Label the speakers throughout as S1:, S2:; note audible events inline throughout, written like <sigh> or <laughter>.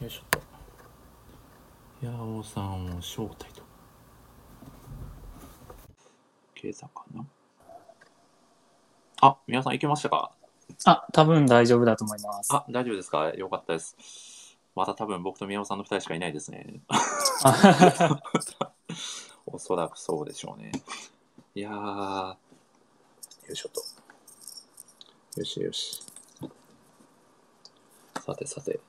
S1: よいしょっと
S2: 八尾さんを招待と。今朝かなあ、皆さん行けましたか
S1: あ多分大丈夫だと思います
S2: あ、大丈夫ですかよかったです。また多分僕と宮尾さんの2人しかいないですね。 <laughs> おそらくそうでしょうね。いやー、よいしょっと。よしよし。さてさて。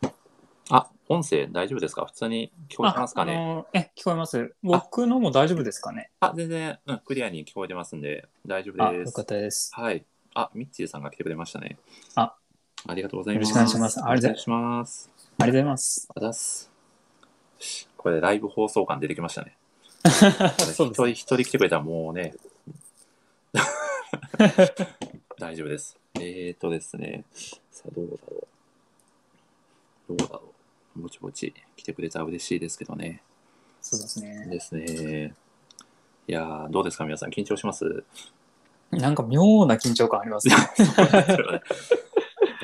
S2: あ、音声大丈夫ですか普通に聞こえてますかね
S1: ああのえ聞こえます僕のも大丈夫ですかね
S2: あ、全然、うん、クリアに聞こえてますんで、大丈夫
S1: あ
S2: で
S1: よ
S2: す。
S1: かったです
S2: はい。あ、ミッチーさんが来てくれましたね。
S1: あ、
S2: ありがとうございます。
S1: よろしくお願いしますありが
S2: お
S1: とう
S2: 願いします。
S1: ありがとうございます
S2: あざっす。これ、ライブ放送感出てきましたね。
S1: そ
S2: 一
S1: うです
S2: 人一人来てくれたらもう
S1: <laughs>
S2: ね。大丈夫です。えーとですね。さあ、どうだろう。どうだろう。ぼちぼち来てくれたら嬉しいですけどね。
S1: そうですね
S2: ですね。いやー、どうですか、皆さん。緊張します
S1: なんか妙な緊張感ありますね
S2: そ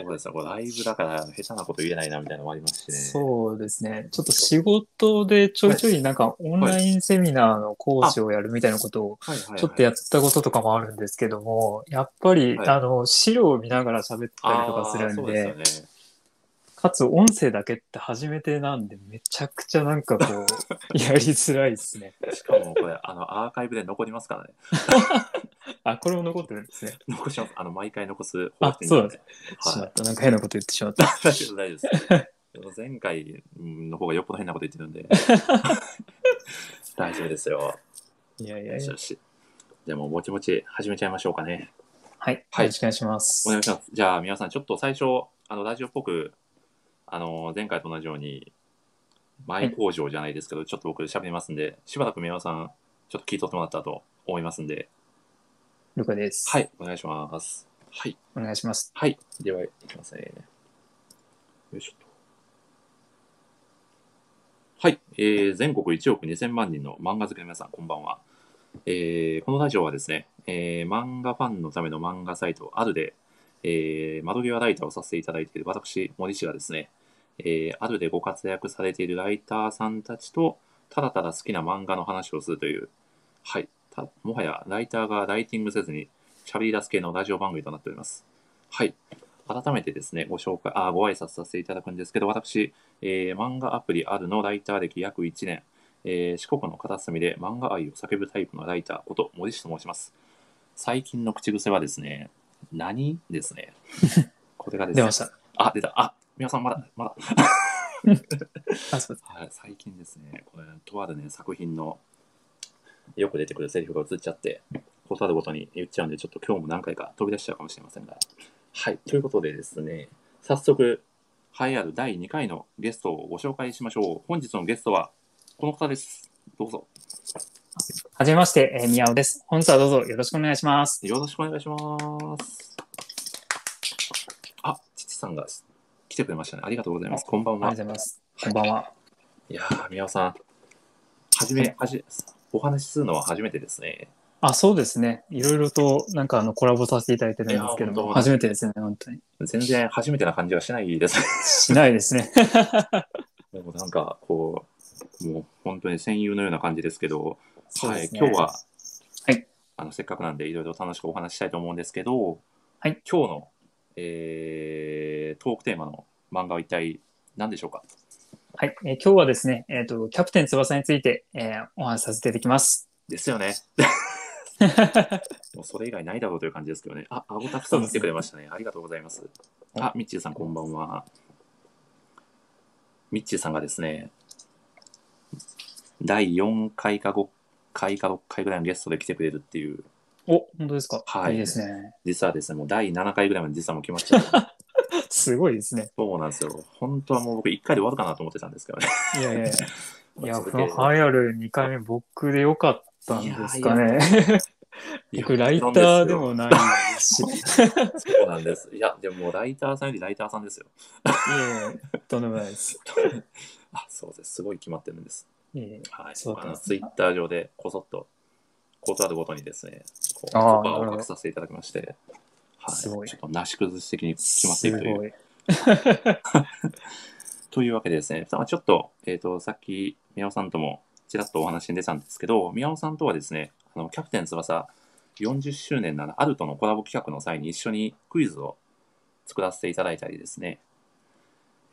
S2: うですね、これライブだから下手なこと言えないなみたいなのもありますしね。
S1: そうですね。ちょっと仕事でちょいちょいなんかオンラインセミナーの講師をやるみたいなことを
S2: はいはいはい
S1: ちょっとやったこととかもあるんですけども、やっぱり、
S2: はい
S1: あの、資料を見ながら喋ったりとかする
S2: あーそ
S1: ん
S2: う
S1: で、
S2: ですよね。
S1: かつ音声だけって初めてなんで、めちゃくちゃなんかこ
S2: <laughs>
S1: う、やりづらいですね。
S2: しかもこれ、あの、アーカイブで残りますからね。
S1: あ、これも残ってるんですね。
S2: 残します。あの、毎回残す
S1: あそうなん
S2: で。
S1: ですしま
S2: はい。
S1: った。なんか変なこと言ってしまった。
S2: 大丈夫大丈夫です。でも前回の方がよっぽど変なこと言ってるん
S1: <laughs>
S2: で。大丈夫ですよ。
S1: いやいや
S2: よ
S1: い
S2: し
S1: や
S2: よ。し。でも、ぼちぼち始めちゃいましょうかね。
S1: はい。
S2: はい
S1: よろしくお願いします。
S2: お願いします。じゃあ、皆さん、ちょっと最初、あの、ラジオっぽく、あの、前回と同じように、前工場じゃないですけど、ちょっと僕喋りますんで、しばらく宮尾さん、ちょっと聞いとってもらったらと思いますんで、
S1: ルカです。
S2: はい、お願いします。はい、
S1: お願いします。
S2: はい、では、いきますね。よいしょっと。はい、えー全国1億2000万人の漫画好きの皆さん、こんばんは。えーこのラジオはですね、えー漫画ファンのための漫画サイト、あるで、えー窓際ライターをさせていただいている私、森氏がですね、えーあるでご活躍されているライターさんたちと、ただただ好きな漫画の話をするという、はい、たもはやライターがライティングせずに喋り出す系のラジオ番組となっております。はい。改めてですね、ご紹介、あ、ご挨拶させていただくんですけど、私、えー漫画アプリあるのライター歴約1年、えー四国の片隅で漫画愛を叫ぶタイプのライターこと森氏と申します。最近の口癖はですね、何です
S1: <laughs>
S2: ね。これがですね
S1: 出ました。
S2: あ、出た。あ、皆さんまだ、まだ。
S1: あ、そうです。
S2: はい、最近ですね、これ、とあるね、作品のよく出てくるセリフが映っちゃって、ことあるごとに言っちゃうんで、ちょっと今日も何回か飛び出しちゃうかもしれませんが。はい、ということでですね、早速、栄えある第2回のゲストをご紹介しましょう。本日のゲストは、この方です。どうぞ。
S1: はじめまして、えー、宮尾です。本日はどうぞよろしくお願いします。
S2: よろしくお願いします。あ、父さんが来てくれましたね。ありがとうございます。こんばん
S1: あ
S2: は
S1: りが。とうございます。こんばんは。
S2: いやー、宮尾さん、はじめ、はじ、お話しするのは初めてですね。
S1: あ、そうですね。いろいろと、なんかあの、コラボさせていただいてるんですけど
S2: いや本当
S1: も、初めてですね、本当に。
S2: 全然初めてな感じはしないです。
S1: しないですね。
S2: <laughs> でもなんか、こう、もう本当に戦友のような感じですけど、
S1: そうですね
S2: はい、今日は、
S1: はい
S2: あの、せっかくなんでいろいろ楽しくお話ししたいと思うんですけど、
S1: はい
S2: 今日の、えー、トークテーマの漫画は一体何でしょうか
S1: はい、えー今日はですね、えっ、と、キャプテン翼について、えーお話しさせていただきます。
S2: ですよ
S1: <laughs>
S2: ね。もうそれ以外ないだろうという感じですけどね。あ、アゴタフさん来てくれましたね。ありがとうございます。あ、ミッチーさんこんばんは。ミッチーさんがですね、第4回か5回か6回ぐらいのゲストで来てくれるっていう、
S1: お、本当ですか
S2: はい
S1: いいですね。
S2: 実はですね、もう第7回ぐらいまで実はもう決まっちゃ
S1: <laughs>
S2: った。
S1: すごいですね。
S2: そうなんですよ。本当はもう僕1回で終わるかなと思ってたんですけどね。
S1: いやい
S2: <laughs>
S1: やいや。いや、
S2: 続
S1: こ
S2: け
S1: の栄えある2回目、僕でよかったんですか <laughs> ね。 <laughs> 僕、ライターでもないですし。い
S2: そうなんです。いや、でももうライターさんよりライターさんですよ。
S1: やいや、とんでもないです。
S2: あ、そうです。すごい決まってるんです。
S1: いやいや
S2: はい、
S1: そうだったんです
S2: ツイ
S1: ね
S2: ッター上でこそっと、ことあるごとにですね、こう、
S1: あー
S2: コパ
S1: なる
S2: を
S1: ほど
S2: 隠させていただきまして、はい、
S1: すごい
S2: ちょっとなし崩し的に決
S1: す
S2: まっていくという。
S1: ごい。
S2: というわけでですね、まあちょっと、えっ、と、さっき、宮尾さんともちらっとお話に出たんですけど、宮尾さんとはですね、あのキャプテン翼40周年ならアルトのコラボ企画の際に一緒にクイズを作らせていただいたりですね、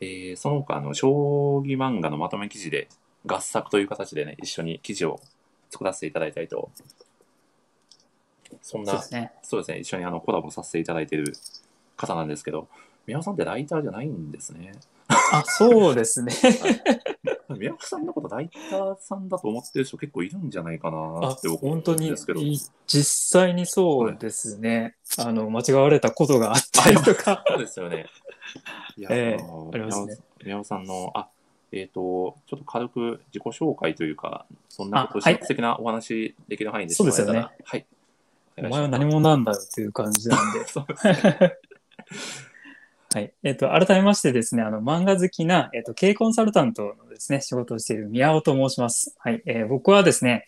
S2: えーその他あの将棋漫画のまとめ記事で合作という形でね、一緒に記事を作らせていただいたりと、そん
S1: そうで
S2: な
S1: すね。
S2: そうですね、一緒にあのコラボさせていただいている方なんですけど、宮尾さんってライターじゃないんですね。
S1: あ、そうです
S2: <laughs>
S1: ね。
S2: 宮尾さんのことライターさんだと思ってる人結構いるんじゃないかな
S1: あ
S2: って、僕
S1: 本当に
S2: 思うんですけど、
S1: い実際にそうですね。あの、間違われたことがあったりとか。
S2: そうですよね。いや、
S1: ええ
S2: あの
S1: ありますね
S2: 宮尾宮尾さんの、あ、えっ、と、ちょっと軽く自己紹介というか、そんなことを
S1: あはい
S2: 素敵なお話できる範囲でしてもらえたら、はい。
S1: お前は何
S2: も
S1: 者なんだよっていう感じなんで。
S2: そうです
S1: はい。えっ、と、改めましてですね、あの、漫画好きな、えっ、と、経営コンサルタントのですね、仕事をしている宮尾と申します。はい。えー僕はですね、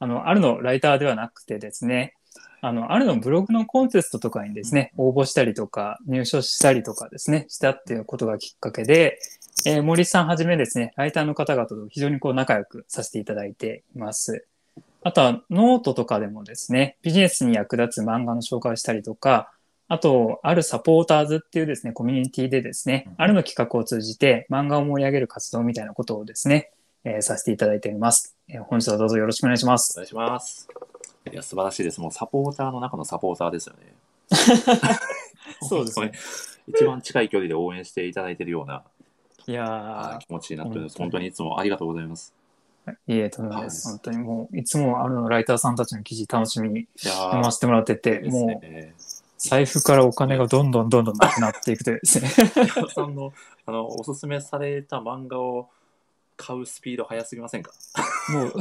S1: あの、あるのライターではなくてですね、あの、あるのブログのコンテストとかにですね、応募したりとか、入賞したりとかですね、したっていうことがきっかけで、えー森さんはじめですね、ライターの方々と非常にこう仲良くさせていただいています。あとは、ノートとかでもですね、ビジネスに役立つ漫画の紹介をしたりとか、あと、あるサポーターズっていうですね、コミュニティでですね
S2: うん、
S1: あるの企画を通じて漫画を盛り上げる活動みたいなことをですね、えーさせていただいております。えー本日はどうぞよろしくお願いしま
S2: お
S1: す。
S2: 願いします。いや、素晴らしいです。もうサポーターの中のサポーターですよね。
S1: そうですね。
S2: 一番近い距離で応援していただいているようないあー
S1: や
S2: 気持ちになっております。
S1: 本
S2: 本
S1: 当
S2: 当
S1: に
S2: にいつもありがとうございます。
S1: ー、いえ、とんでもないで
S2: は
S1: す。
S2: い
S1: 本当にもう、いつもあるのライターさんたちの記事楽しみに
S2: いや
S1: 読ま
S2: ー
S1: せてもらって
S2: い
S1: て、
S2: いです
S1: もう
S2: ね。
S1: 財布からお金がどんどんどんどんなくなっていくとい
S2: <laughs>
S1: うですね。
S2: 宮尾さんのあのおすすめされた漫画を買うスピード早すぎませんか
S1: もう、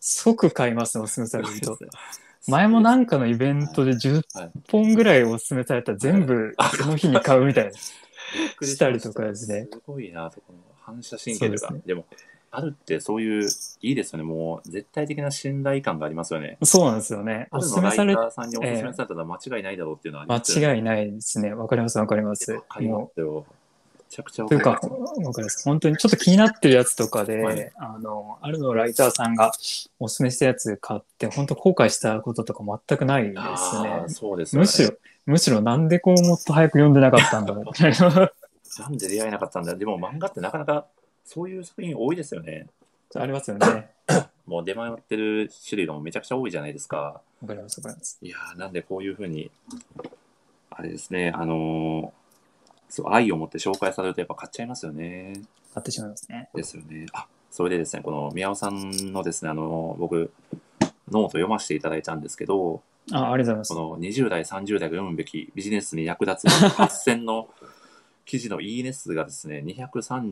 S1: 即買いますね、おすすめされると。
S2: 前
S1: 前も
S2: も
S1: な
S2: なん
S1: んかのイベントで10
S2: はい
S1: 本ぐらいおすすめされたら全部その日に買うみたいな。
S2: したりとか
S1: したりとか
S2: で
S1: ですすね
S2: ね。すごいなと、この反射神経と
S1: そ
S2: か
S1: うで。
S2: でも、あるってそういう、いいですよね。もう絶対的な信頼感がありますよね。
S1: そうなんですよね。
S2: <laughs> あ
S1: お
S2: る
S1: す
S2: の
S1: す
S2: ラ
S1: め
S2: イタ
S1: され、
S2: ーさんにおすすめされたら間違いないだろうっていうのはありますよね。
S1: 間違いないですね。わかります、わかります
S2: わ。かりま
S1: も
S2: すよ。めちゃくちゃ
S1: う、
S2: わ
S1: と
S2: か
S1: い
S2: り
S1: うか
S2: ま、す。
S1: わかります。本当にちょっと気になってるやつとかで、
S2: はい
S1: あの、あるのライターさんがおすすめしたやつ買って、本当後悔したこととか全くないで
S2: あー
S1: すね。
S2: そうですよね。
S1: むしろ、むしろなんでこうもっと早く読んでなかったんだ
S2: <laughs>
S1: ろう
S2: なんで出会えなかったんだでも漫画ってなかなかそういう作品多いですよね。
S1: ありますよね。
S2: もう出回ってる種類がもうめちゃくちゃ多いじゃないですか。
S1: わかります、わかります。
S2: いやーなんでこういうふうに、あれですね、あのーそう、愛を持って紹介されるとやっぱ買っちゃいますよね。
S1: 買ってしまいますね。
S2: ですよね。あ、それでですね、この宮尾さんのですね、あのー僕、ノート読ませていただいたんですけど、
S1: あ、ありがとうござ
S2: こ
S1: いま
S2: の20代、30代が読むべきビジネスに役立つ8000の記事のいいね数がですね、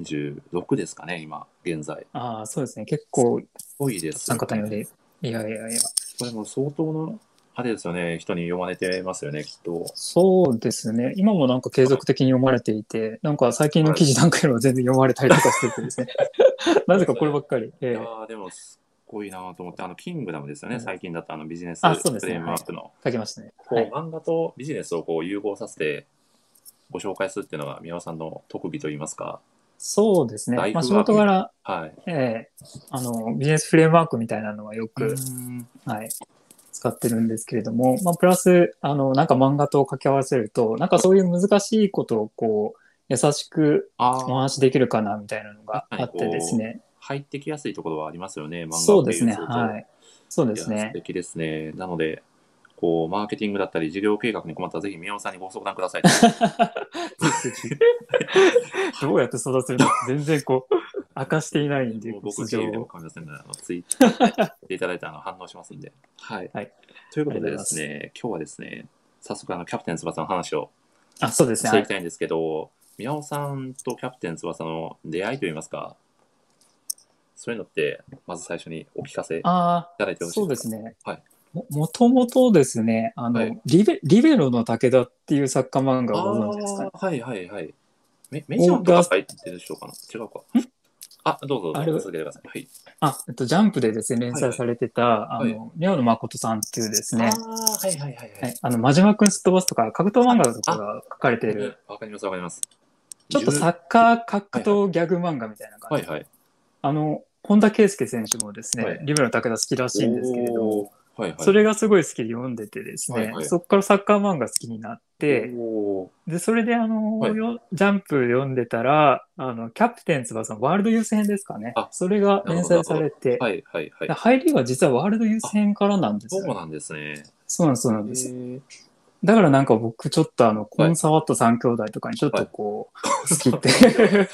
S2: 236ですかね、今、現在。す
S1: す。ああ、そうですね。結構、
S2: ごいです。
S1: 参加対応で。いやいやいや。
S2: これも相当の、あれですよね、人に読まれてますよね、きっと。
S1: そうですね。今もなんか継続的に読まれていて、なんか最近の記事なんかよりは全然読まれたりとかしててで
S2: <laughs>
S1: すね。なぜかこればっかり。
S2: い
S1: え
S2: や
S1: ー
S2: ーでもすっごいなと思って、あの、キングダムですよ
S1: う
S2: ね、
S1: ん
S2: 最近だったあのビジネスフレ
S1: あそうですね
S2: ームワークの。
S1: 書きましたね。
S2: こ
S1: は
S2: う
S1: い、
S2: 漫画とビジネスをこう融合させてご紹介するっていうのが宮尾さんの特技といいますか。
S1: そうですね
S2: ライ。フワ
S1: まあ、
S2: ーク
S1: 仕事柄、
S2: はい。
S1: えーあの、ビジネスフレームワークみたいなのはよく、はい、使ってるんですけれども、まあ、プラス、あの、なんか漫画と掛け合わせると、なんかそういう難しいことをこう、優しく
S2: あー
S1: お話しできるかなみたいなのがあってですね。
S2: 入ってきやすいところはありますよね、漫画
S1: そうですね。
S2: ってい
S1: はいい。そう
S2: うと
S1: です
S2: いや
S1: ね
S2: 素。敵ですね。なので、こう、マーケティングだったり、事業計画に困ったら、ぜひ宮尾さんにご相談ください。
S1: <laughs> どうやって育てるのか全然こう、明かしていないんで、
S2: もう
S1: 素
S2: 僕経
S1: 性
S2: 由でも
S1: を。
S2: 構いませんので、あのツイッターでいただいたらあの反応しますんで。はい。
S1: はい
S2: ということでですね、今日はですね、早速あのキャプテン翼の話を
S1: あ、そうです
S2: し
S1: ね。
S2: て
S1: はい
S2: き
S1: い、
S2: たいんですけど、宮尾さんとキャプテン翼の出会いといいますか、そういうのって、まず最初にお聞かせいた
S1: あ
S2: だいて
S1: あ、
S2: ほしい
S1: そうで
S2: か
S1: すね。
S2: はい
S1: ももともとですね、あの、
S2: はい
S1: リベ、リベロの武田っていう作家漫画をご存知ですかね。
S2: あーはいはいはい。メメジャーとか入ってるでしょうかな違うか。あ、どうぞど
S1: あ
S2: う
S1: れ
S2: ぞ続けてください。はい。
S1: あ、えっと、ジャンプでですね、連載されてた、
S2: はい
S1: あの、宮野誠さんっていうですね、
S2: ああ、はいはいはい
S1: は
S2: はい
S1: い、あの、真島くんすっ飛ばすとか、格闘漫画とかが書かれてい
S2: うん
S1: る、。
S2: わかりますわかります。
S1: ちょっとサッカー格闘ギャグ漫画みたいな感
S2: は
S1: じ。
S2: いはい。
S1: あの、本田圭佑選手もです
S2: は
S1: ね
S2: い、
S1: リベロの武田好きらしいんですけれども、
S2: おーはいはい。
S1: それがすごい好きで読んでてですね、
S2: はいはい
S1: そこからサッカー漫画好きになって、
S2: おー
S1: で、それであの、
S2: はい
S1: よジャンプ読んでたら、あの、キャプテン翼のワールドユース編ですかね
S2: あ。
S1: それが連載されて、
S2: はいはいはい。
S1: 入りは実はワールドユース編からなんです
S2: そう
S1: よ。
S2: なんですね。
S1: そうなんです、そうなんです。
S2: えー
S1: だからなんか僕ちょっとあの、コンサワット3兄弟とかにちょっとこう、好
S2: <laughs>
S1: きって。
S2: いやー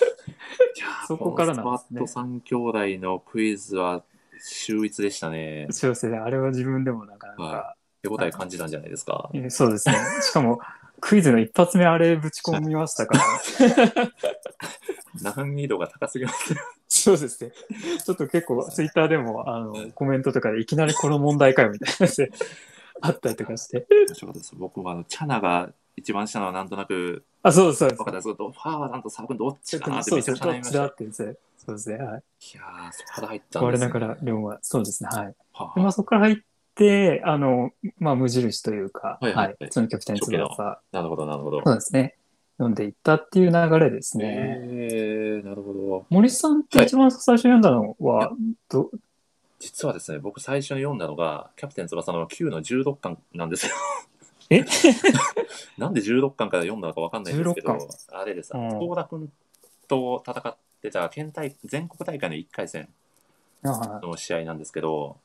S1: そこからなん
S2: こ
S1: で
S2: の
S1: す
S2: ス
S1: ね
S2: パット三兄弟のクイズは秀逸でしたね。
S1: そうですね。あれは自分でもなかなか
S2: は、手応え感じたんじゃないですか。
S1: えそうですね。しかも、クイズの一発目あれぶち込みましたから。
S2: 難易度が高すぎます。
S1: そうですね。ちょっと結構、ツイッターでも、あの、コメントとかでいきなりこの問題かよみたいなやつあったりとかして。
S2: 面白かったです。僕はあのチャナが一番下のはなんとなく
S1: あ、そうです、そうで
S2: 分かったんですけど、ファーはなんとサーブどっちかなっ
S1: す。
S2: て
S1: そう
S2: めっ
S1: で
S2: ち
S1: す
S2: ゃ
S1: ね。
S2: 悩み
S1: どっ
S2: ま
S1: ち
S2: した。
S1: だ
S2: い
S1: ってですね。そうですね。はい。
S2: やー、そこから入ったん
S1: 我
S2: です、
S1: な
S2: ね。
S1: がら、両は、そうですね。はい。
S2: は
S1: でまあ、そこから入って、あの、まあ、無印というか、
S2: はいはい
S1: そのキャプテン
S2: 初期の
S1: 翼、
S2: あ、なるほど、なるほど。
S1: そうですね。読んでいったっていう流れですね。
S2: えー、なるほど。
S1: 森さんって一番最初に読んだのは、ど
S2: 実はですね、僕最初に読んだのが、キャプテン翼の9の16巻なんですよ。
S1: え
S2: <laughs> なんで16巻から読んだのかわかんないんですけ
S1: 16
S2: ど、あれです、
S1: うん
S2: 東田君と戦ってた県大全国大会の1回戦
S1: あ
S2: の試合なんですけど、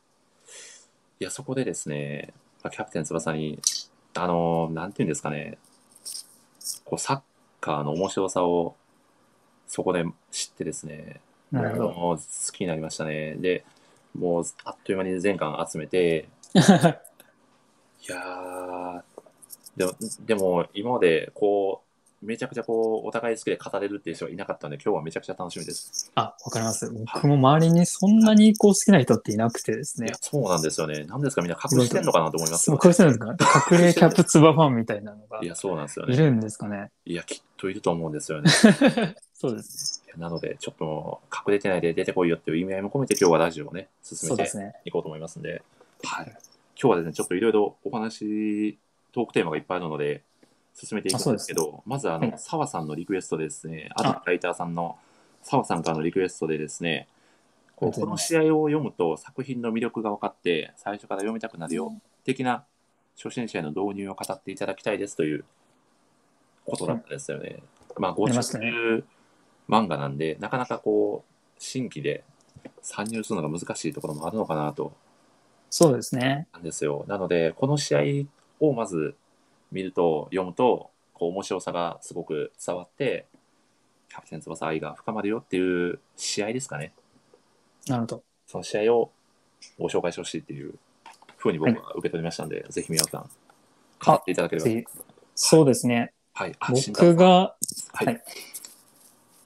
S2: いや、そこでですね、まあキャプテン翼に、あのーなんていうんですかね、こうサッカーの面白さをそこで知ってですね、
S1: なるほど。
S2: もう好きになりましたね。で、もうあっという間に全巻集め
S1: <laughs>
S2: て、いやーでも、でも今までこう、めちゃくちゃこう、お互い好きで語れるっていう人がいなかったんで、今日はめちゃくちゃ楽しみです。
S1: あ、わかります。僕も周りにそんなにこう好きな人っていなくてです
S2: い
S1: ね
S2: や。そうなんですよね。なんですか、みんな隠してんのかなと思います
S1: そ
S2: よ
S1: う
S2: ね、
S1: こうしてるんですか隠れキャプツバファンみたいなのが
S2: いや、そうなんですよ
S1: い
S2: ね。
S1: るんですかね。
S2: いや、きっといると思うんですよね。
S1: そうです
S2: いやなので、ちょっともう隠れてないで出てこいよっていう意味合いも込めて、今日はラジオをね、
S1: ね。
S2: 進
S1: そ
S2: め
S1: うで
S2: て
S1: すね。
S2: いこうと思いますんで、はい。今日はですね、ちょっといろいろお話、トークテーマがいっぱいあるので、進めていくんですけど、まずあ
S1: は
S2: の、
S1: い
S2: 澤、さんのリクエストですね、あ
S1: あ
S2: るライターさんの、澤さんからのリクエストでですね、こ
S1: あ
S2: う
S1: りがと
S2: こ
S1: うご
S2: の
S1: ざ
S2: 試合を読むと作品の魅力が分かって、最初から読みたくなるよ、的な初心者への導入を語っていただきたいですということだったんですよね。まあ、
S1: あ
S2: 50
S1: りましたね
S2: 漫画なんで、なかなかこう、新規で参入するのが難しいところもあるのかなと
S1: そうですね。
S2: なんですよ。なので、この試合をまず見ると、読むと、こう、面白さがすごく伝わって、キャプテン翼愛が深まるよっていう試合ですかね。
S1: なるほど。
S2: その試合をご紹介してほしいっていうふうに僕は受け取りましたんで、ぜひ皆さん、語っていただければ。
S1: 次そうですね。
S2: はい。あ新川さん
S1: 僕が、
S2: はい
S1: はい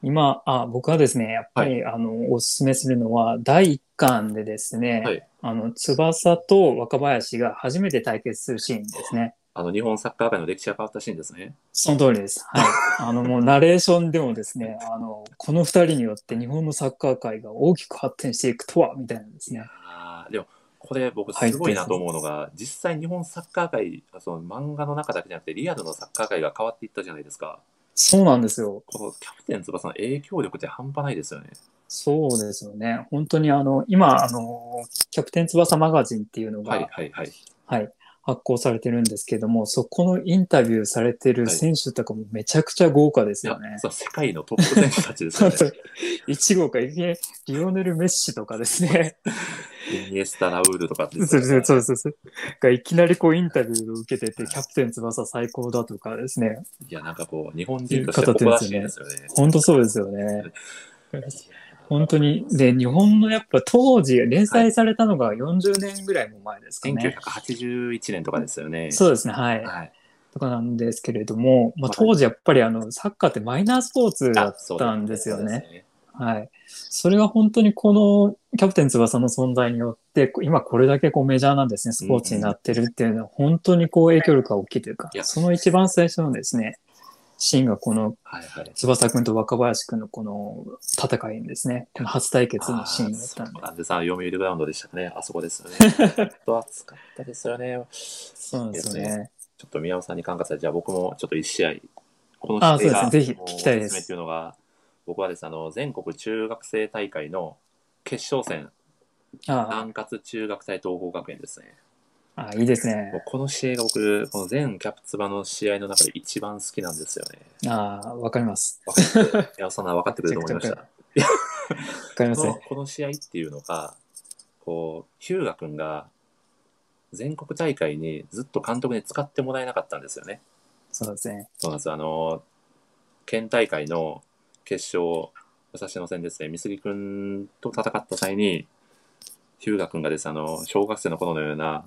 S1: 今、あ、僕はですね、やっぱり、あの、おすすめするのは、第1巻でですね、
S2: はい
S1: あの、翼と若林が初めて対決するシーンですね。
S2: あの、日本サッカー界の歴史が変わったシーンですね。
S1: その通りです。
S2: <laughs>
S1: はい。あの、もうナレーションでもですね、あの、この二人によって日本のサッカー界が大きく発展していくとは、みたいなんですね。
S2: あーでも、これ僕すごいなと思うのが、実際日本サッカー界、その漫画の中だけじゃなくて、リアルのサッカー界が変わっていったじゃないですか。
S1: そうなんですよ。
S2: このキャプテン翼の影響力って半端ないですよね。
S1: そうですよね。本当にあの、今、あの、キャプテン翼マガジンっていうのが、
S2: は
S1: はいい、
S2: はいはい。
S1: 発行されてるんですけども、そこのインタビューされてる選手とかもめちゃくちゃ豪華です
S2: いや
S1: よね。
S2: そう世界のトップ選手たちです
S1: そ
S2: よ
S1: う
S2: ね。
S1: <laughs> そう。1号か、いきなりリオネル・メッシとかですね。
S2: イニエスタ・ラウールとかです
S1: そう
S2: よ
S1: で
S2: ね
S1: すね、そうですそうです。が、いきなりこうインタビューを受けてて、キャプテン翼最高だとかですね。
S2: いや、なんかこう、日本人として誇らしいですよね。
S1: 本当そうですよね。本当に。で、日本のやっぱ当時、連載されたのが40年ぐらいも前ですかね。
S2: 1981年とかですよね。
S1: そうですね、はい。
S2: はい。
S1: とかなんですけれども、まあ、
S2: はい
S1: 当時やっぱりあの、サッカーってマイナースポーツだ
S2: あ
S1: っ
S2: そう
S1: たんですよ
S2: そう
S1: ね。はい。それが本当にこのキャプテン翼の存在によって、こう今これだけこうメジャーなんですね、スポーツになってるっていうのは、本当にこう影響力が大きいというか
S2: い、や
S1: その一番最初のですね、シーンがこの
S2: はいはい。
S1: 翼くんと若林くんのこの戦いですね、この初対決のシーンだったん
S2: あーそう
S1: で。
S2: なんです。あの読売グラウンドでしたかね。あそこ
S1: <laughs>
S2: ですよね。本当暑かったですよね。
S1: そうなんですよ
S2: いいで
S1: ね。
S2: ちょっと宮尾さんに感化され、じゃあ僕もちょっと1試合この
S1: あ
S2: 姿勢が
S1: そうですねぜひ聞きたいです
S2: おすすめっていうのが僕はですねあの全国中学生大会の決勝戦
S1: あ
S2: 南葛中学祭東邦学園ですね
S1: ああ、いいですね
S2: も。うこの試合が僕この全キャプツバの試合の中で一番好きなんですよ
S1: <laughs>
S2: ね
S1: ああ、わかります。
S2: わかって矢尾さんなら分かってくれると思いまし
S1: め
S2: た
S1: ちわかりま <laughs>
S2: こ
S1: す
S2: の
S1: ね。
S2: この試合っていうのがこう日向君が全国大会にずっと監督に使ってもらえなかったんですよね
S1: そうですね。
S2: そうなんですあの県大会の決勝武蔵野戦ですね三杉君と戦った際に日向君がですあの小学生の頃のような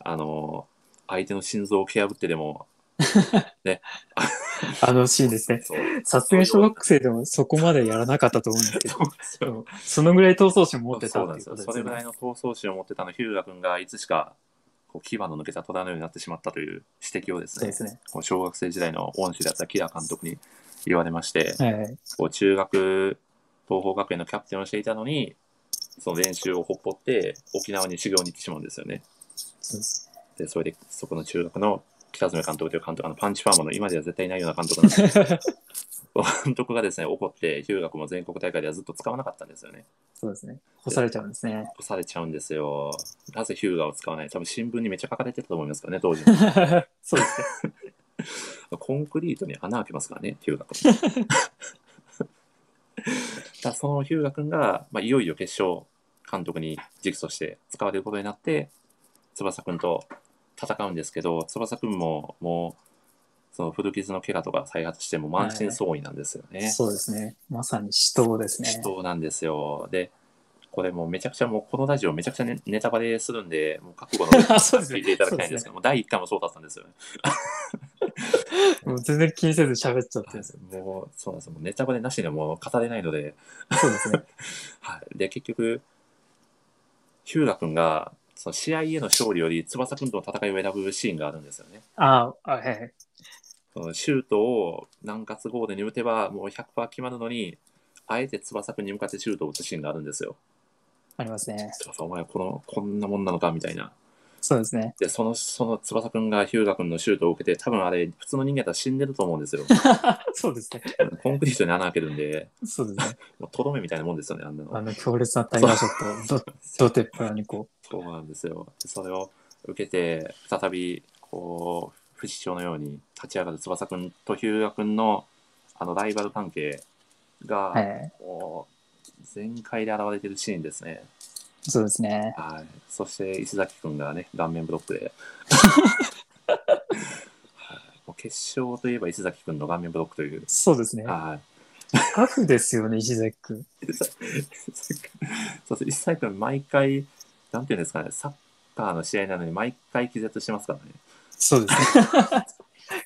S2: あの相手の心臓を蹴破ってでも
S1: あのシーンですね。
S2: そう
S1: さすがに小学生でもそこまでやらなかったと思うんですけ
S2: そうなんですよ
S1: ど、そのぐらい闘争心持って
S2: そ
S1: た
S2: うな
S1: っ
S2: ん
S1: て
S2: で
S1: いう
S2: すよそ
S1: ことです
S2: れ
S1: よ
S2: ぐらい
S1: ね。
S2: の闘争心を持ってたの日向君がいつしかこう牙の抜けた虎のようになってしまったという指摘をです
S1: そう
S2: ね
S1: ですね。
S2: こう小学生時代の恩師だったキラ監督に言われまして、
S1: はい。
S2: こう中学東邦学園のキャプテンをしていたのにその練習をほっぽって沖縄に修行に行ってしまうんですよね
S1: そうです
S2: でそれでそこの中学の北爪監督という監督あのパンチファーマの今では絶対いないような監督なんですけど監督がですね怒って日向君も全国大会ではずっと使わなかったんですよね
S1: そうですね。干されちゃうんですね。
S2: 干されちゃうんですよなぜヒューガを使わない多分新聞にめっちゃ書かれてたと思いますからね当時
S1: そうですね。
S2: コンクリートに穴開けますからねヒューガ君だ
S1: <laughs>
S2: からそのヒューガ君が、まあ、いよいよ決勝監督に直訴して使われることになって翼君と戦うんですけど翼君ももうその古傷の怪我とか再発してもう満身創痍なんですよね、
S1: <laughs> そうですね。まさに死闘ですね。
S2: そうなんですよ。で、これもうめちゃくちゃもうこのラジオめちゃくちゃネネタバレするんで、もう覚悟の
S1: <laughs> そうですね
S2: 聞いていただきたいんですけど、もう第1回もそうだったんですよね。
S1: もう全然気にせず喋っちゃってるんですよ。
S2: もうそうなんですよ。もうネタバレなしでもう語れないので、
S1: そうですね。
S2: はい。で、結局、ヒューガ君が、その試合への勝利より翼君との戦いを選ぶシーンがあるんですよね。
S1: ああ、はいはい。
S2: そのシュートを南葛ゴールに打てばもう100%決まるのに、あえて翼君に向かってシュートを打つシーンがあるんですよ。
S1: ありますね。
S2: 翼お前この、こんなもんなのかみたいな。
S1: そうですね。
S2: で、その、その翼くんがヒューガ君のシュートを受けて、多分あれ、普通の人間だったら死んでると思うんですよ。
S1: そうですね。
S2: コンクリートに穴開けるんで、
S1: そうですね。
S2: もうとどめみたいなもんですよね、あんな
S1: あ
S2: の。
S1: の強烈なタイガーショットをど、どてっぱらにこ
S2: そうなんですよ。それを受けて、再び、こう、不死鳥のように立ち上がる翼くんとヒューガ君の、あの、ライバル関係
S1: う、は
S2: が、
S1: い。
S2: もう、全開で現れてるシーンですね。
S1: そうですね。
S2: はい。そして、石崎くんがね、顔面ブロックで。はいもう決勝といえば石崎くんの顔面ブロックという。
S1: そうですね。
S2: はい。
S1: タフですよね、石崎君。
S2: そうです。一切君毎回、なんていうんですかね、サッカーの試合なのに毎回気絶してますからね。
S1: そうですね。 <laughs>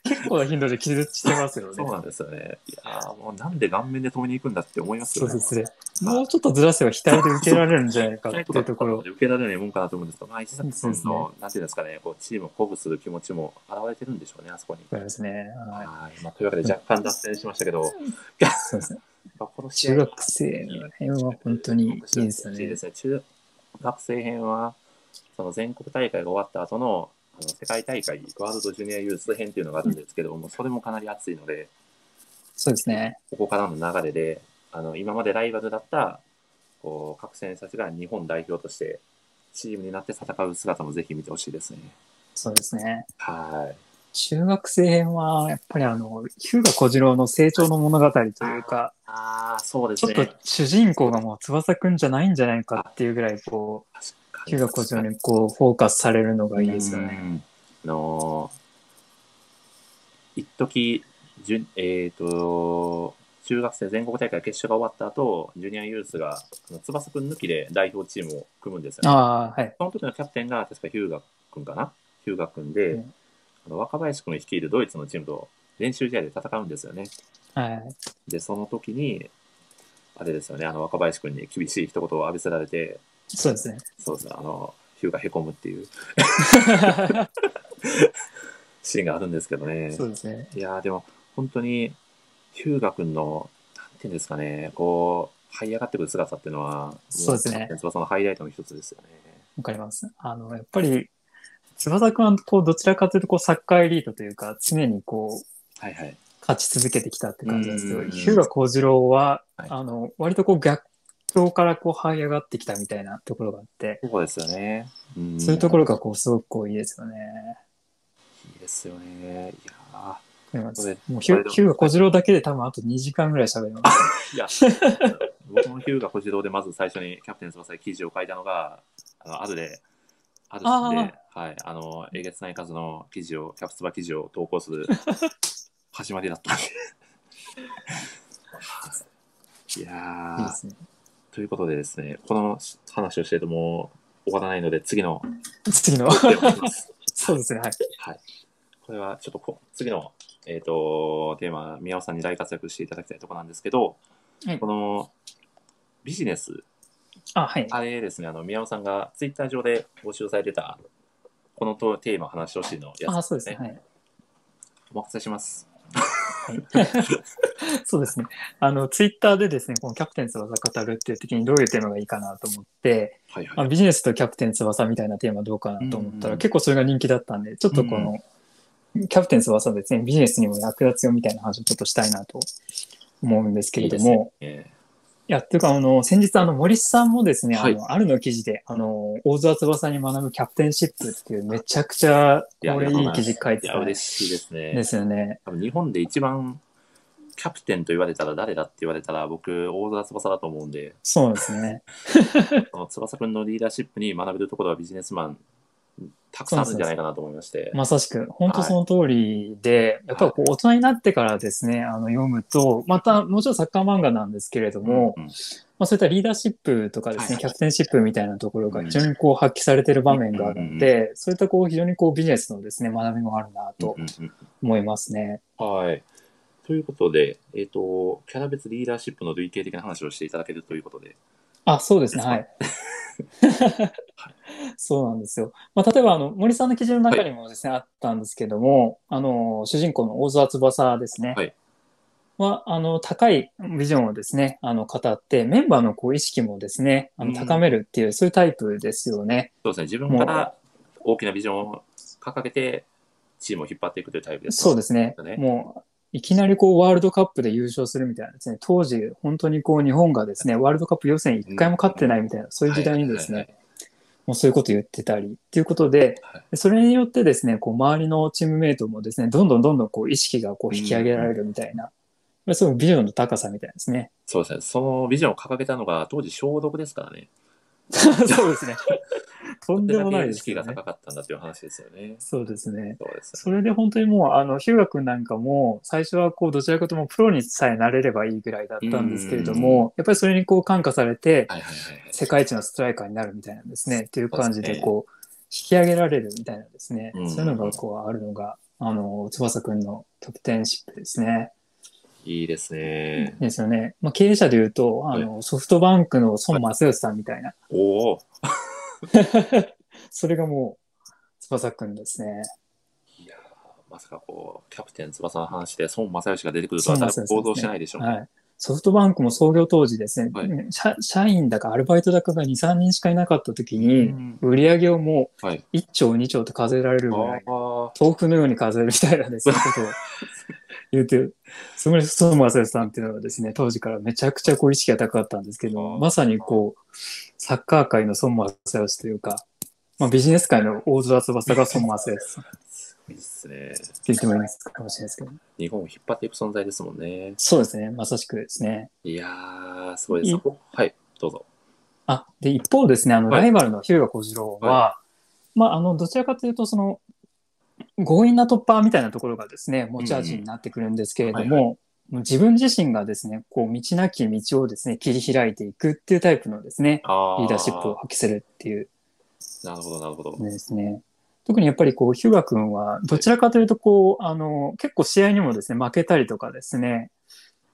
S1: 結構な頻度で気絶してますよね。
S2: そうなんですよね。いやーもうなんで顔面で止めに行くんだって思いますよ
S1: そう
S2: ね。
S1: ですね。もうちょっとずらせば額で受けられるんじゃないかっていうところ。
S2: 受けられないもんかなと思うんですけど、まあ、石崎君の、なんていうんですかね、こうチームを鼓舞する気持ちも現れてるんでしょうね、あそこに。
S1: そうですね。はい
S2: はいまあ、というわけで若干脱線しましたけど、
S1: そうですね。
S2: まあこの試合
S1: 中学生の辺は本当にいいですよ
S2: いい
S1: ね
S2: で。すね中学生編はその全国大会が終わった後のあの世界大会ワールドジュニアユース編っていうのがあるんですけども、それもかなり熱いので
S1: そうですね。
S2: ここからの流れであの今までライバルだったこう各選手たちが日本代表としてチームになって戦う姿もぜひ見てほしいですね。
S1: そうですね。
S2: はい
S1: 中学生編は、やっぱりあの、日向小次郎の成長の物語というか、
S2: ああそうで
S1: ち
S2: す
S1: ょっ
S2: ね。
S1: と主人公がもう翼くんじゃないんじゃないかっていうぐらい、こう、日向小次郎にこう、フォーカスされるのがいいですよね。
S2: うん。あのー一時じゅえっ、と、中学生全国大会決勝が終わった後、ジュニアユースが、あの翼くん抜きで代表チームを組むんですよね。
S1: ああ、はい。
S2: その時のキャプテンが、確かヒューガくんかなヒューガくんで、
S1: うん
S2: あの若林くん率いるドイツのチームと練習試合で戦うんですよね。
S1: はい。
S2: で、その時に、あれですよね、あの若林くんに厳しい一言を浴びせられて、
S1: そうですね。
S2: そうですね、あの、ヒューガへこむって
S1: <laughs>
S2: いうシーンがあるんですけどね。
S1: そうですね。
S2: いやーでも本当にヒューガ君のなんていうんですかねこう這い上がってくる姿っていうのはも
S1: そうですね
S2: キャプテン翼のハイライトの一つですよね。
S1: わかります。あの、やっぱり、翼くんはこう、どちらかというと、こう、サッカーエリートというか、常にこう、
S2: はいはい。
S1: 勝ち続けてきたって感じなんですけど、
S2: うん
S1: 日向小次郎は、
S2: はい
S1: あの、割とこう逆境からこう這い上がってきたみたいなところがあって、
S2: そうですよね。ん
S1: そういうところがこうすごくこういいですよね。
S2: いいですよね。いやー
S1: でも
S2: そうです
S1: もうヒュヒューガ小次郎だけで多分あと2時間ぐらい喋ります。
S2: いや、
S1: <laughs>
S2: 僕も日向小次郎でまず最初にキャプテン翼で記事を書いたのが、あの、あるで、あるさんで、はい、あの、えげつない数の記事を、キャプツバ記事を投稿す
S1: <laughs>
S2: る始まりだったんで。 <laughs> はいいや
S1: いいで
S2: ー、
S1: すね。
S2: ということでですね、この話をしてるともう終わらないので、次
S1: <laughs>
S2: の
S1: 次の。
S2: テーマいきます。
S1: そうですね。はい。
S2: これはちょっとこ次の、えー、とテーマ、宮尾さんに大活躍していただきたいところなんですけど、
S1: はい
S2: このビジネス
S1: あ、はい。
S2: あれですね、あの、宮尾さんがツイッター上で募集されてた、このとテーマ話してほしいのや
S1: あ、
S2: つ
S1: そうですね。はい。
S2: お任せします。
S1: そうですね。あの、ツイッターでですね、このキャプテン翼語るっていう時にどういうテーマがいいかなと思って、
S2: はいは
S1: あ
S2: い。
S1: ビジネスとキャプテン翼みたいなテーマどうかなと思った
S2: うんう
S1: ら、
S2: ん
S1: 結構それが人気だったんで、ちょっとこの、キャプテン翼ですね、ビジネスにも役立つよみたいな話をちょっとしたいなと思うんですけれども、
S2: いいですね、
S1: いや、というか、あの、先日、あの、森さんもですね、
S2: はい
S1: あの、あるの記事で、あの、大沢翼に学ぶキャプテンシップっていう、めちゃくちゃ、
S2: いや
S1: これいい記事書い
S2: え
S1: て
S2: いや、
S1: たんで
S2: 嬉しいですね。
S1: すよね。
S2: 多分日本で一番キャプテンと言われたら誰だって言われたら、僕、大空翼だと思うんで、
S1: そうなんで
S2: <laughs>
S1: すね。
S2: その翼くんのリーダーシップに学べるところはビジネスマン、たくさんあるんじゃないかなと思いまして。
S1: まさしく、本当その通りで、やっぱりこう、大人になってからですね、あの、読むと、また、もちろんサッカー漫画なんですけれども、
S2: うんうん
S1: まあ、そういったリーダーシップとかです
S2: は
S1: ね、
S2: い
S1: キャプテンシップみたいなところが非常にこう、発揮されてる場面があるので、そういったこう、非常にこう、ビジネスのですね、学びもあるなと
S2: うんうんうん
S1: 思いますね。
S2: はい。ということで、えっ、と、キャラ別リーダーシップの類型的な話をしていただけるということで。
S1: あ、そうですね、はい。 <laughs> そうなんですよ。まあ、例えば、あの、森さんの記事の中にもですね、あったんですけども、あの、主人公の大沢翼ですね。
S2: はい
S1: はあの、高いビジョンをですね、あの、語って、メンバーのこう、意識もですね、あ
S2: う
S1: の、
S2: ん
S1: 高めるっていう、そういうタイプですよね。
S2: そうですね、自分から大きなビジョンを掲げて、チームを引っ張っていくというタイプですね、
S1: そうですね
S2: そうです。ね
S1: もう、いきなりこう、ワールドカップで優勝するみたいなですね、当時、本当にこう、日本がですね、ワールドカップ予選一回も勝ってないみたいな、そういう時代にです
S2: はい
S1: ね、もうそういうこと言ってたり、ということで
S2: はい、
S1: それによってですね、こう、周りのチームメイトもですね、どんどんどんどんこう、意識がこう、引き上げられるみたいな、そういうビジョンの高さみたいで
S2: <laughs>
S1: すね。
S2: そうですね、そのビジョンを掲げたのが当時、小6ですからね。
S1: そうですね。とんでもない
S2: 意
S1: です
S2: 識
S1: よ
S2: が
S1: ね。
S2: 高かったんだという話ですよね。
S1: そうですね。
S2: そうです
S1: そ
S2: ね。
S1: れで本当にもう、あの、ヒューガ君なんかも、最初はこう、どちらかともプロにさえなれればいいぐらいだったんですけれど
S2: うん
S1: も、やっぱりそれにこう感化されて、
S2: はいはいはいはい。
S1: 世界一のストライカーになるみたいなんですね、という感じ
S2: そうで
S1: で、
S2: すね
S1: こう、引き上げられるみたいなんですね。
S2: うん
S1: そういうのがこう、あるのが、あの、翼くんのキャプテンシップですね。
S2: いいですね。
S1: ですよね。まあ、経営者で言うと、あの、ソフトバンクの孫正義さんみたいな、
S2: おお。
S1: それがもう、翼くんですね。
S2: いやーまさかこう、キャプテン翼の話で孫正義が出てくるとは
S1: そう
S2: 誰
S1: なんです
S2: も
S1: よ
S2: 想像してないでしょうね。
S1: はい。ソフトバンクも創業当時ですね、
S2: はい
S1: 社社員だかアルバイトだかが2、3人しかいなかった時
S2: う
S1: に、
S2: ん
S1: 売り上げをも
S2: はいう
S1: 1兆、2兆と数えられるぐらい、
S2: あー
S1: 豆腐のように数えるみたいなですね、 <laughs> ことを言うて、そのソマセさんっていうのはですね、当時からめちゃくちゃこう意識が高かったんですけ
S2: あ
S1: ど、
S2: ー
S1: まさにこう、サッカー界の孫正義というか、まあ、ビジネス界の大空翼が孫正義さんって
S2: いいですね。
S1: 言ってもいいかもしれないですけど、
S2: 日本を引っ張っていく存在ですもんね。
S1: そうですね、まさしくですね。
S2: いやー、すごいです
S1: い。
S2: はい、どうぞ。
S1: あ、で、一方ですね、あの、
S2: はい
S1: ライバルの日向小次郎は、まあ、あの、どちらかというと、その、強引な突破みたいなところがですね、持ち味になってくるんですけれども、
S2: うんうんは
S1: もう自分自身がですね、こう、道なき道をですね、切り開いていくっていうタイプのですね、
S2: あ
S1: リーダーシップを発揮するっていう
S2: なるほど、なるほど。
S1: のですね。特にやっぱりこう、ヒュガ君は、どちらかというとこう、あの、結構試合にもですね、負けたりとかですね、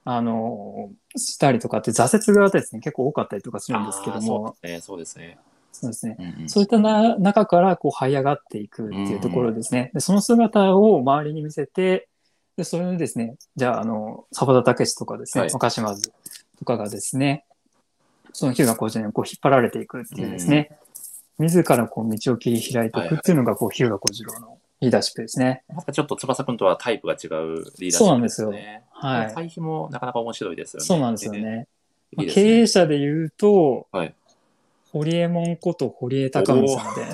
S1: あの、したりとかって挫折がですね、結構多かったりとかするんですけども、
S2: あーそうですね、
S1: そうですね。
S2: そうですね。うんうん
S1: そういったな中からこう這い上がっていくっていうところですね。でその姿を周りに見せて、でそれをですね、じゃあ、あの、沢田武史とかですね、
S2: はい
S1: 若島津とかがですね、その日向小次郎にこう引っ張られていくっていうですね、自らこう道を切り開いていくっていうのがこう日向小次郎のリーダーシップですね。
S2: またちょっと翼くんとはタイプが違うリーダーシップ
S1: そうなんですよ
S2: ね。
S1: はい。
S2: 対比もなかなか面白いですよね。
S1: そうなんですよね。
S2: いいです
S1: 経
S2: ね。
S1: 営者で言うと、
S2: はい
S1: ホリエモンこと堀江貴文さんで、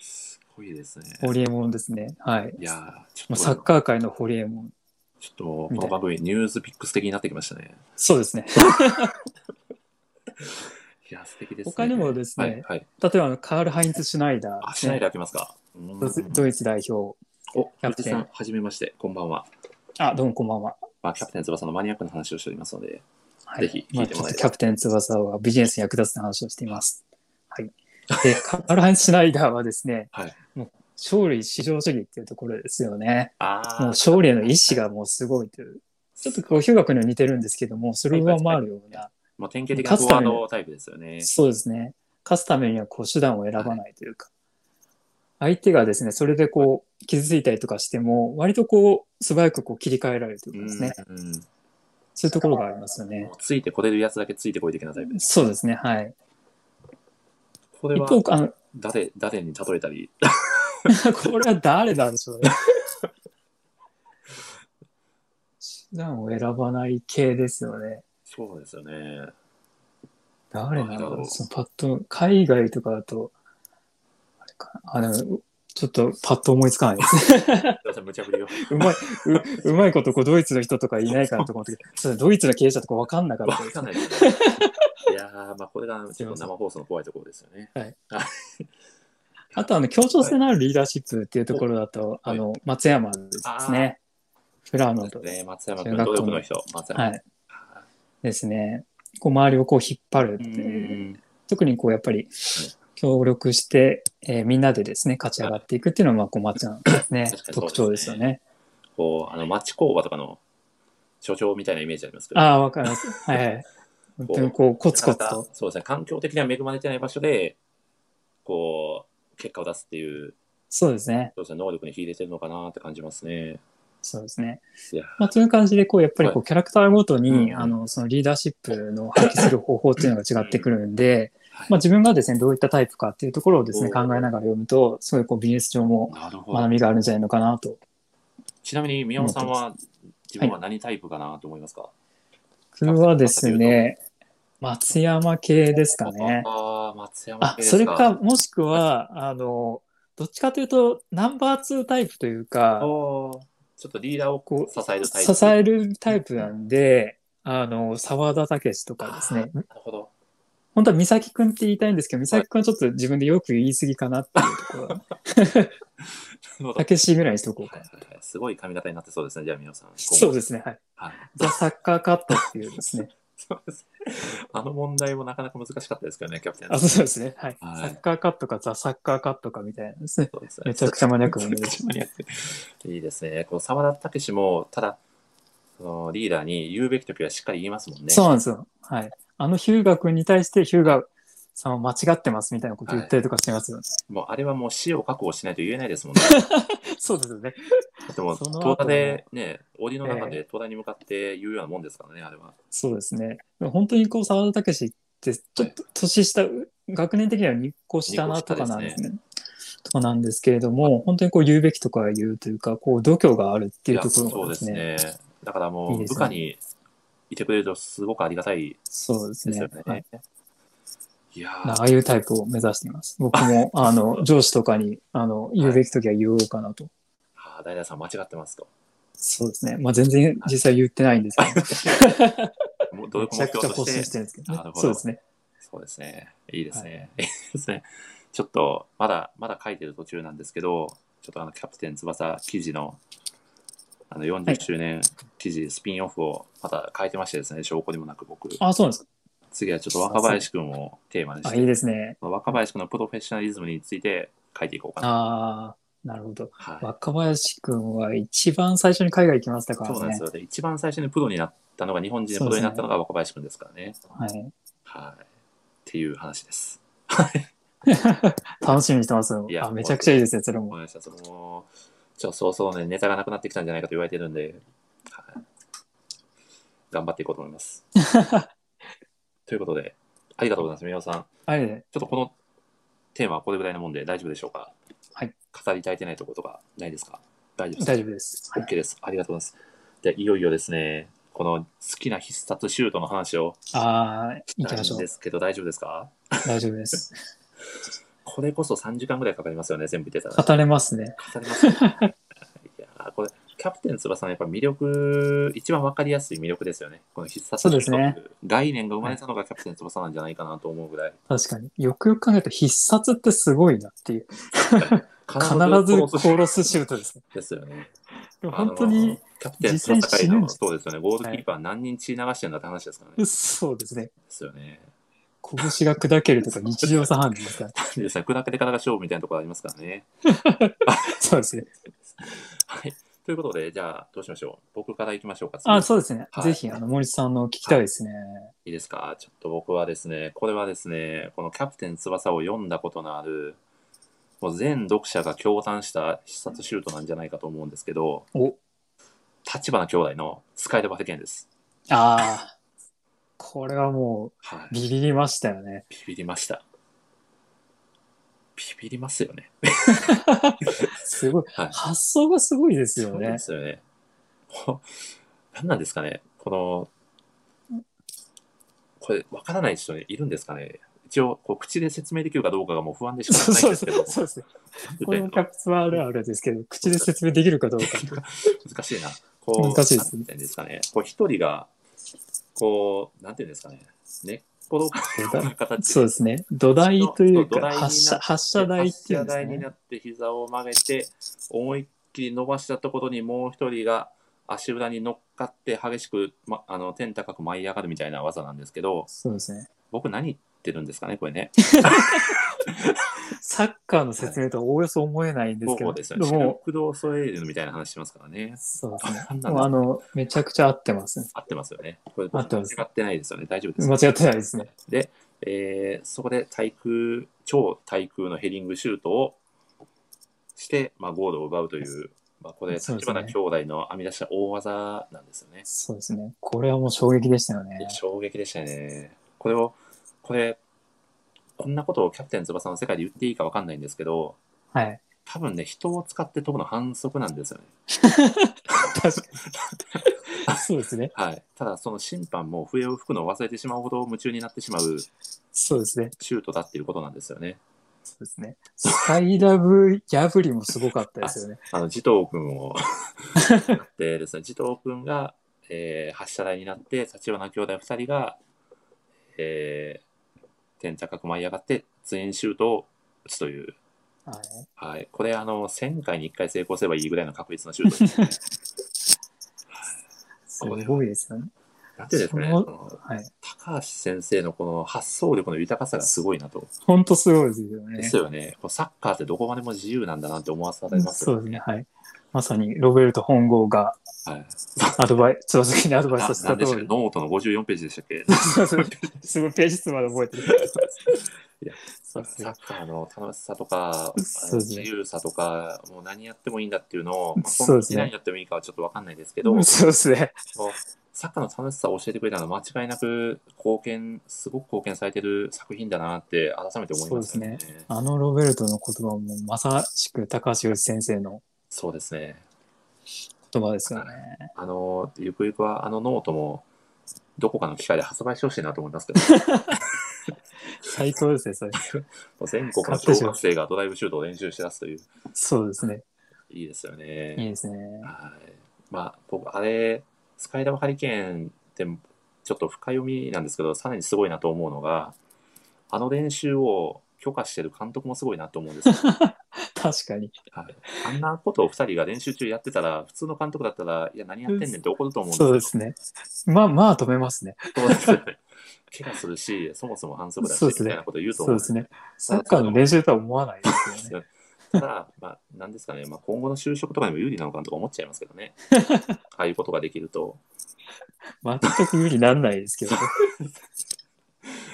S2: すごいですね。
S1: ホリエモンですね。はい。
S2: いやーちょ
S1: もう
S2: っ
S1: サ
S2: と
S1: ッカー界のホリエモン。
S2: ちょっともうこの番組ニュースピックス的になってきましたね。
S1: そうですね。
S2: いや、素敵ですね。
S1: 他にもですね
S2: はい。はい、
S1: 例えばあの、カール・ハインツ・シュナイダー
S2: あ、
S1: で
S2: シ
S1: す
S2: ナイ
S1: ね、
S2: ダー来ますか。うん
S1: ドイツドイツ代表。
S2: お、キ
S1: キ
S2: ャ
S1: ャ
S2: プ
S1: プ
S2: テ
S1: テ
S2: ン
S1: ン
S2: さん、はじめまして、こんばんは。
S1: あ、どうもこんばんは。
S2: まあ、キャプテン翼のマニアックな話をしておりますので、
S1: は
S2: ぜひ聞いても
S1: まあ
S2: らえれば
S1: ちょっとキャプテン翼はビジネスに役立つ話をしています。
S2: <laughs>
S1: はい。で、カール・ハインツ・シュナイダーはですね、
S2: はい
S1: もう勝利至上主義っていうところですよね。
S2: あ
S1: もう勝利への意志がもうすごいという。ちょっとこう、ヒューガ君には似てるんですけども、それを上回るような、
S2: もう典型的な
S1: 勝
S2: フ
S1: つ
S2: ォワ
S1: た
S2: ー
S1: めに
S2: ドタイプですよね。
S1: そうですね。勝つためにはこう手段を選ばないというか、相手がですね、それでこう、傷ついたりとかしても、割とこう、素早くこう切り替えられるというかですね、
S2: うんうん
S1: そういうところがありますよね
S2: も。うついてこれるやつだけついてこい的なタイプです。
S1: そうですね、はい。
S2: これ
S1: 一
S2: は
S1: 方、あの、 <laughs>
S2: 誰誰に例えたり、 <laughs>
S1: これは誰なんでしょうね。手段を選ばない系ですよね。
S2: そうですよね。
S1: 誰なんだ
S2: 誰だろ
S1: ろ
S2: う
S1: う。そのパッと、海外とかだと、あれかな。あ、でも、ちょっとパッと思いつかないですね。
S2: すいません無茶ぶりを。
S1: うまい、ううまいことこうドイツの人とかいないかなと思った
S2: <laughs>
S1: けど、そうドイツの経営者とか分かんなかっ
S2: <laughs> わ
S1: たです
S2: かんないです
S1: <laughs>
S2: ね。いやー、まあ、これがちょっと生放送の怖いところですよね。
S1: あと、あの、協調性のあるリーダーシップっていうところだと、あの、松山ですね。フラーノと。
S2: ね松山君、努力の人、松
S1: は
S2: 山
S1: い。ですね。こう、周りをこう引っ張るって
S2: 君。
S1: いう
S2: うん
S1: 特にこうやっぱり協力して、えーみんなでですね勝ち上がっていくっていうのはまあこうまっちゃんですね
S2: 確かにそうですね
S1: 特徴ですよね。
S2: こう、あの、町工場とかの所長みたいなイメージありますけど、
S1: ああわかります。はいはい。本当にこうコツコツ
S2: なかな
S1: と
S2: か。そうですね、環境的には恵まれてない場所で、こう、結果を出すっていう、
S1: そうですね。
S2: そうですね、能力に秀でてるのかなって感じますね。
S1: そうですね
S2: いや。
S1: まあそういう感じでこうやっぱりこうキャラクターごとに、
S2: うん
S1: あのそのリーダーシップの発揮する方法っていうのが違ってくるんで、
S2: はい
S1: まあ自分がですねどういったタイプかっていうところをですね
S2: お
S1: 考えながら読むとすごいこうビジネス上も
S2: なるほ
S1: 学びがあるんじゃないのかなと。
S2: ちなみに、宮尾さんは、自分は何タイプかなと思いますか、
S1: 僕はですね松山系ですかね。
S2: ああ、松山
S1: あ、
S2: 系です
S1: それか、。もしくは、あの、どっちかというと、ナンバー2タイプという
S2: あー
S1: か、
S2: ちょっとリーダーをこ
S1: こ
S2: う
S1: う
S2: 支えるタイプ。
S1: 支えるタイプなんで、あの、沢田武史とかですね。
S2: な
S1: <laughs>
S2: るほど。
S1: 本当は美咲くんって言いたいんですけど、美咲くんはちょっと自分でよく言い過ぎかなっていうところは、
S2: なるほど
S1: 武史ぐらいにしとこう
S2: は
S1: か
S2: い
S1: な。
S2: はいはいすごい髪型になってそうですね、じゃあ、宮尾さん。
S1: そう
S2: です。
S1: ですね、はい。
S2: はい
S1: ザ・サッカーカットっていうですね。 <laughs>
S2: そうですね <laughs> あの問題もなかなか難しかったですけどね、キャプテン。
S1: あ、そうですね、はい。
S2: はい
S1: サッカーカットかザ・サッカーカットかみたいなですね。
S2: そうですね
S1: めちゃくちゃマニアックな
S2: めちゃくちゃマニアッ
S1: <laughs>
S2: ク <laughs> いいですね。こう澤田武史も、ただ、そのリーダーに言うべきときはしっかり言いますもんね。
S1: そうなんですよ。はい。あのヒューガ君に対して、ヒューガさんは間違ってますみたいなこと言ったりとかしてますよね。
S2: もうあれはもう死を覚悟しないと言えないです
S1: <laughs>
S2: もんね。
S1: そうですよね。
S2: でも、
S1: その後
S2: 東大でね、檻の中で東大に向かって言うようなもんですからね、あれは。
S1: そうですね。でも本当にこう、沢田武史って、ちょっと年下、学年的には2個下なとかなんですね。とかなんですけれども、本当にこう言うべきとか言うというか、こう度胸があるって
S2: い
S1: いう
S2: や
S1: とこ
S2: そ
S1: ろ
S2: うで
S1: がですすね。
S2: ね。だから
S1: い
S2: も、
S1: いうです
S2: 部
S1: ね
S2: 下にいてくれるとすごくありがたい
S1: そうです
S2: です
S1: ね
S2: よね。。
S1: はい
S2: いや
S1: あ
S2: ー
S1: あいうタイプを目指しています。僕も、あの、上司とかに、あの、言うべきときは言おうかなと。
S2: あー、大田さん間違ってますと。
S1: そうですね。まあ全然実際言ってないんですけど。
S2: もう努
S1: め
S2: 力
S1: ちゃ
S2: 目
S1: くち
S2: 標
S1: ゃ
S2: と
S1: 更
S2: して
S1: 新してるんですけど、
S2: なる
S1: ね。
S2: ほど
S1: そうですね。
S2: そうですね。いいですね。い、いですね。ちょっと、まだ、まだ書いてる途中なんですけど、ちょっとあの、キャプテン翼記事の、あの、
S1: は
S2: 40
S1: い
S2: 周年記事、スピンオフをまた書いてましてですね、証拠にもなく僕。
S1: あ、そうなんです
S2: 次はちょっと若林くんをテーマに
S1: か。
S2: し
S1: あ、いい
S2: て、
S1: ですね。
S2: 若林くんのプロフェッショナリズムについて書いていこうかな。
S1: ああ、なるほど。
S2: はい。
S1: 若林くんは一番最初に海外行きましたから
S2: そうなんで
S1: ね
S2: す。よ。で一番最初にプロになったのが、日本人でプロになったのが若林くんですからね。
S1: はい。
S2: はい。っていう話です。
S1: 楽しみにしてますよ
S2: いや
S1: あ、めちゃくちゃいいですね、それ
S2: お
S1: も。
S2: 願いします。もう、ちょ、そうそうね、ネタがなくなってきたんじゃないかと言われてるんで、はい頑張っていこうと思い
S1: <laughs>
S2: ます。ということで、ありがとうございます、皆さん。ちょ
S1: あれで、
S2: っとこのテーマはこれぐらいのもんで大丈夫でしょうか。
S1: はい。
S2: 語り足りてないところとかないですか大丈夫ですか
S1: 大丈夫です。はい
S2: OK です。ありがとうございます。で、いよいよですね、この好きな必殺シュートの話を
S1: ああ、行
S2: し
S1: きましたょ
S2: ん
S1: う
S2: で。すけど、大丈夫ですか
S1: 大丈夫です。
S2: これこそ3時間ぐらいかかりますよね、全部出たら。
S1: 語れますね。
S2: 語りますね <laughs> いやーこれ、キャプテン翼のやっぱ魅力、一番わかりやすい魅力ですよね。この必殺シュート
S1: そうです
S2: 概念が生まれたのがキャプテン翼なんじゃないかなと思うぐらい。
S1: 確かに。よくよく考えると必殺ってすごいなっていう。
S2: 必
S1: 必ず殺すシュートですね。
S2: ですよね。
S1: でも本当に、
S2: あのー、キャプテン翼界
S1: 実際死ぬん
S2: の、
S1: です
S2: そうですよね、ゴールキーパー何人血流してんだって話ですからね。
S1: そうですね。
S2: ですよね。
S1: 拳が砕けるとか日常茶飯事ですから。
S2: でさ、砕けてからが勝負みたいなところありますからね。
S1: そうですね。
S2: はい。ということで、じゃあ、どうしましょう。僕から行きましょうか。次
S1: あ、そうですね。
S2: はい
S1: ぜひ、あの、森さんの聞きたいですね。
S2: いいですか。ちょっと僕はですね、これはですね、このキャプテン翼を読んだことのある、もう全読者が共感した必殺シュートなんじゃないかと思うんですけど、
S1: お、
S2: 立花兄弟のスカイダバテケンです。
S1: ああ。これはも
S2: は
S1: う、
S2: い。
S1: ビビりましたよね。
S2: ビビりました。ビビりますよね。
S1: すごい。
S2: はい。
S1: 発想がすごいですよ
S2: そうなん
S1: ね
S2: で。すよね。 <laughs> ほ何なんですかね、この、これ、わからない人いるんですかね。一応、こう口で説明できるかどうかがもう不安でしか
S1: そう
S2: ないんです
S1: そうそ
S2: けど
S1: う。そうですね。
S2: ち
S1: これ
S2: ょ
S1: も
S2: っ
S1: キャプツはあるあるですけど、口で説明できるかどうか。
S2: と難しいな。こう、
S1: 難しいです
S2: なん
S1: ね
S2: ていうんですかね。こう、一人が、こう、なんていうんですかね。根っこの形
S1: そうですね。土台という
S2: そう土台
S1: か、
S2: にな
S1: 発射、発射台っていう
S2: 発射
S1: んです
S2: 台
S1: か
S2: に
S1: ね。
S2: なって膝を曲げて思いっきり伸ばしたところにもう一人が足裏に乗っかって激しく、ま、あの天高く舞い上がるみたいな技なんですけど
S1: そうですね。
S2: 僕何言ってるんですかねこれね
S1: サッカーの説明とはおおよそ思えないんですけ
S2: 方
S1: ど、
S2: うです
S1: で
S2: よねシル
S1: も、
S2: ク・ド・ソレイユみたいな話しますからね
S1: そうですね。
S2: 何なん
S1: もう
S2: だ
S1: あの、めちゃくちゃ合ってますね。
S2: 合ってますよねこれ
S1: 合
S2: 間
S1: ってます
S2: 違ってないですよね大丈夫です
S1: 間違ってないですね。
S2: で、えーそこで対空、超対空のヘディングシュートをして、まあ、ゴールを奪うという、まあ、これ、
S1: そう
S2: 立
S1: ですね
S2: 花兄弟の編み出した大技なんですよね。
S1: そうですね。これはもう衝撃でしたよね
S2: いや。衝撃でしたね。これを、これ、こんなことをキャプテン翼の世界で言っていいかわかんないんですけど、
S1: はい。
S2: 多分ね、人を使って飛ぶの反則なんですよね。
S1: 確
S2: <laughs>
S1: かに。そうですね。
S2: はい。ただ、その審判も笛を吹くのを忘れてしまうほど夢中になってしまう
S1: そうですね。
S2: シュートだっていうことなんですよね。
S1: そうですね。スカイラブ破りもすごかったですよね。
S2: あの、児童くんを <laughs> やってですね、児童くんが、えー発射台になって、立花兄弟二人が、えー天高く舞い上がって、ツインシュートを打つという。
S1: はい。
S2: はい。これ、あの、1000回に1回成功すればいいぐらいの確率のシュート
S1: <laughs>
S2: です。
S1: すごいですよね。
S2: なんてですね、
S1: その
S2: その
S1: はい。
S2: 高橋先生のこの発想力の豊かさがすごいなと。
S1: ほんとすごいですよね
S2: で。すよね。こうサッカーってどこまでも自由なんだなって思わされます
S1: そう
S2: よ
S1: ですね。。はい。まさにロベルト本郷が
S2: はい。
S1: アドバイス、翼にアドバイ
S2: な
S1: スさせ
S2: な
S1: た
S2: んでした
S1: 通
S2: っけ
S1: り。
S2: ノートの54ページでしたっけ
S1: <laughs> すごいページ数まで覚えてる。
S2: いや
S1: そうです
S2: サ
S1: ね
S2: ッカーの楽しさとか、あの
S1: そうですね
S2: 自由さとか、もう何やってもいいんだっていうのを、まあ、
S1: そうですね
S2: 何やってもいいかはちょっとわかんないですけど、
S1: <laughs> そうですね。
S2: そのサッカーの楽しさを教えてくれたのは間違いなく貢献、すごく貢献されてる作品だなって改めて思いますよね。
S1: あのロベルトの言葉もまさしく高橋由一先生の
S2: そうですね。
S1: 言葉ですよね。
S2: あの、ゆくゆくはあのノートも、どこかの機会で発売してほしいなと思いますけど、
S1: <laughs> 最高ですね、それ。
S2: もう全国の小学生がドライブシュートを練習しだすという、
S1: そうですね。
S2: いいですよ
S1: いいです
S2: は
S1: ね。
S2: い。まあ、僕、あれ、スカイダムハリケーンって、ちょっと深読みなんですけど、さらにすごいなと思うのが、あの練習を許可してる監督もすごいなと思うん
S1: <laughs>
S2: ですよ、
S1: 確かに。
S2: はい。あんなことを2人が練習中やってたら、普通の監督だったら、いや、何やってんねんって怒ると思
S1: そう
S2: うん
S1: で
S2: です
S1: すね。まあ、まあ止めますね。
S2: けど、そうですよね。怪我するし、そもそも反則だし、
S1: そう
S2: み
S1: ですね
S2: たいなこと言うと
S1: そ
S2: 思
S1: う
S2: うん
S1: で
S2: です
S1: すね。サッカーの練習とは思わないですよ
S2: よ
S1: ね。
S2: ただ、まあ、なんですかね、まあ、今後の就職とかにも有利なのかなとか思っちゃいますけど
S1: <laughs>
S2: ね。ああいうことができると。
S1: 全く無理なんないですけどね。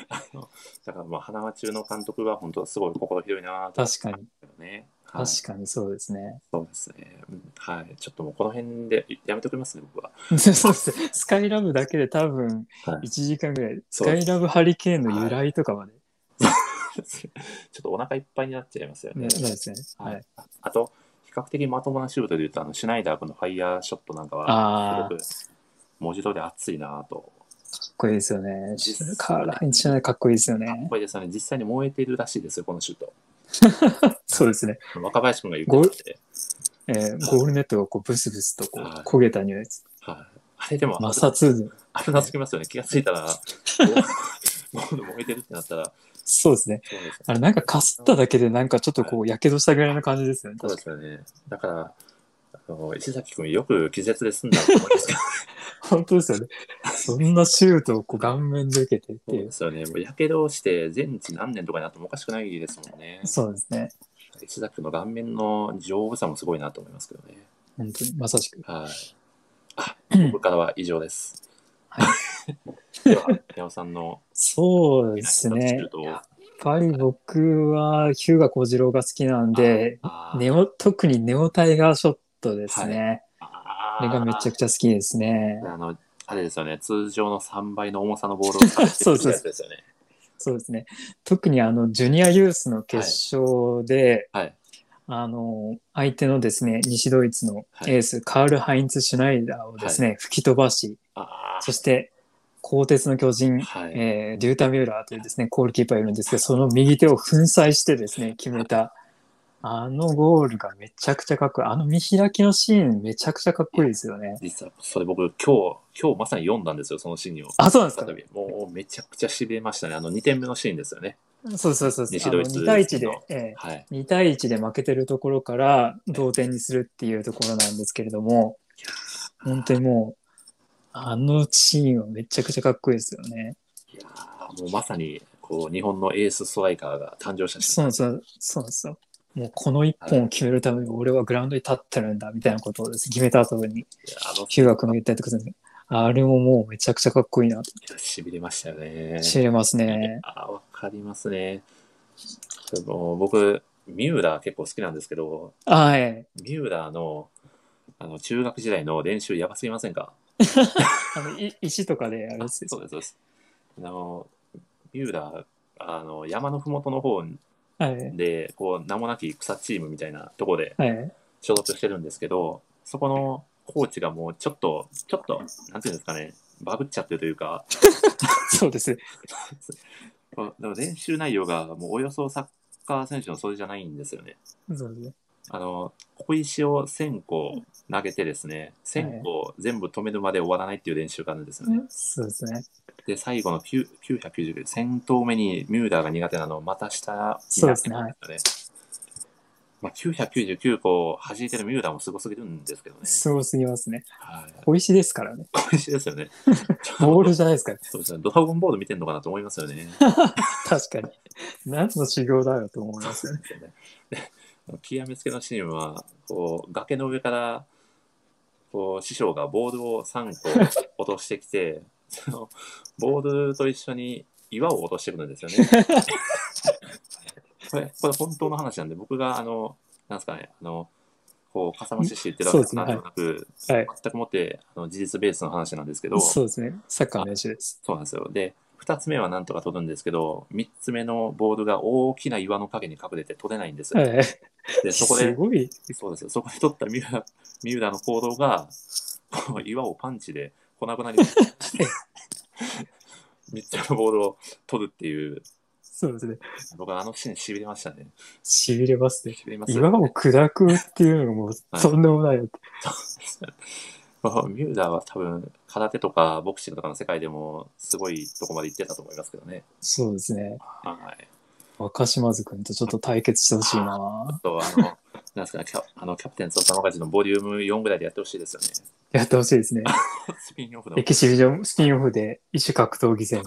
S2: あのだからまあ花輪中の監督は本当すごい心広いなと思
S1: 確かに。
S2: うね。はい、
S1: 確かにそうですね。 <laughs>
S2: そうですね。うんはい。ちょっともうこの辺でやめておきますね、僕は。 <laughs>
S1: そうですね。スカイラブだけで多分
S2: はい
S1: 1時間ぐらい、ス
S2: そう
S1: カ
S2: です
S1: イラブハリケーンの由来とかまで
S2: ちょっとお腹いっぱいになっちゃいますよね
S1: ね。そうですね。
S2: は
S1: はいい。
S2: あと、比較的まともなシュートでいうと、あのシュナイダー君のファイヤーショットなんかは、す
S1: あ
S2: ごく
S1: あ、
S2: 文字通り熱いなぁと。
S1: かっこいいですよね。から、一緒にかっこいいですよね。
S2: これですね、実際に燃えているらしいですよ、このシュート。
S1: そうですね。
S2: 若林君が言ってて。
S1: えーゴールネットがこうブスブスとこう
S2: はい
S1: 焦げた匂いです。
S2: はいあれでも、
S1: 摩擦。
S2: あれなすぎますよね。気がつい
S1: <laughs>
S2: たら、ゴール燃えてるってなったら、
S1: そうですね。
S2: そうですね
S1: あれなんかかすっただけでなんかちょっとこう、やけどしたぐらいの感じですよね。
S2: そう
S1: 確
S2: で
S1: か
S2: すよね。だから、あの石崎君、よく気絶で済んだと思いますけ
S1: <laughs>
S2: ど
S1: 本当ですよね。そんなシュートをこう顔面で受けてって
S2: そう
S1: い
S2: ですよね。
S1: う。
S2: もうやけどして、全治何年とかになってもおかしくないですもんね。
S1: そうですね。
S2: 石崎君の顔面の丈夫さもすごいなと思いますけどね。
S1: 本当にまさしく。
S2: はい。
S1: <laughs>
S2: あ、
S1: うん
S2: 僕からは以上です。
S1: は
S2: <laughs> では、宮尾さんの
S1: そう
S2: 好き
S1: で
S2: な一
S1: す
S2: つシュ
S1: ね
S2: ー。トを
S1: やっぱり僕は日向小次郎が好きなんで、
S2: あー
S1: ネオ特にネオタイガーショットですね。
S2: あ
S1: あ
S2: ー
S1: れがめちゃくちゃ好きですね。
S2: あの、あれですよね、通常の3倍の重さのボールを使って
S1: そう
S2: る
S1: <laughs> そう
S2: やつですよね。
S1: そうですね。特にあの、ジュニアユースの決勝で、
S2: はい。
S1: あの、相手のですね、西ドイツの
S2: はい
S1: エース、カール・ハインツ・シュナイダーをですね、吹き飛ばし、
S2: あ
S1: そして、鋼鉄の巨人
S2: あ、、はい。
S1: えーデュータ・ミューラーというですね、ゴールキーパーいるんですけど、その右手を粉砕してですね、決めた、あのゴールがめちゃくちゃかっこいい。あの見開きのシーンめちゃくちゃかっこいいですよね。
S2: 実は、それ僕、今日、今日まさに読んだんですよ、そのシーンを。
S1: あ、そうなんです
S2: 再
S1: か。
S2: びもうめちゃくちゃしびれましたね。あの2点目のシーンですよね。
S1: そうそうそうそう。
S2: 西
S1: あ
S2: ド
S1: の
S2: イツ
S1: 2対1で
S2: の、
S1: え
S2: はい。
S1: ー2対1で負けてるところから同点にするっていうところなんですけれども、本当にもう、あのシーンはめちゃくちゃかっこいいですよね。
S2: いやーもうまさに、こう、日本のエースストライカーが誕生した
S1: そうそう、そうそう。もうこの一本を決めるために俺はグラウンドに立ってるんだみたいなことをですね、決めた後
S2: い
S1: に、
S2: やあの、
S1: ヒューガ君が言ったりとかするんですけどあれももうめちゃくちゃかっこいいなと
S2: しびれましたよね。
S1: 知れますね。
S2: あーわかりますね。その僕、三浦結構好きなんですけど、
S1: はい。
S2: 三浦のあの中学時代の練習やばすぎませんか
S1: あの、い石とかであれです
S2: そうで
S1: よ。
S2: す、そうです。あの、三浦、あの山のふもとの方
S1: はい。
S2: で、こう、名もなき草チームみたいなところで
S1: はい。
S2: 所属してるんですけど、そこのコーチがもうちょっと、ちょっと、なんていうんですかね、バグっちゃってるというか、
S1: そうですね。
S2: こうでも練習内容がもうおよそサッカー選手のそれじゃないんですよね。
S1: そうですね。
S2: あの、小石を1000個投げてですね、1000個全部止めるまで終わらないっていう練習があるんですよね。
S1: そうですね。
S2: で、最後の9 990、1000投目にミューラーが苦手なのをまた下になって
S1: そうですねはい
S2: ますよねまあ、999個を弾いてるミューラーもすごすぎるんですけどね。
S1: すごすぎますね。
S2: はい。
S1: 小石ですからね。
S2: 小石ですよね。
S1: ボールじゃないですから。
S2: そうですね。ドラゴンボール見てんのかなと思いますよね。
S1: 確かに。何の修行だろうと思いますよね。
S2: で極めつけのシーンは、こう、崖の上から、こう、師匠がボールを3個落としてきて、 <laughs> その、ボールと一緒に岩を落としてくるんですよね。 <laughs> これ、これ本当の話なんで、僕が、あの、なんですかね、あの、こう、かさ増しして言ってるわけなんでもなく、
S1: はい。
S2: 全くもって、あの、事実ベースの話なんですけど、
S1: そうですね。サッカーの練習です。
S2: そうなんですよ。で、2つ目はなんとか取るんですけど、3つ目のボールが大きな岩の陰に隠れて取れないんですよ。
S1: はい。
S2: で、そこ
S1: す
S2: で、
S1: ごい。
S2: そうですよ。そこで取った三浦、三浦の行動が、この岩をパンチで粉々に
S1: <laughs>
S2: 三つ目のボールを取るっていう、
S1: そうですね。
S2: 僕はあのシーン痺れましたね。
S1: しびれますね。
S2: 痺れますよ
S1: 岩を砕くっていうのがもうとんでもないよって。
S2: <laughs> まあミューラーは多分、空手とかボクシングとかの世界でも、すごいとこまで行ってたと思いますけどね。
S1: そうですね。
S2: はい。
S1: 若島津君とちょっと対決してほしいな
S2: と、
S1: <laughs>
S2: あの、なんですかね、キャあのキャプテン翼マガジンのボリューム4ぐらいでやってほしいですよね。 <laughs>
S1: やってほしい <laughs> ですね。
S2: スピンオフの
S1: エ。キシビジョン、スピンオフで異種格闘技戦。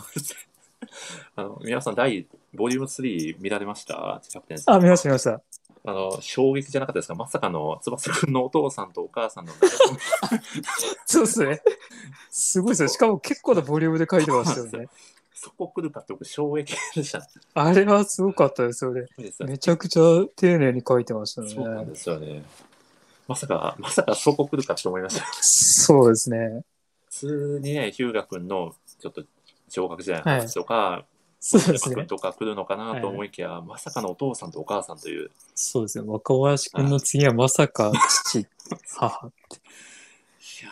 S2: あの、皆さん、第、ボリューム3見られましたキャプテン
S1: あ、見ました見ました。
S2: あの、衝撃じゃなかったですかまさかの、翼くんのお父さんとお母さんの <laughs> 仲良し
S1: そうですね。すごいですね。しかも結構なボリュームで書いてましたよね。 <laughs>
S2: そこ来るかって僕、衝撃でした。す
S1: あれはすごかったですよね。
S2: ごいですよね。
S1: めちゃくちゃ丁寧に書いてました
S2: そうなん
S1: ね。
S2: ですよね。まさか、まさかそこ来るかって思いました。
S1: そうですね。
S2: 普通にね、ヒューガ君の、ちょっと、小学時代の話とか、
S1: そうです
S2: パク
S1: ね
S2: ン。とか来るのかなと思いきや、まさかのお父さんとお母さんという、
S1: そうですね。若林くんの次はまさか父、母って、
S2: いや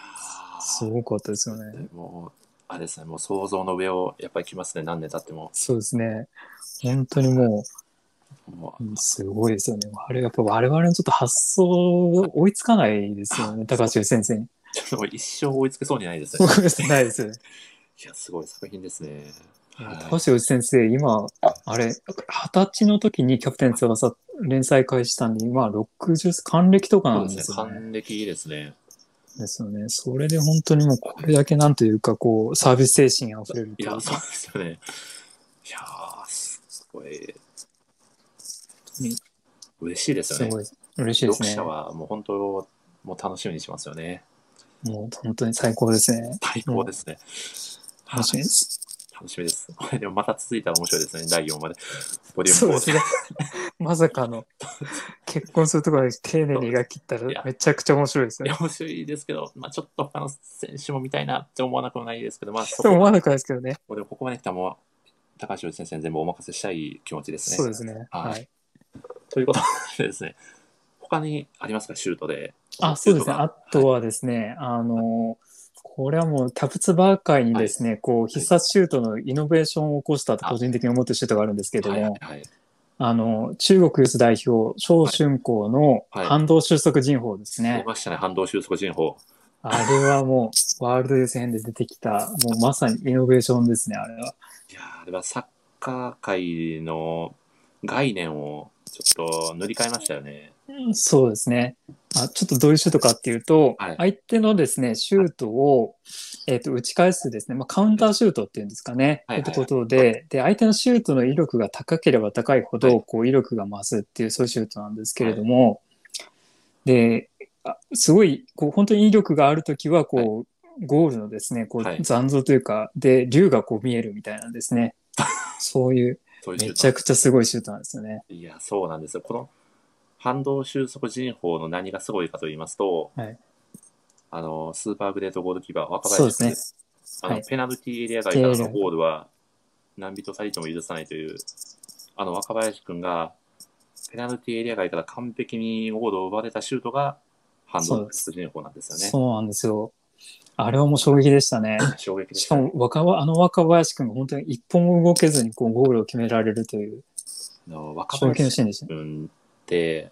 S1: す
S2: ー
S1: ごかったですよね。
S2: もう、あれですね、もう想像の上をやっぱり来ますね、何年経っても。
S1: そうですね。本当にも
S2: も
S1: う、うんすごいですよね。あれ、やっぱ我々のちょっと発想が追いつかないですよね。高橋先生に。
S2: うちょっともう一生追いつけそうにないですね。
S1: そうですね。ないですよね。
S2: いや、すごい作品ですね。はい
S1: 高橋由先生、今、あれ、二十歳の時にキャプテン翼連載開始したんで、今60、還暦とか
S2: そう
S1: な
S2: んで
S1: ですす
S2: ね、
S1: よね。
S2: 還暦ですね。
S1: ですよね。それで本当にもうこれだけなんというか、こう、サービス精神あふれると
S2: い
S1: いう
S2: や、
S1: か
S2: そうですよね。いやー、すすごい。嬉しいです
S1: す
S2: よね。
S1: ごい、嬉しい
S2: 読
S1: ですね
S2: 者。はもう本当、もう楽しみにしますよね。
S1: もう本当に最高ですね。
S2: 最高ですね。
S1: 楽しみです。
S2: 楽しみです。 <laughs> これでもまた続いたら面白いですね、第4まで。ボリュー
S1: そう
S2: ム4
S1: ですね。まさ
S2: <laughs>
S1: かの、結婚するところで丁寧に描き切ったらめちゃくちゃ面白いです
S2: いや
S1: よね。
S2: 面白いですけど、まあ、ちょっと他の選手も見たいなって思わなくもないですけど、まあ、そ
S1: でも思
S2: こ
S1: わなかったですけどね。
S2: でここまで来たらもう高橋由先生に全部お任せしたい気持ちですね。
S1: そうですね。
S2: はい
S1: はい。
S2: ということでですね、他にありますか、シュートで。
S1: あ、そうですね。
S2: シュー
S1: あとはですね、あの、これはもうキャプツバー界にですね、こう、必殺シュートのイノベーションを起こしたと個人的に思ってるシュートがあるんですけ
S2: ト
S1: ど
S2: がはい
S1: も、
S2: はい
S1: あの、中国ユース代表、張春光の
S2: はい
S1: 反動収束人法です
S2: はい、出
S1: ね。
S2: ましたね、反動収束人法。
S1: あれはもう、ワールドユース編で出てきた、もうまさにイノベーションですね、あれは。
S2: いやーあれはサッカー界の概念をちょっと塗り替えましたよね。
S1: そうですね。あちょっとどういうシュートかっていうと、
S2: はい
S1: 相手のですね、シュートを、えっと打ち返すですね、まあ、カウンターシュートっていうんですかね。
S2: はいはいはい
S1: ってことで、で、相手のシュートの威力が高ければ高いほど、
S2: はい
S1: こう、威力が増すっていう、そういうシュートなんですけれども、で、あすごい、こう、本当に威力があるときは、こう、ゴールのですね、こう
S2: はい
S1: 残像というか、で、竜がこう見えるみたいなんです
S2: <laughs>
S1: ね。そういう、
S2: そういうシュ
S1: め
S2: ー
S1: ちゃ
S2: ト。
S1: くちゃすごいシュートなんですよね。
S2: いや、そうなんですよ。この反動収束人法の何がすごいかと言いますと、
S1: はい
S2: あのスーパーグレートゴールキーパー、若
S1: そうで
S2: 林
S1: す
S2: 君あ
S1: ね。
S2: の、
S1: はい
S2: ペナルティーエリア外からのゴールは何人たりとも許さないという、あの若林君がペナルティーエリア外から完璧にゴールを奪われたシュートが反
S1: そう
S2: 動
S1: で
S2: 収束人法なんですよね。
S1: そうなんですよ。あれはもう衝撃でした <laughs> ね。
S2: 衝撃で
S1: し
S2: し
S1: か
S2: たね
S1: も若林、あの若林君が本当に一歩も動けずにこうゴールを決められるという
S2: あの若
S1: 衝撃の
S2: 林
S1: シーンでし
S2: 君って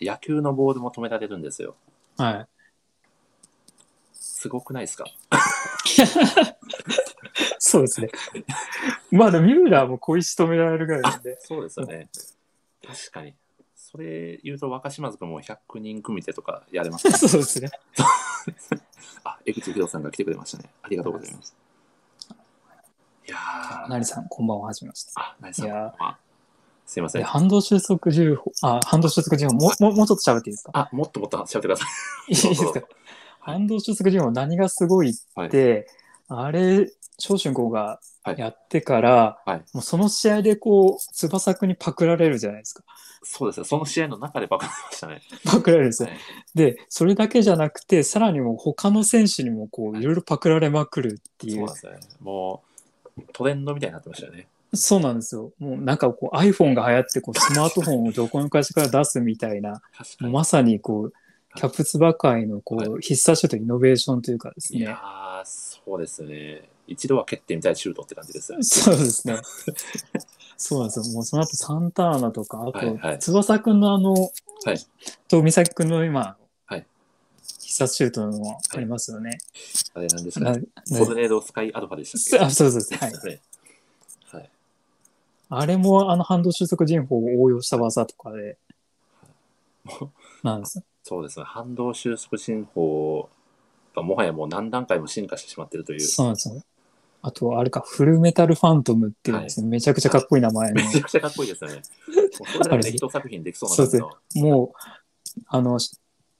S2: 野球のボールも止められるんですよ。
S1: た。はい。
S2: すごくないですか
S1: <laughs> そうですね。 <laughs> まあでもミューラーも小石止められるぐらいなんで。
S2: そうですよね。確かに。それ言うと若島津君も100人組手とかやれます、
S1: <laughs>
S2: ね、
S1: <laughs> そうですね。
S2: あ、江口博さんが来てくれましたね。ありがとうございます。いやー、
S1: なりさん、こんばんは、はじめまして。
S2: あ、ナイスさん
S1: いやー
S2: こんばんはすいませ
S1: で、
S2: ん。
S1: 反動収束銃法、あ、反動収束銃法、もう、もうもうちょっと喋っていい <laughs> ですか
S2: あ、もっともっと喋ってください。
S1: いいですか反動収束銃法、何がすごいって、あれ、長春光がやってから、
S2: はい
S1: もうその試合でこう、翼くんにパクられるじゃないですか。 <laughs>
S2: そうですね。その試合の中で爆発しましたね。
S1: パクられるんですよ
S2: はい。
S1: で、それだけじゃなくて、さらにもう他の選手にもこう、いろいろパクられまくるっ
S2: そ
S1: て
S2: う
S1: い
S2: なん
S1: う。
S2: ですよね。もう、トレンドみたいになってましたよね。
S1: そうなんですよ。もうなんかこう iPhone が流行って、
S2: <laughs>
S1: こうスマートフォンをどこの会社から出すみたいな、
S2: 確か
S1: もう
S2: に。
S1: まさにこう、キャプツバ界のこう、必殺シュートイノベーションというかです
S2: いや
S1: ね。
S2: ー、そうですね。一度は蹴ってみたいシュートって感じですよね。
S1: そうですね。そうなんですよ。もうその後サンターナとか、あ
S2: はいは
S1: と、
S2: い
S1: 翼くんのあの、
S2: はい
S1: と、美咲くんの今、
S2: はい
S1: 必殺シュートのありますよね。
S2: あれなんですか
S1: な
S2: ね。
S1: な
S2: コードネードスカイアルファでしたっけ
S1: あそうそうそう。はい。
S2: はい。はい。
S1: あれもあの反動収束人法を応用した技とかで
S2: もう、
S1: なんですよ。
S2: そうですね。反動収束進法がもはやもう何段階も進化してしまっているという。
S1: そうなんですよ。あと、あれか、フルメタルファントムっていうですね、めちゃくちゃかっこいい名前の
S2: め、ちゃくちゃかっこいいですよね。もうそれだけで一作品できそうなんですけど。
S1: もう、あの、し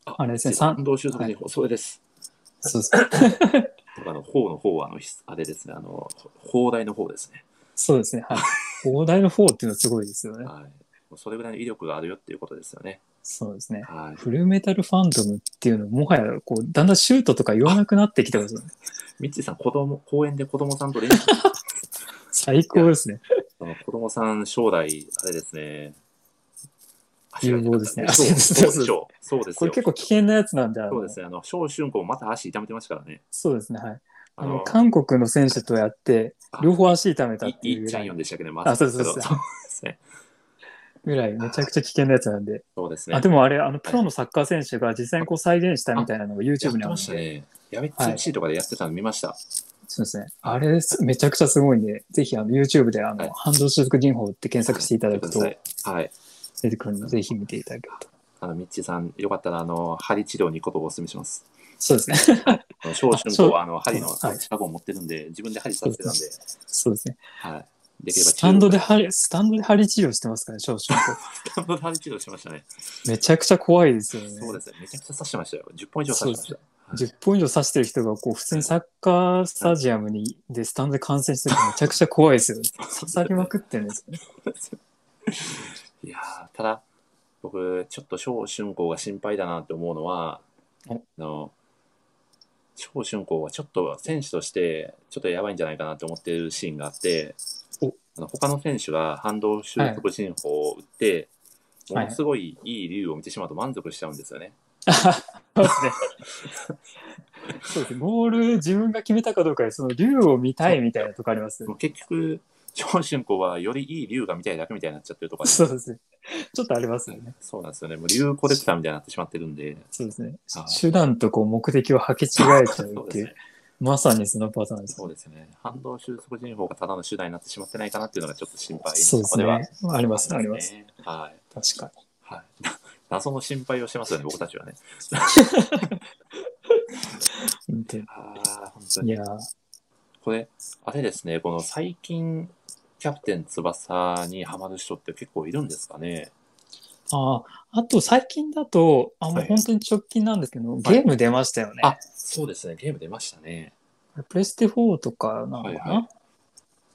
S2: あ
S1: あれですねさん
S2: 反動収束進法、それです。
S1: そうです
S2: とかの方の方はあの、ひあれですね、あの、砲台の方ですね。
S1: そうですね、はい。膨大の方っていうのはすごいですよね。
S2: はい。もうそれぐらいの威力があるよっていうことですよね。
S1: そうですね。
S2: はい。
S1: フルメタルファントムっていうのもはや、こう、だんだんシュートとか言わなくなってきてますよね。
S2: ミッチーさん、子供、公園で子供さんと練習
S1: 最高ですね。
S2: その <laughs> 子供さん、将来、あれですね。
S1: 有望ですね
S2: そうそうでしょう。そうです
S1: こ
S2: よ
S1: れ。結構危険なやつなんで、あの
S2: そうですね。あの、小春子もまた足痛めてましたからね。
S1: そうですね、はい。あの、
S2: の
S1: 韓国の選手とやって、両方足痛めた
S2: い
S1: って
S2: い
S1: いう
S2: い
S1: ぐ
S2: チ
S1: ら
S2: ャイ
S1: い
S2: ヨン、でしたっけど、ま
S1: あそうそうそう
S2: そうですね。
S1: ぐらいめちゃくちゃ危険なやつなんで。
S2: そうですね。
S1: あ、でもあれ、あの、プロのサッカー選手が実際にこう再現したみたいなのが
S2: やっ
S1: YouTube
S2: て
S1: にある
S2: ま
S1: ん
S2: した
S1: で、
S2: ね。やべっ
S1: はい
S2: MC とかでやってたの見ました。
S1: そうですね。あれ、めちゃくちゃすごいんで、ぜひあの YouTube であ
S2: はい
S1: の、反動所属人法って検索していただくと
S2: はい。はい。
S1: 出てくるので、ぜひ見ていただけると。
S2: あの、ミッチーさん、よかったら、あの、針治療に行くことをお勧めします。
S1: そうですね。
S2: あの小春
S1: そ
S2: 子
S1: う
S2: は、あの、針の
S1: はい
S2: 資格を持ってるんで、自分で針させてたんで、
S1: そうですね。
S2: はい。できれば治療
S1: スタン
S2: <laughs>
S1: ドで針、スタンドで針治療してますから、少々。
S2: スタンドで針治療してましたね。 <laughs>
S1: めちゃくちゃ怖いですよね。
S2: そうですね。めちゃくちゃ刺してましたよ。10本以上刺してました。
S1: 10本以上刺してる人が、こう、普通にサッカースタジアムに、で、スタンドで観戦してるのめちゃくちゃ怖いですよね。刺さりまくってるんです
S2: <laughs>
S1: よね。
S2: いやーただ、僕、ちょっと小春光が心配だなって思うのは、
S1: お
S2: あの、小春光はちょっと選手として、ちょっとやばいんじゃないかなって思ってるシーンがあって
S1: お、
S2: あの他の選手が反動収束人法を打って、
S1: はい
S2: ものすごいいい竜を見てしまうと満足しちゃうんですよね。
S1: そうですね。そうですね。ゴール自分が決めたかどうかで、その竜を見たいみたいなとこありますよ
S2: も
S1: ね。
S2: う結局、小春光はよりいい竜が見たいだけみたいになっちゃってるとか、
S1: そうですね。ちょっとありますよね。
S2: そうなんですよね。もう竜コレクターみたいになってしまってるんで、
S1: そうですね
S2: あ。
S1: 手段とこう目的を履き違えちゃう
S2: そう
S1: っ
S2: で
S1: て
S2: す
S1: い
S2: ね
S1: う、。まさにそのパターンです。
S2: そうですね。反動収束人法がただの手段になってしまってないかなっていうのがちょっと心配
S1: そうです
S2: ここは
S1: ね。あります、あります。
S2: ね。はい。
S1: 確かに。
S2: はい。 <laughs> 謎の心配をしてますよね、僕たちはね。
S1: 本当に
S2: ああ、本当
S1: い
S2: に。
S1: やー
S2: これ、あれですね、この最近、キャプテン翼にハマる人って結構いるんですかね。
S1: ああ、あと最近だと、あ、も
S2: は
S1: う
S2: い
S1: 本当に直近なんですけど、ゲーム出ましたよね。
S2: あ、そうですね、ゲーム出ましたね。
S1: プレステ4とかなのか
S2: はい
S1: な、
S2: はい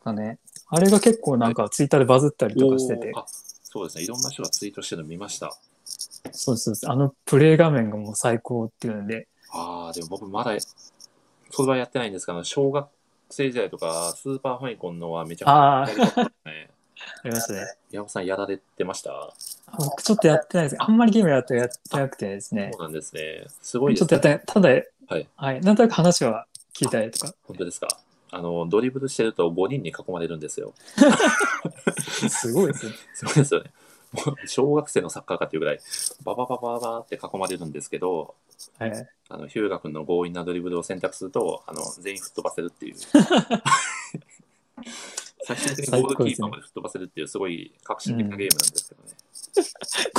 S1: だね。あれが結構なんかツイッターでバズったりとかしてて
S2: おー、あそうですね、いろんな人がツイートしてるの見ました。
S1: そうそうそう、あのプレイ画面がもう最高っていうんで、
S2: ああ、でも僕まだ、それはやってないんですけど、小学生時代とか、スーパーファミコンのはめちゃくちゃやりたかったですね。
S1: ありましたね。
S2: 山本さん、やられてました
S1: 僕ちょっとやってないです。あんまりゲームやってやってなくてですね
S2: そ。うなんですね。すごいで
S1: ちょ
S2: す
S1: っとや
S2: ね
S1: っ。てない。ただ、
S2: はい、
S1: なんとなく話は聞いたりとか、
S2: 本当ですか。あの、ドリブルしてると5人に囲まれるんですよ。
S1: すごいですね。
S2: <laughs> すごいですよね。もう小学生のサッカーかっていうぐらい、ババババババって囲まれるんですけど、
S1: はい。
S2: あの、ヒューガ君の強引なドリブルを選択すると、あの、全員吹っ飛ばせるっ
S1: <laughs>
S2: ていう。最終的にゴールキーパーまで吹っ飛ばせるっていう、すごい革新的なゲームなんですけどね。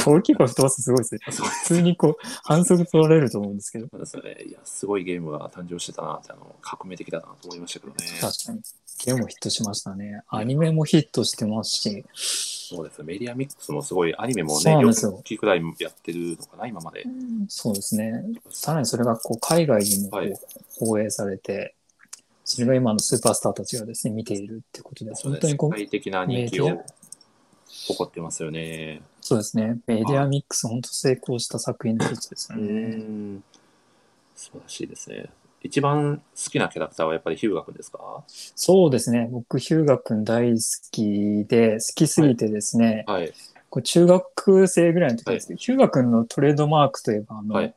S1: ゴールキーパー吹っ飛ばすすごいですね。
S2: そう
S1: 普通にこう、反則取られると思うんですけど。
S2: そうですね。いや、すごいゲームが誕生してたなって、あの、革命的だなと思いましたけどね。
S1: 確かに。ゲームもヒットしましたね。アニメもヒットしてますし、
S2: そうですね。メディアミックスもすごい、アニメも
S1: そう
S2: ね、
S1: なん
S2: 4
S1: ですよ
S2: 期くらいやってるのかな、今まで。
S1: そうですね。さらにそれがこう海外にもこ
S2: はいう
S1: 放映されて、それが今のスーパースターたちがですね、見ているってことで、
S2: そうです
S1: 本当
S2: ね
S1: にこ
S2: 世
S1: う、
S2: 界的な人気を誇ってますよね。
S1: そうですね。メディアミックス、本当成功した作品の一つです
S2: う
S1: よね。
S2: ん。素晴らしいですね。一番好きなキャラクターはやっぱりヒューガ君ですか
S1: そうですね。僕、ヒューガ君大好きで、好きすぎてですね、
S2: はい。
S1: こう中学生ぐらいの時ですけど、ヒューガ君のトレードマークといえば、あの、
S2: はい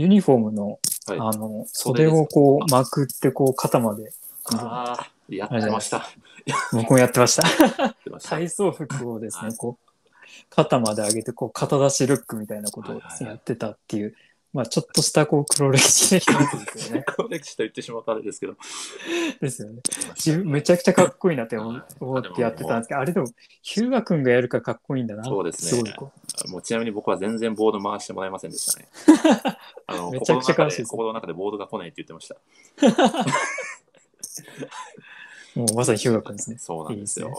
S1: ユニフォームの
S2: はい。
S1: あの、
S2: 袖
S1: 袖
S2: ですか
S1: をこう、まくって、こう、肩まで。
S2: あーやってました。や
S1: 僕もやってました。
S2: ってました。
S1: <laughs> 体操服をです
S2: は
S1: ね
S2: い、
S1: こう、肩まで上げて、こう、肩出しルックみたいなことをですね
S2: はいはいはい
S1: やってたっていう、まあ、ちょっとした、こう、黒歴史的なことです
S2: <laughs>
S1: よ <laughs> ね。
S2: コレクシと言ってしまったんですけど。
S1: ですよね。自分、めちゃくちゃかっこいいなって思
S2: はいう
S1: 思ってやってたんですけど、あれでも、ヒューガ君がやるからかっこいいんだな。
S2: そうですね
S1: すごいこう
S2: もうちなみに僕は全然ボード回してもらえませんで
S1: <laughs>
S2: したね。あの
S1: めちゃくちゃ悲しいです
S2: 心の中で心の中でボードが来ないって言ってました。
S1: もうまさにヒューガ君ですね。
S2: そうなんですよ。
S1: いい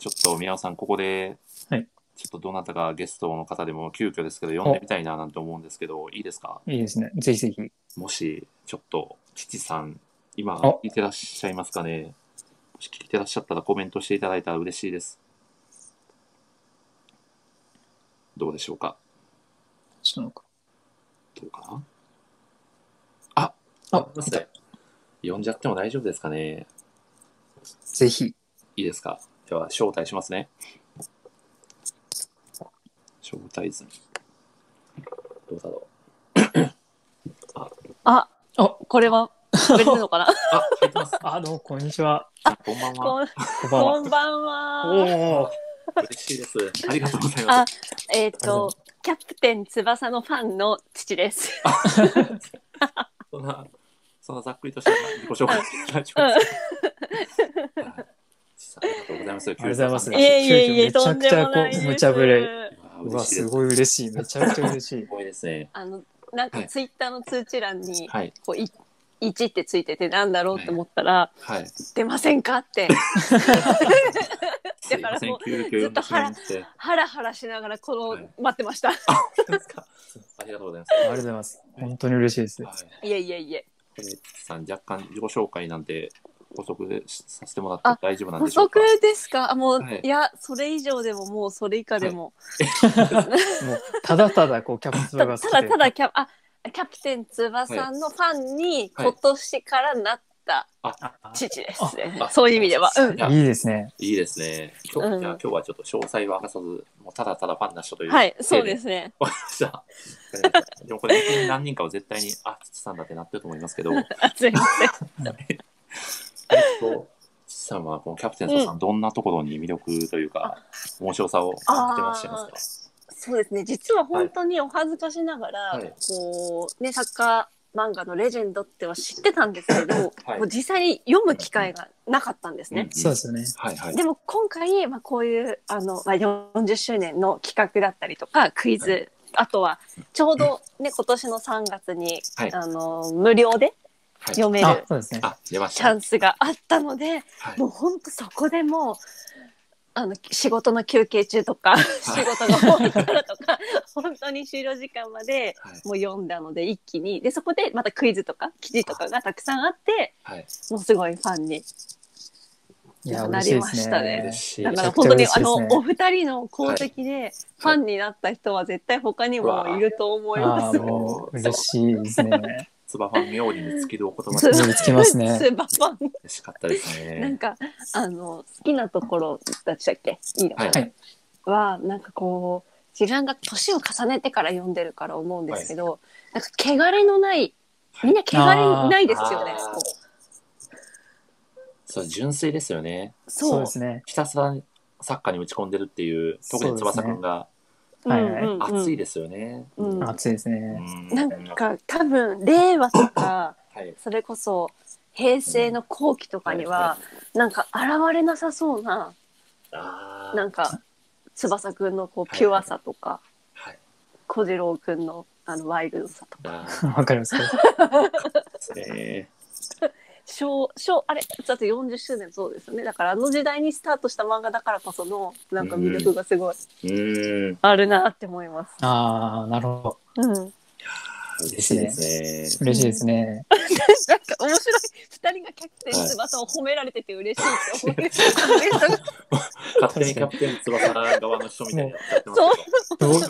S2: ちょっと宮尾さん、ここで、
S1: はい
S2: ちょっとどなたかゲストの方でも急遽ですけど、呼んでみたいななんて思うんですけど、いいですか
S1: いいですね。ぜひぜひ。
S2: もし、ちょっと、吉さん、今、
S1: あ
S2: 聞いてらっしゃいますかねもし聞いてらっしゃったらコメントしていただいたら嬉しいです。どうでしょうか
S1: ちょっとなんか
S2: どうかなあ
S1: あ
S2: いません呼んじゃっても大丈夫ですかね
S1: ぜひ。
S2: いいですかでは、招待しますね。招待図。どうだろ
S3: あ、
S1: あ
S3: これは別なのかな
S2: う。あ、入って <laughs> ます。
S1: あ、どうも、こんにちは。
S2: こんばんは。
S3: こ
S1: こん
S3: ん
S1: ばんは。
S3: こんばん
S1: お
S3: は。
S1: ー
S2: 嬉しいです。ありがとうござい
S3: あ
S2: ます。、
S3: えっ、と、キャプテン翼のファンの父です。
S2: そんな、そんなざっくりとした自己紹介大丈
S3: うん
S2: 夫ですか。はいさあありがとうございます。あり
S1: ありがとうございます。
S3: <laughs> いえいえいえ、
S1: 急遽
S3: とん
S1: めち
S3: で
S1: ゃくちゃ
S3: も
S1: こ
S3: ないです。
S1: う無茶ぶれ。う
S2: 嬉
S1: わ、
S2: しい
S1: す
S2: です。
S1: ごい嬉しい。めちゃくちゃ嬉しい。
S2: 多いですね。
S3: あの、なんかツイッターの通知欄に、
S2: はい。
S3: こう、い、1ってついててなんだろうって思ったら、
S2: はい。
S3: 出ませんか
S2: <laughs>
S3: って、
S2: すいません、急遽呼んでしまいまして。
S3: ハラハラしながら、この、
S2: はい
S3: 待ってました。
S2: ありがとうござい
S1: ありがとうございます。本当に嬉しいです。
S2: ます。はい。
S3: いえいえいえ。
S2: 小西さん、若干自己紹介なんで補足でさせてもらって大丈夫なん
S3: 補
S2: でしょう
S3: 足
S2: か。
S3: ですかあもう、
S2: はいい、
S3: や、それ以上でももうそれ以下でも、
S1: もう、ただただ、こう、キャプツバ
S3: た
S1: が好き
S3: た
S1: で。
S3: だただキャあキャプテン翼のファンに
S2: はい
S3: 今年からなった
S2: あ、
S3: 父ですね、
S2: ああ
S3: そういう意味では、うん
S2: いや
S1: いいですね。
S2: いいですね。今
S3: う
S2: 日
S3: ん
S2: じゃあ今日はちょっと詳細は明かさず、もうただただファンな人という。
S3: はいそうですね
S2: わかりました。わかりました <laughs> でもこれ、本当に何人かは絶対
S3: <laughs>
S2: に、あ、土さんだってなってると思いますけど、えっ
S3: あ全然
S2: と土さんはこのキャプテンさん、どんなところに魅力というか、面白さを感じてらっしゃいます
S3: そうですね実は本当にお恥ずかしながら、
S2: はい
S3: こうね作家漫画のレジェンドっては知ってたんですけど、
S2: はい
S3: もう実際に読む機会がなかったんです
S2: か、
S3: ね、
S2: ん
S1: そうですよね。
S2: はいはい。
S3: でも今回、まあ、こういうあの、まあ、40周年の企画だったりとかクイズ、
S2: は
S3: あとはちょうど、ね、今年の3月に、
S2: はい
S3: あの無料で
S2: はい
S3: 読め
S1: あ
S3: る、
S1: そうですね。
S2: あ、出まし
S3: チ
S2: た。
S3: ャンスがあったので、
S2: はい
S3: もう本当そこでもうあの仕事の休憩中とか仕事が終わったらとか本当に終了時間まで
S2: はい
S3: もう読んだので一気にでそこでまたクイズとか記事とかがたくさんあって
S2: はい。
S3: もうすごいファンに
S1: いや、
S3: な
S1: 嬉しい
S3: り
S1: で
S3: ますし
S1: ね
S3: たね。
S2: 嬉しい
S3: だ
S1: め
S3: か
S1: ちゃ
S3: ら
S1: くち
S3: 本
S1: ゃ
S3: 当に
S1: 嬉し
S3: あ
S1: いです
S3: の
S1: ね
S3: お二人の功績でファンになった人は絶対他にもいると思い
S1: あ
S3: ま
S1: あ、
S3: す。
S1: もう、嬉しいです <laughs> ね。
S2: つばファン冥利に尽きるお言葉
S3: そ
S2: で
S3: う
S1: 見つけますね。
S3: <laughs> スーパーファン
S2: 嬉しかったです
S3: なん
S2: ね。
S3: かあの好きなところだったっけいいのかな、
S1: はい
S3: はなんかこう自分が年を重ねてから読んでるから思うんですけど、なんか汚れのないみんな汚れないですよね
S2: あー
S3: こう
S2: そう、純粋ですよね。
S1: そう
S3: そう
S1: ですね。
S2: ひたすらサッカーに打ち込んでるっていう、特に翼くんが
S1: ねはいはい
S3: うんうんうん
S2: 熱いですよね。
S3: うん
S1: 暑いですね。
S2: う
S3: なんか多分令和とか
S2: はい。
S3: それこそ平成の後期とかには、なんか現れなさそうな
S2: あー
S3: なんか翼くんのこうピュアさとか、
S2: はい
S3: 小次郎くんのあのワイルドさとか
S2: あー
S1: わかります。
S2: そうですね。
S3: 小小あれだって40周年そうですよねだからあの時代にスタートした漫画だからこそのなんか魅力がすごい
S2: うん。
S3: あるなって思います。
S1: ああ、なるほど。
S3: うん、
S2: 嬉しいですね。
S1: 嬉しいですね。
S3: なんか <laughs> 面白い二人がキャプテン翼を褒められてて嬉しいって思いました
S2: 勝手にキャプテン翼側の人みたいになっちゃってま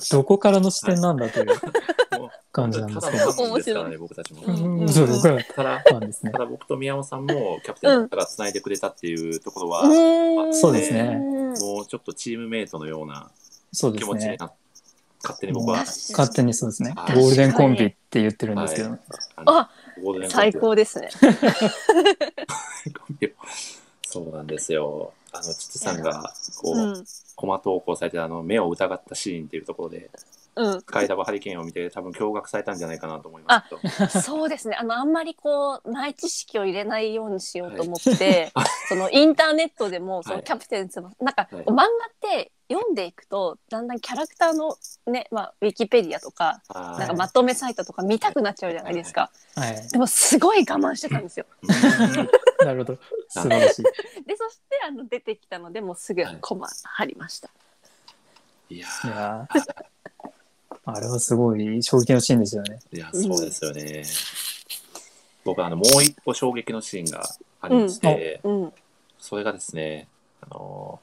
S2: す
S1: ど、どこからの視点なんだという
S2: けど、もう
S1: 感じ
S2: た
S1: なんです
S2: だ
S1: け
S2: の
S1: ど。
S2: ファンですからね、僕たちも。
S1: うん、そうです。僕ら
S2: ただ、
S1: なんで
S2: <laughs>
S1: すね
S2: た。だ僕と宮尾さんもキャプテン翼が繋いでくれたっていうところは、
S3: うん
S1: そうですね
S2: もうちょっとチームメイトのような
S1: そうで
S2: 気
S1: す
S2: 持ちに
S1: ね。
S2: な、勝手に僕は、
S1: 勝手にそうですね。
S2: はい
S1: ゴールデンコンビって言ってるんですけど。
S2: あの
S3: あ
S2: ゴールデン
S3: 最
S2: コン
S3: 高ですね。
S2: ビを <laughs> そうなんですよ。あの、父さんが、こう、
S3: うん
S2: コマ投稿されて、あの、目を疑ったシーンっていうところで、
S3: うん、
S2: スカイダバハリケーンを見て、多分驚愕されたんじゃないかなと思いますけど。
S3: そうですねあのあんまりこう内知識を入れないようにしようと思って、
S2: はい
S3: <laughs> そのインターネットでもそ
S2: は
S3: の
S2: い
S3: キャプテン翼、なんか、
S2: はい
S3: 漫画って読んでいくとだんだんキャラクターのね、まあ、ウィキペディアとか
S2: あー
S3: なんかまとめサイトとか見たくなっちゃうじゃないですか、
S1: はい。
S3: でもすごい我慢してたんですよ。
S2: うん
S1: <laughs> なるほど。素晴らしい。
S3: でそしてあの出てきたのでもうすぐコマ貼りました。
S2: いや
S1: い
S2: ー
S1: やーあれはすごい衝撃のシーンですよね。
S2: いや、そうですよね。僕、あの、もう一個衝撃のシーンがありまして、
S3: うん
S2: それがですね、あの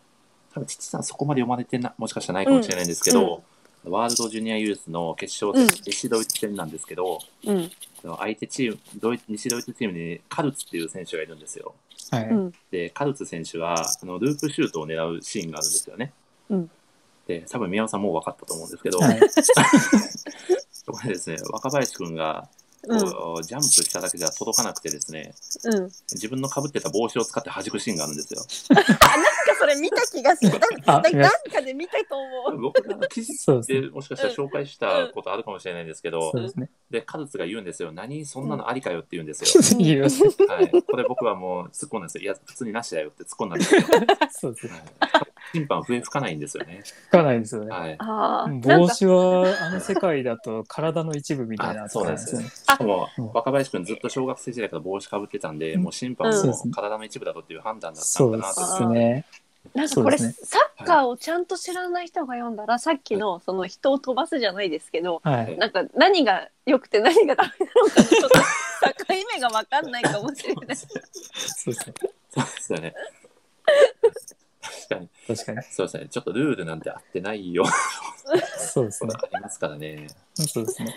S2: ー、多分、父さんそこまで読まれてな、もしかしたらないかもしれないんですけど、ワールドジュニアユースの決勝戦、
S3: う
S2: 西ドイツ戦なんですけど、
S3: うん、
S2: その相手チーム、ドイ西ドイツチームにカルツっていう選手がいるんですよ。
S1: は
S3: う
S1: い。
S3: ん。
S2: で、カルツ選手はあのループシュートを狙うシーンがあるんですよね。
S3: うん
S2: で、多分宮尾さんもう分かったと思うんですけど、
S1: はい。
S2: そこでですね、若林くんが
S3: うん。
S2: こうジャンプしただけじゃ届かなくてですね、
S3: うん。なんか
S2: 自分の被ってた帽子を使って弾くシーンがあるんですよ。
S3: それ見た気がする。な
S1: あ <laughs>
S3: んか
S1: 見ま
S3: な
S1: し
S3: んかで見たと思う。
S2: 僕が記事
S1: そうですね。
S2: でもしかしたら紹介したことあるかもしれないんですけど
S1: そ、うですね。
S2: で、カルツが言うんですよ。何そんなのありかよって言うんですよ。
S1: 言いますね
S2: はい、これ僕はもう突っ込んだんですよ。いや、普通になしだよって突っ込んだんですよ。
S1: そうですね。
S2: はい審判笛吹かないんですよね。
S1: 吹かないですよね。
S2: はい。
S3: ああ。なん
S1: 帽
S3: か
S1: 子はあの世界だと体の一部みたいな
S2: あそうなんですよ
S1: 扱い
S2: しかも
S1: うん
S2: 若林君ずっと小学生時代から帽子かぶってたんで、
S1: うん
S2: もう審判
S3: うん
S1: そうです
S2: も
S1: ね
S2: 体の一部だとっていう判断だった
S1: そ
S2: んだ
S1: うで
S2: なと。
S1: すね。
S3: なんかこれ、
S1: そうです
S3: サッカーをちゃんと知らない人が読んだら、さっきのその人を飛ばすじゃないですけど、
S1: はい。
S3: なんか何が良くて何がダメなのかちょっと境目が分かんないかもしれない。
S1: そうですね。
S2: そうですよね。確かに。
S1: 確かに。
S2: そうですね。ちょっとルールなんて合ってないよ。 <laughs>
S1: そうです
S2: そう
S1: ね
S2: だ。ありますからね。
S1: そうですね。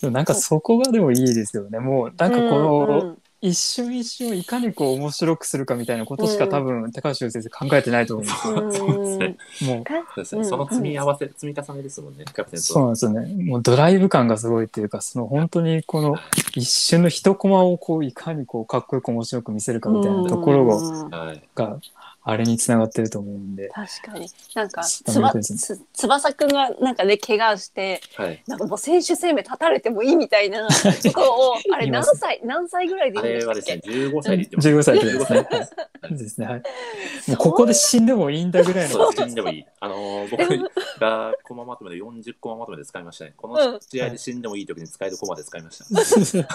S1: でもなんかそこがでもいいですよね。もう <laughs> なんかこ
S3: うんう
S1: の
S3: ん
S1: 一瞬一瞬をいかにこう面白くするかみたいなことしか多分高橋先生考えてないと思うんです
S2: そうですね。
S1: よ。もう
S2: そうですね。その積み合わせ、積み重ねですもんね。キャプテン
S1: そう
S2: と。
S1: なんですよね。もうドライブ感がすごいっていうか、その本当にこの一瞬の一コマをこういかにこうかっこよく面白く見せるかみたいなところが、
S3: うん
S2: はい。
S1: があれにつながってると思うんで。
S3: 確かに。なんか、
S1: ちょっ
S3: つ
S1: と見
S3: ば
S1: てですね
S3: つ翼くんがなんかね、怪我して、
S2: はい。
S3: なんかもう選手生命立たれてもいいみたいなところを、あ
S1: <laughs>
S3: れ
S1: 言いま
S3: 何
S1: す
S3: 歳、何歳ぐらいで
S2: あ
S3: いいんで
S2: れ
S3: した
S2: は
S3: っ
S2: です
S3: け
S2: ね、15歳で言ってます。
S1: 15歳で
S2: <laughs>
S1: ですね。
S2: 15
S1: はいですね。はい。もうここで死んでもいいんだぐらい
S2: そ
S1: の
S2: う。死んでもいい。あのー僕がコマまとめで40コマまとめで使いましたね。こ
S3: うん
S2: の試合で死んでもいい時に使えるコマで使いました。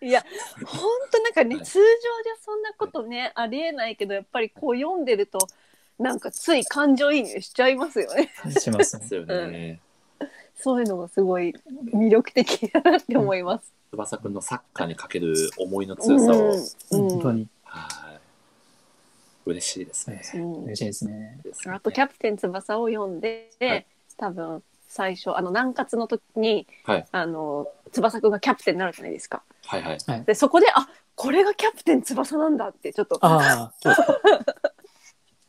S3: いや、本当なんかね、
S2: はい
S3: 通常じゃそんなことね、ありえないけど、やっぱりこう読んでると、なんかつい感情移入しちゃいますよね。
S1: <laughs> しま
S2: で
S1: すね。
S2: すよね。
S3: <laughs> そういうのがすごい魅力的だなって思います。
S2: 翼くんのサッカーにかける思いの
S3: う
S2: 強
S3: ん
S2: さを、
S3: うん
S1: 本当に。
S2: はい。嬉しいですね。
S3: うん
S1: 嬉しいですね。
S2: ですね
S3: あと「キャプテン翼」を読んで、
S2: はい
S3: 多分最初あの南葛の時に、
S2: はい
S3: あの翼くんがキャプテンになるじゃないですか。
S2: はいはい。
S3: でそこであこれがキャプテン翼なんだってちょっとあ
S1: ああ、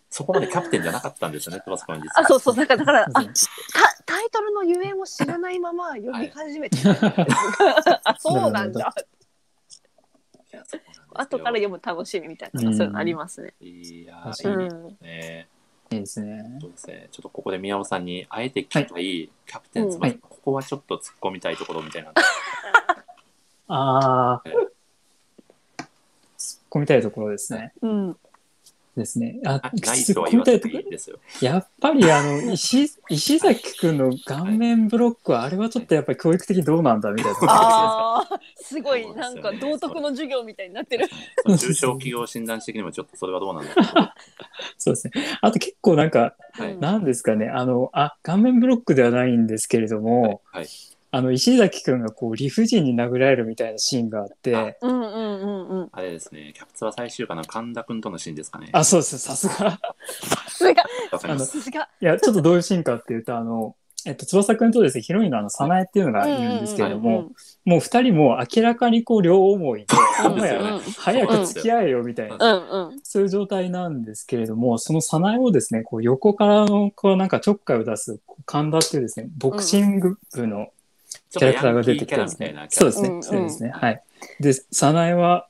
S2: そこまでキャプテンじゃなかったん
S3: <laughs>
S2: ですよね、翼くん実は。
S3: そうそうだからだからあ
S1: そうです
S3: タタイトルのゆえんを知らないまま読み始めて、あ <laughs> そうなん
S1: なる
S3: だ
S2: いやそうなんですよ
S3: 後から読む楽しみみたいな、
S1: うん
S3: そういうのありますね。
S2: いや
S1: 確
S2: ー、
S1: う
S2: いいです
S1: かんに
S3: うん
S2: ね。
S1: ね。いいですね。
S2: そうですね。ちょっとここで宮尾さんに、あえて聞きたい、キャプテン翼、
S1: うん
S2: ここはちょっと突っ込みたいところみたいな。
S1: ああ。突っ込みたいところですね。
S3: うん
S1: ですね。あ、
S2: あない
S1: 突
S2: と
S1: っ
S2: は
S1: 込
S2: 言
S1: み
S2: わ
S1: た
S2: せ
S1: いと
S2: て
S1: こ
S2: い
S1: ろ
S2: い。ですよ。
S1: やっぱりあの、石、石崎くんの顔面ブロックは、あれはちょっとやっぱり教育的にどうなんだみたいな。
S3: あ
S1: <laughs>
S3: ーすごい
S2: そう
S3: な
S2: なん
S3: ん
S2: ですよね
S3: か道徳の授業みたいになってる。
S2: <laughs> その中小企業診断士的にもちょっとそれはどうなんだろう。
S1: そうですね。あと結構なんか、
S2: は
S3: う
S2: い
S3: ん。
S1: なんですかね、あの、あ、顔面ブロックではないんですけれども、
S2: はい。
S1: あの、石崎くんがこう、理不尽に殴られるみたいなシーンがあって、
S3: うんうんうんうん。
S2: あれですね、キャプツは最終回の神田くんとのシーンですかね。
S1: あ、そうです、さすが。
S3: さすが
S2: わかります。
S3: さすが。
S1: いや、ちょっとどういうシーンかっていうと、あの、えっと、翼くんとですね、ヒロインのあの、早苗っていうのがいるんですけれども、もう二人も明らかにこう、両思いで、
S2: そう
S1: も
S2: です
S1: は
S2: よね
S1: や早く付き合えよみたいな
S3: う、んうん。
S1: そういう状態なんですけれども、その早苗をですね、こう横からのこうなんかちょっかいを出すこう神田っていうですね、ボクシング部の
S2: ちょっ
S1: キ
S2: と
S1: ャ
S2: ヤ
S1: ラクターが
S2: ンキ
S1: 出
S2: ー
S1: てき
S2: キャ
S1: て
S2: ラ
S1: で
S2: み
S1: す
S2: たい
S1: ね
S2: な。。
S1: そうです
S3: うんう
S1: ね、
S3: ん
S1: そうですね。はい。で、早苗は、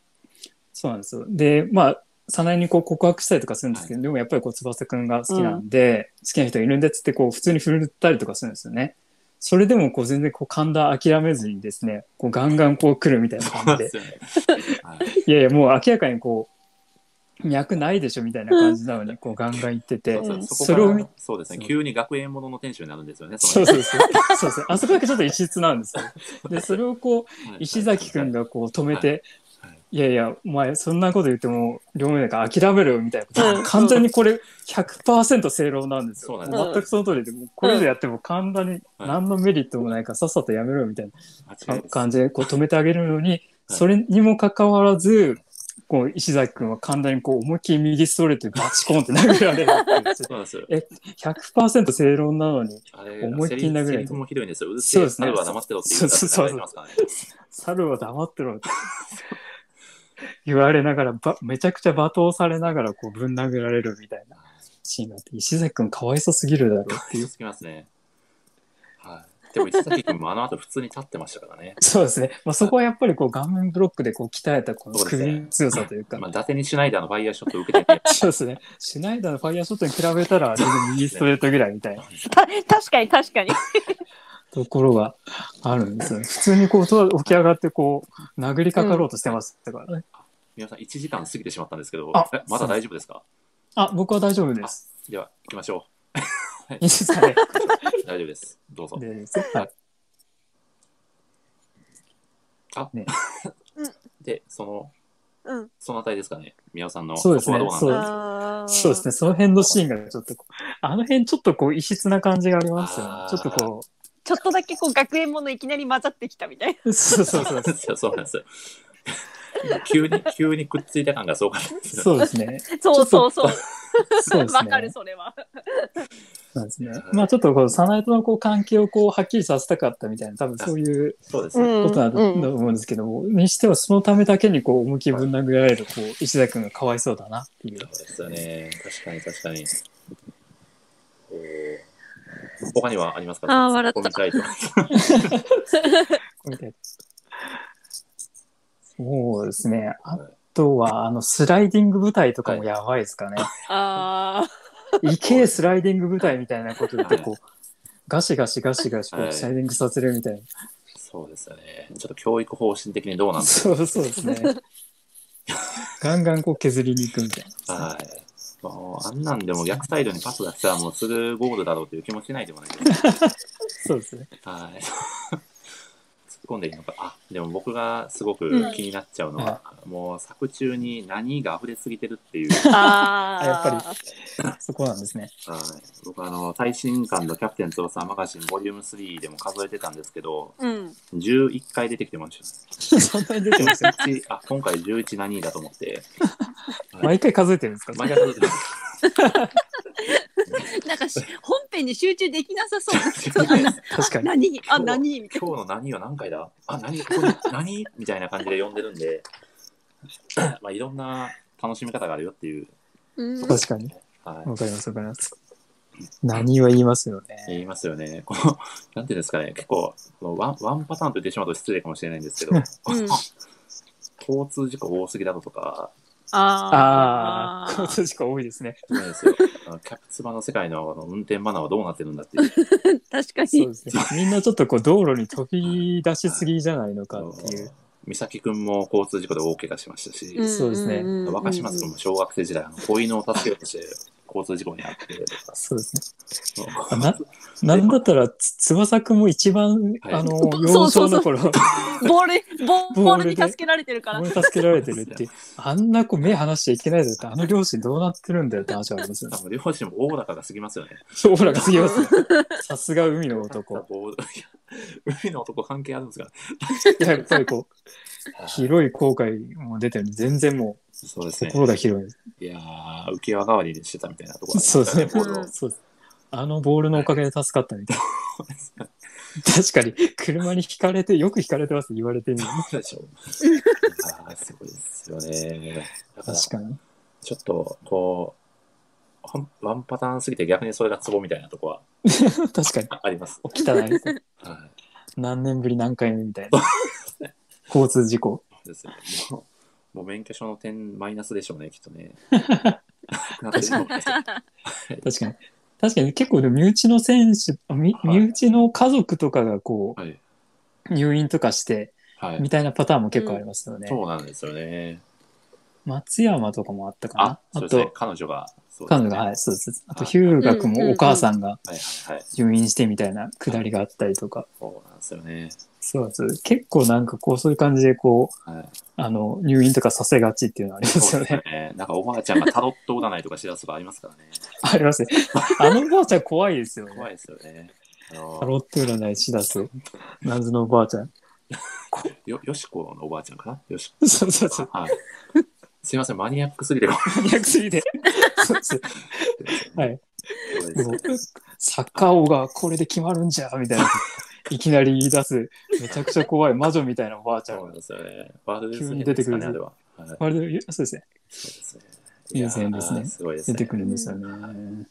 S1: そうなんですよ。で、まあ、早苗にこう告白したりとかするんですけど、でもやっぱりこう翼くんが好きなんで、好きな人がいるんでっつってこう普通に振ったりとかするんですよね。それでもこう全然こう神田諦めずにですね、こうガンガンこう来るみたい
S2: <laughs>
S1: な
S2: そう
S1: 感
S2: なん
S1: じ
S2: で、
S1: で
S2: すよね。はい
S1: いやいや、もう明らかにこう、脈ないでしょみたいな感じな
S2: <laughs>
S1: のに、こうガンガン言ってて
S2: そう、そう
S1: そ
S2: そ
S1: れ
S2: こ
S1: を
S2: か
S1: 見
S2: ら、そうですね、
S1: そう
S2: 急に学園ものの店主になるんですよね。そ
S1: そ
S2: の
S1: うそうそう。そうそう。あそこだけちょっと異質なんですよ。で、それをこう、
S2: はい
S1: <laughs> 石崎くんがこう止めて
S2: はいはい、
S1: いやいや、お前そんなこと言っても、両面だから諦めろよみたいなこと
S3: うん
S1: 完全にこれ100%正論なんですよ。
S2: そうなん
S3: です
S1: 全くその通りで、もうこれでやっても簡単に何のメリットもないからさっさとやめろよみたいな。
S2: 間違いです
S1: 感じでこう止めてあげるのに、それにもかかわらず、こう石崎君は簡単にこう思いっきり右ストレートでバチコンって殴られるっ
S2: <laughs>
S1: ていう
S2: そうなんですよ。
S1: 100%正論なのに、
S2: あれ、
S1: 思いっきり殴られて
S2: セリフもひどいんですよ。うるせ
S1: そう
S2: え、
S1: ですね
S2: 猿は黙ってろって言ったら
S1: そうそうそう
S2: 叩いてますからね。
S1: 猿は黙ってろって。言われながらば、めちゃくちゃ罵倒されながら、こう、ぶん殴られるみたいなシーンがあって、石崎くんかわいそすぎるだろうっていう。
S2: 強。すぎますね。はい。でも、石崎君もあの後普通に立ってましたからね
S1: そうですね。まあ、そこはやっぱりこう、顔面ブロックでこう、鍛えたこの
S2: そうですね
S1: 首の強さというか、、
S2: まあ、伊達にシュナイダーのファイヤーショットを受けてて
S1: そうですね。シュナイダーのファイヤーショットに比べたら、全然右ストレートぐらいみたいな
S3: た確かに確かに。
S1: ところがあるんですよね。普通にこうと、起き上がってこう、殴りかかろうとしてますだからね。
S2: 皆さん1時間過ぎてしまったんですけど
S1: あ、
S2: えまだ大丈夫ですか
S1: あ、僕は大丈夫です。
S2: では、行きましょ
S1: <laughs> いいです
S2: <laughs>
S1: かね。
S2: う。大丈夫です。どうぞ。
S1: ではい
S2: で、その、
S3: うん。
S2: そのあたりですかね。宮尾さんの、
S1: そうですね
S2: ここはどうなんだ
S3: あー
S1: そうですね、その辺のシーンがちょっとこう、あの辺ちょっとこう異質な感じがありますよね
S2: あ。ー
S1: ちょっとこ
S3: ちょっとだけこう学園ものいきなり混ざってきたみたいな。
S1: う、そうそう
S2: そ
S1: そう
S2: な
S1: う
S2: ん。ですよ、そうなんですよ。急に、急にくっついた感がそうかう。
S1: そうですね。
S3: そうそう
S1: そう
S3: そう。
S1: です
S3: わ、
S1: ね。
S3: かるそれは。
S1: そうですね。まあちょっとこう、サナエとのこう関係をこう、はっきりさせたかったみたいな、多分そういう
S2: そうですね。
S1: ことだと
S3: うん
S1: 思うんですけども、にしてはそのためだけにこう、思いっきりぶん殴られる、こう、石田君がかわいそうだなっていう
S2: そう。ですよね。確かに、確かに。えー他にはありますか
S3: あー笑っ
S2: ツ
S3: た
S2: ッコミたいと
S1: みたいなそうですね。あとは、あの、スライディング舞台とかもやばいですかね。
S3: あ
S1: <laughs> いけスライディング舞台みたいなことで、こう、ガシガシガシガシ、こ
S2: は
S1: う、
S2: い
S1: スライディングさせるみたいな。
S2: そうですよね。ちょっと教育方針的にどうなんです
S1: そうそうですね。ガンガンこう削りに行くみたいな。
S2: かはい。もう、あんなんでも逆サイドにパス出したらもうすぐゴールだろうという気もしないでもないです。
S1: そうですね。
S2: はい。突っ込んでいいのか。あ、でも僕がすごく気になっちゃうのは、もう作中に何が溢れすぎてるっていう。
S3: ーあー。
S1: やっぱそこなんですね。
S2: はい、僕あの最新刊の「キャプテン翼マガジンボリューム3でも数えてたんですけど
S3: うん。
S2: 11回出てきてまし
S1: そんなに出てます
S2: た11あ今回11何位だと思って
S1: 毎回数えてるんですか
S2: 毎回数えてます
S3: なんかし本編に集中できなさそう。そうあな
S1: <laughs> 確かに。
S3: 何あ、何みたい
S2: 今日の何は何回だあ何ここに何みたいな感じで読んでるんでまあいろんな楽しみ方があるよっていう、
S3: な。うん。
S1: 確かに。
S2: はい、
S1: わかります、わかります。何は言いますよね。
S2: 言いますよねこのなんていうんですかね結構このワンワンパターンと言ってしまうと失礼かもしれないんですけど
S3: うん
S2: <laughs> 交通事故多すぎだろとか
S1: あ
S3: あ
S1: あ、
S3: ー
S1: 交通事故多いですね。
S2: そうですよ。あのキャプツバの世界のあの運転マナーはどうなってるんだっていう。
S3: 確か
S1: そう
S3: に。
S1: ですね。みんなちょっとこう道路に飛び出しすぎじゃないのかっていう。
S2: 美咲くんも交通事故で大怪我しましたし、
S1: そうですね
S3: んんん
S2: 若島津くんも小学生時代、あの子犬を助けようとして交通事故に遭ってとか
S1: そうですね。
S2: そ
S1: ななんだったら、つ翼くんも一番、
S2: はい
S1: あの、
S3: そ
S1: 幼
S3: うそ
S1: 少
S3: うそ
S1: の
S3: う
S1: 頃、
S3: ボール、ボー
S1: ボ
S3: ボ
S1: ー
S3: ー
S1: ル
S3: ル
S1: で
S3: に助けられてるから
S1: 思い。助けられてるっていう、あんな子目離しちゃいけないぞって、あの両親どうなってるんだよって話はありますよ
S2: う
S1: ね。
S2: 多分両親もおおらかが過ぎますよね。
S1: そう、オーラが過ぎますね。さすが海の男。
S2: こういや海の男関係あるんですか
S1: やっぱりこう、広い後悔も出てるんで、全然も
S2: そうです
S1: う、
S2: ね。
S1: 心が広いです。
S2: いやー、浮き輪代わりにしてたみたいなところ
S1: そうですね
S2: ボールを
S3: うん
S1: そうです。あのボールのおかげで助かったみたいな。確かに、車に引かれて、よく引かれてますって言われてみる。
S2: そうでしょう。あーすごいですよね。だから
S1: 確かに。
S2: ちょっと、こう、ほんワンパターンすぎて逆にそれがツボみたいなとこは
S1: 確かに。
S2: ああります。
S1: 汚いです。
S2: は
S1: 何年ぶり何回目みたいな。交通事故。
S2: い。ですよね。もう、もう免許証の点マイナスでしょうね、きっとね。なってしまうんですよ
S1: 確か確かに。確かに結構でも身内の選手、あみ
S2: はい
S1: 身内の家族とかがこ
S2: はい。
S1: う、入院とかして、
S2: はい
S1: み。たいなパターンも結構ありますよね。
S2: そうなんですよね。
S1: 松山とかもあったかな。
S2: あ
S1: あ、
S2: そうですね
S1: と。、
S2: 彼女が、そうです
S1: 彼
S2: ね
S1: 女が、はい、そうです。あと、
S2: はい
S1: ヒューガ君もお母さんが
S2: はいはいはい。
S1: 入院してみたいなくだりがあったりとか。
S2: そうなんですよね。
S1: そうです。結構なんかこう、そういう感じでこう、
S2: はい。
S1: あの、入院とかさせがちっていうのはあります
S2: そう
S1: よ
S2: です
S1: ね。
S2: ね。なんかおばあちゃんがタロット占いとかしだすとかあります <laughs> からね。
S1: <laughs> ありますね。あのおばあちゃん怖いですよね。
S2: 怖いですよね。あ
S1: タ
S2: の、
S1: ロット占いしだ
S2: <laughs>
S1: す。謎のおばあちゃん。
S2: よ、よしこのおばあちゃんかなよし
S1: そうそうそう。
S2: はい。すいません、マニアックすぎて。
S1: 200過ぎて。そうそうはい。
S2: そうです
S1: もうサッカー王がこれで決まるんじゃ、みたいな。いきなり言い出す、めちゃくちゃ怖い魔女みたいなおばあちゃ
S2: そうんなん
S1: が。
S2: ですよね。ワールドです
S1: 急
S2: ね
S1: に出てくる
S2: あれは。はい
S1: あれで、そうですね。
S2: そうですね。
S1: いいですね
S2: やー
S1: いいですね
S2: すごいです
S1: 出
S2: ね。
S1: てくるんですよね。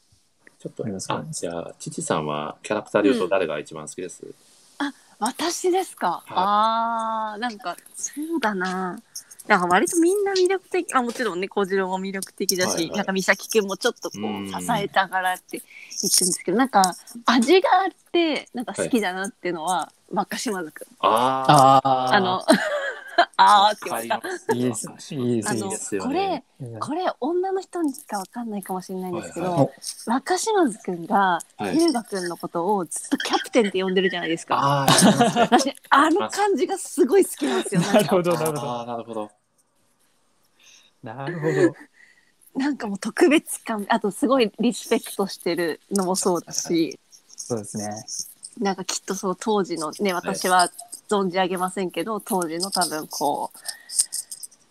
S2: ちょっと
S1: あります
S2: あじゃあ、チチさんはキャラクターで言うと誰が一番好きです、
S3: 私ですか、あーなんかそうだななんか割とみんな魅力的あもちろんね小次郎も魅力的だし、
S2: はいはい
S3: なんか美咲くんもちょっとこ
S2: うん
S3: う支えたからって言ってるんですけどなんか味があってなんか好きだなっていうのは、若島津くん
S2: あ
S1: ああ。
S3: あの <laughs> あーって言われた。
S1: いいですいいです
S3: あ
S1: いい
S3: の
S1: です
S3: これ。
S1: の
S3: これ女の人にしかわかんないかもしれないんですけ
S2: は
S3: ど、
S2: い
S1: はい
S3: 若島津くんが
S2: はい
S3: 龍河くんのことをずっとキャプテンって呼んでるじゃないですか。
S2: あーありますね
S3: 私あの感じがすごい好きなんですよ。
S1: な
S3: な
S1: る
S3: んか
S1: ほど、なるほ
S2: あ
S1: ど。
S2: ーなるほど。
S1: なるほど。
S3: なんかもう特別感あとすごいリスペクトしてるのもそうだし
S1: そうですね。
S3: なんかきっとそう当時のね私は存じ上げませんけど当時の多分こ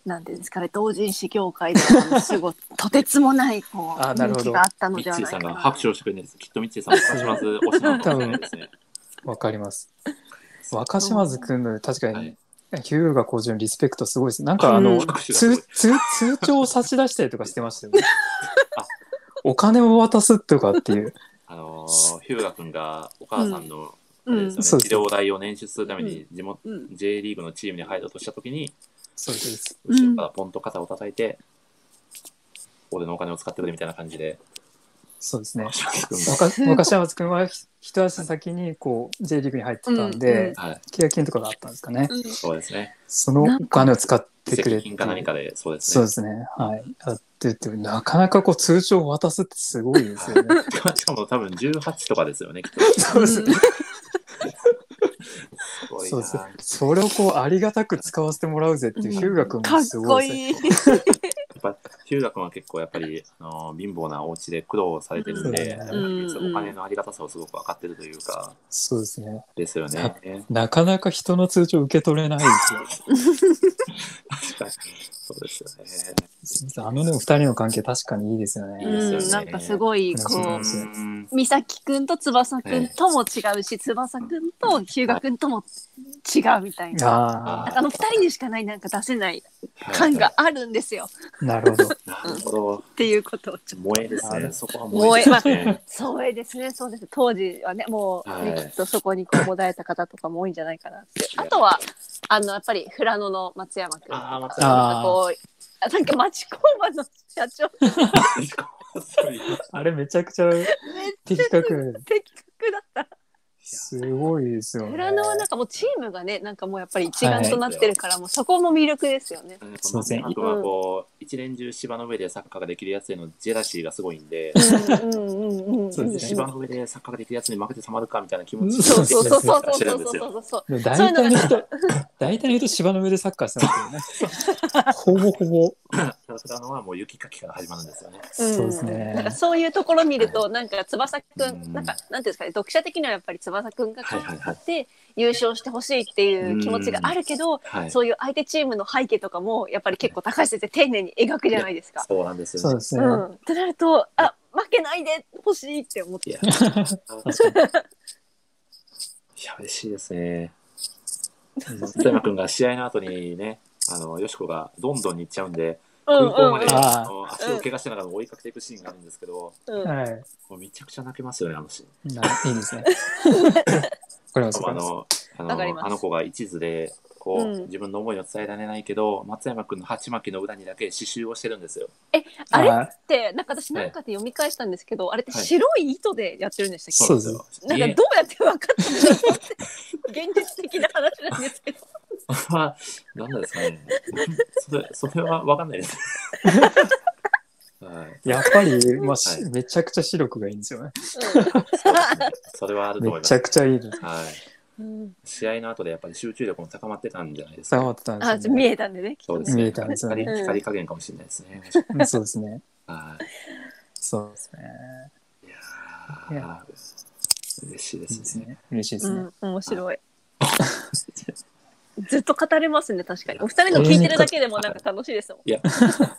S3: うなんていうんですかね同人誌業界でもすごいとてつもな
S2: <laughs>
S3: いこう
S1: あなるほ
S3: 人
S1: ど
S3: 気があったの
S2: ミ
S3: で
S2: ッ
S3: は
S2: チー
S3: ない
S2: さ
S3: か
S2: んが
S3: な
S2: 拍。手をしてくれるんです。きっとミッチーさんも少しまず推しなのかもしれないですね。
S1: わかります。若島津くんの確かに、ヒューが工場のリスペクトすごいです。なんかあ
S3: う
S1: の
S3: ん、
S2: 拍手がすごい
S1: 通通通帳を差し出したりとかしてましたよね。お金を渡すとかっていう。
S2: あのー、ヒューガ君がお母さんの、
S3: う
S2: あれ
S3: ん
S2: ですよね
S1: そうです
S2: 治療代を捻出するために地元、
S3: うん
S2: J リーグのチームに入ろうとしたときに、
S1: そうです。
S3: うん
S2: 後ろからポンと肩を叩いて、俺のお金を使ってくれみたいな感じで、
S1: そうですね。
S2: ヒューガ君が
S1: 若若島津くんはひ一足先にこう J リーグに入ってたん
S3: うんう
S1: で
S3: ん、
S2: はい、
S1: 契約金とかがあったんですかね。
S3: うん
S2: そうですね。
S1: そのお金を使ってくれ
S2: 責
S1: って
S2: 金
S1: い
S2: か何
S1: う。
S2: かで、そうです
S1: そう
S2: ね。
S1: ですね。はい。やってて、なかなかこう通帳を渡すってすごいですよ
S3: <laughs>
S1: ね。
S2: <laughs> しかも多分18とかですよね、きっと。
S1: そうですね。
S2: すごい
S1: そうです
S2: な。
S1: それをこうありがたく使わせてもらうぜっていうヒューガ君
S3: か
S1: も
S3: っ
S1: すご
S3: こ
S1: いですね。
S3: いい。
S2: やっぱ中学は結構やっぱり、あの貧乏なお家で苦労されてるんで、
S3: うん
S2: そうお金のありがたさをすごく分かってるというか、
S1: そうですね。
S2: ですよね。
S1: なかなか人の通帳受け取れないで
S3: <laughs>
S1: す
S2: 確かに。そうですよね。
S1: よ。あのでも二人の関係確かにいいですよね。
S2: いいですよね
S3: うん、なんかすごいこ
S1: そう
S3: う
S1: なんですよ
S2: ん
S3: 美咲くんと翼くんとも違うし、翼くんと日向くんとも違うみたいな。
S1: あ
S3: あの二人にしかないなんか出せない
S2: はい
S3: 感があるんですよ
S1: あ、なるほど。
S2: なるほど。
S3: っていうことをちょっと。
S2: 萌えです
S1: あ
S2: ね。
S1: の
S2: そこは
S3: 萌
S2: 萌
S3: え
S2: え。
S3: まあ
S2: ね
S3: そうですね、そうです。当時はね、もう、ね
S2: はい
S3: きっとそこにこう、もだえた方とかも多いんじゃないかなって。
S2: や
S3: あとは、あの、やっぱり、富良野の松山くんと
S2: あー
S3: か
S2: 松、
S1: 山
S2: <laughs>
S3: なんかこう、あなんか町工場の社長、
S1: あれめちゃくちゃ
S3: めっ
S1: 的確。
S3: 的確だった。
S1: すごいですよね。
S3: 富良野はなんかもうチームがね、なんかもうやっぱり一丸となってるから、もうそこも魅力ですよね。
S1: すいません
S2: あとはこう、一年中芝の上でサッカーができるやつへのジェラシーがすごいんで、
S3: うんうんうんうんうん。
S1: そうですね
S2: 芝の上でサッカーができるやつに負けてたまるかみたいな気持ち
S3: そうそうそうそう
S2: 知
S3: そ
S2: るん
S3: う
S2: です
S3: そう
S2: よ。
S3: そうそう。
S1: でも大体の人、大体の人芝の上でサッカーしてますよね。ほぼほぼ。
S2: ただのはもう雪かきから始まるんですよね。
S1: そうですね
S3: んなんかそういうところ見る
S2: は
S3: と、なんか翼く
S2: うん
S3: ん、なんか、なんていうんですかね、読者的にはやっぱり翼くんが
S2: はい
S3: 頑
S2: はい
S3: 張
S2: はい
S3: って優勝してほしいっていう気持ちがあるけど、
S2: はい。
S3: そういう相手チームの背景とかも、やっぱり結構高橋先生丁寧に描くじゃないですか。
S2: そうなんです
S1: そ
S2: よ
S1: う
S2: ね
S1: で。す
S3: う
S1: ね。
S3: ん。ってなると、あ、負けないでほしいって思っ
S2: い
S3: て。
S2: や、
S1: 確か
S2: いや嬉しいですね。松山君が試合の後にね、あの、よしこがどんどんに行っちゃうんで、
S3: うん
S2: 空
S3: うん
S2: 港まで、
S1: あー
S2: あの足を怪我しながら追いかけていくシーンがあるんですけど、
S3: うん
S1: に。はい。
S2: もうめちゃくちゃ泣けますよね、あのシーン。
S1: ないいですね。これは
S2: し
S1: そ
S2: かもあ
S1: こです。
S2: の、あ
S3: わかりま
S2: の
S3: す
S2: あの子が一途で、こう、
S3: うん
S2: 自分の思いを伝えられないけど、松山君の鉢巻きの裏にだけ刺繍をしてるんですよ。
S3: あれっ
S1: はい
S3: て、なんか私なんかで読み返したんですけど、あれって
S2: はい
S3: 白い糸でやってるんでしたっけ
S1: そうです
S2: よ。
S3: なん
S2: 家
S3: かどうやって分かったんだろうって現実的な話なんです
S1: <laughs>
S3: けど
S2: は、 <laughs> なんなんですかね。それ、それはわかんない
S1: <laughs>
S2: です。はい。
S1: やっぱり、まあ、し
S2: は
S1: めちゃくちゃ視力がいいんですよね。
S2: そうですねそれはあると
S1: め
S2: 思いま
S1: ちゃ
S2: す。
S1: くちゃいいです。
S2: はい。
S3: うん
S2: 試合の後でやっぱり集中力も高まってたんじゃないです
S1: 伝
S2: か。
S1: わってたん
S3: あ
S1: です
S3: じゃ
S1: よ、
S3: あ見
S1: ね。
S3: えたんでねきっ
S2: そ
S3: と
S2: うで
S3: ね
S2: す
S1: 見
S2: ね。
S1: えたんですよね
S2: 光
S3: うん
S2: 光加減かもしれないですね。
S1: うんそうですね。
S2: は
S1: そうですね。
S2: い。いやー嬉しいで
S1: いいですす
S2: ね。
S1: ね。嬉しいで
S3: う
S1: すね。
S3: ん面白いずっと語れますね確かにお二人の聞いてるだけでもなんか楽しいですもん
S2: いや、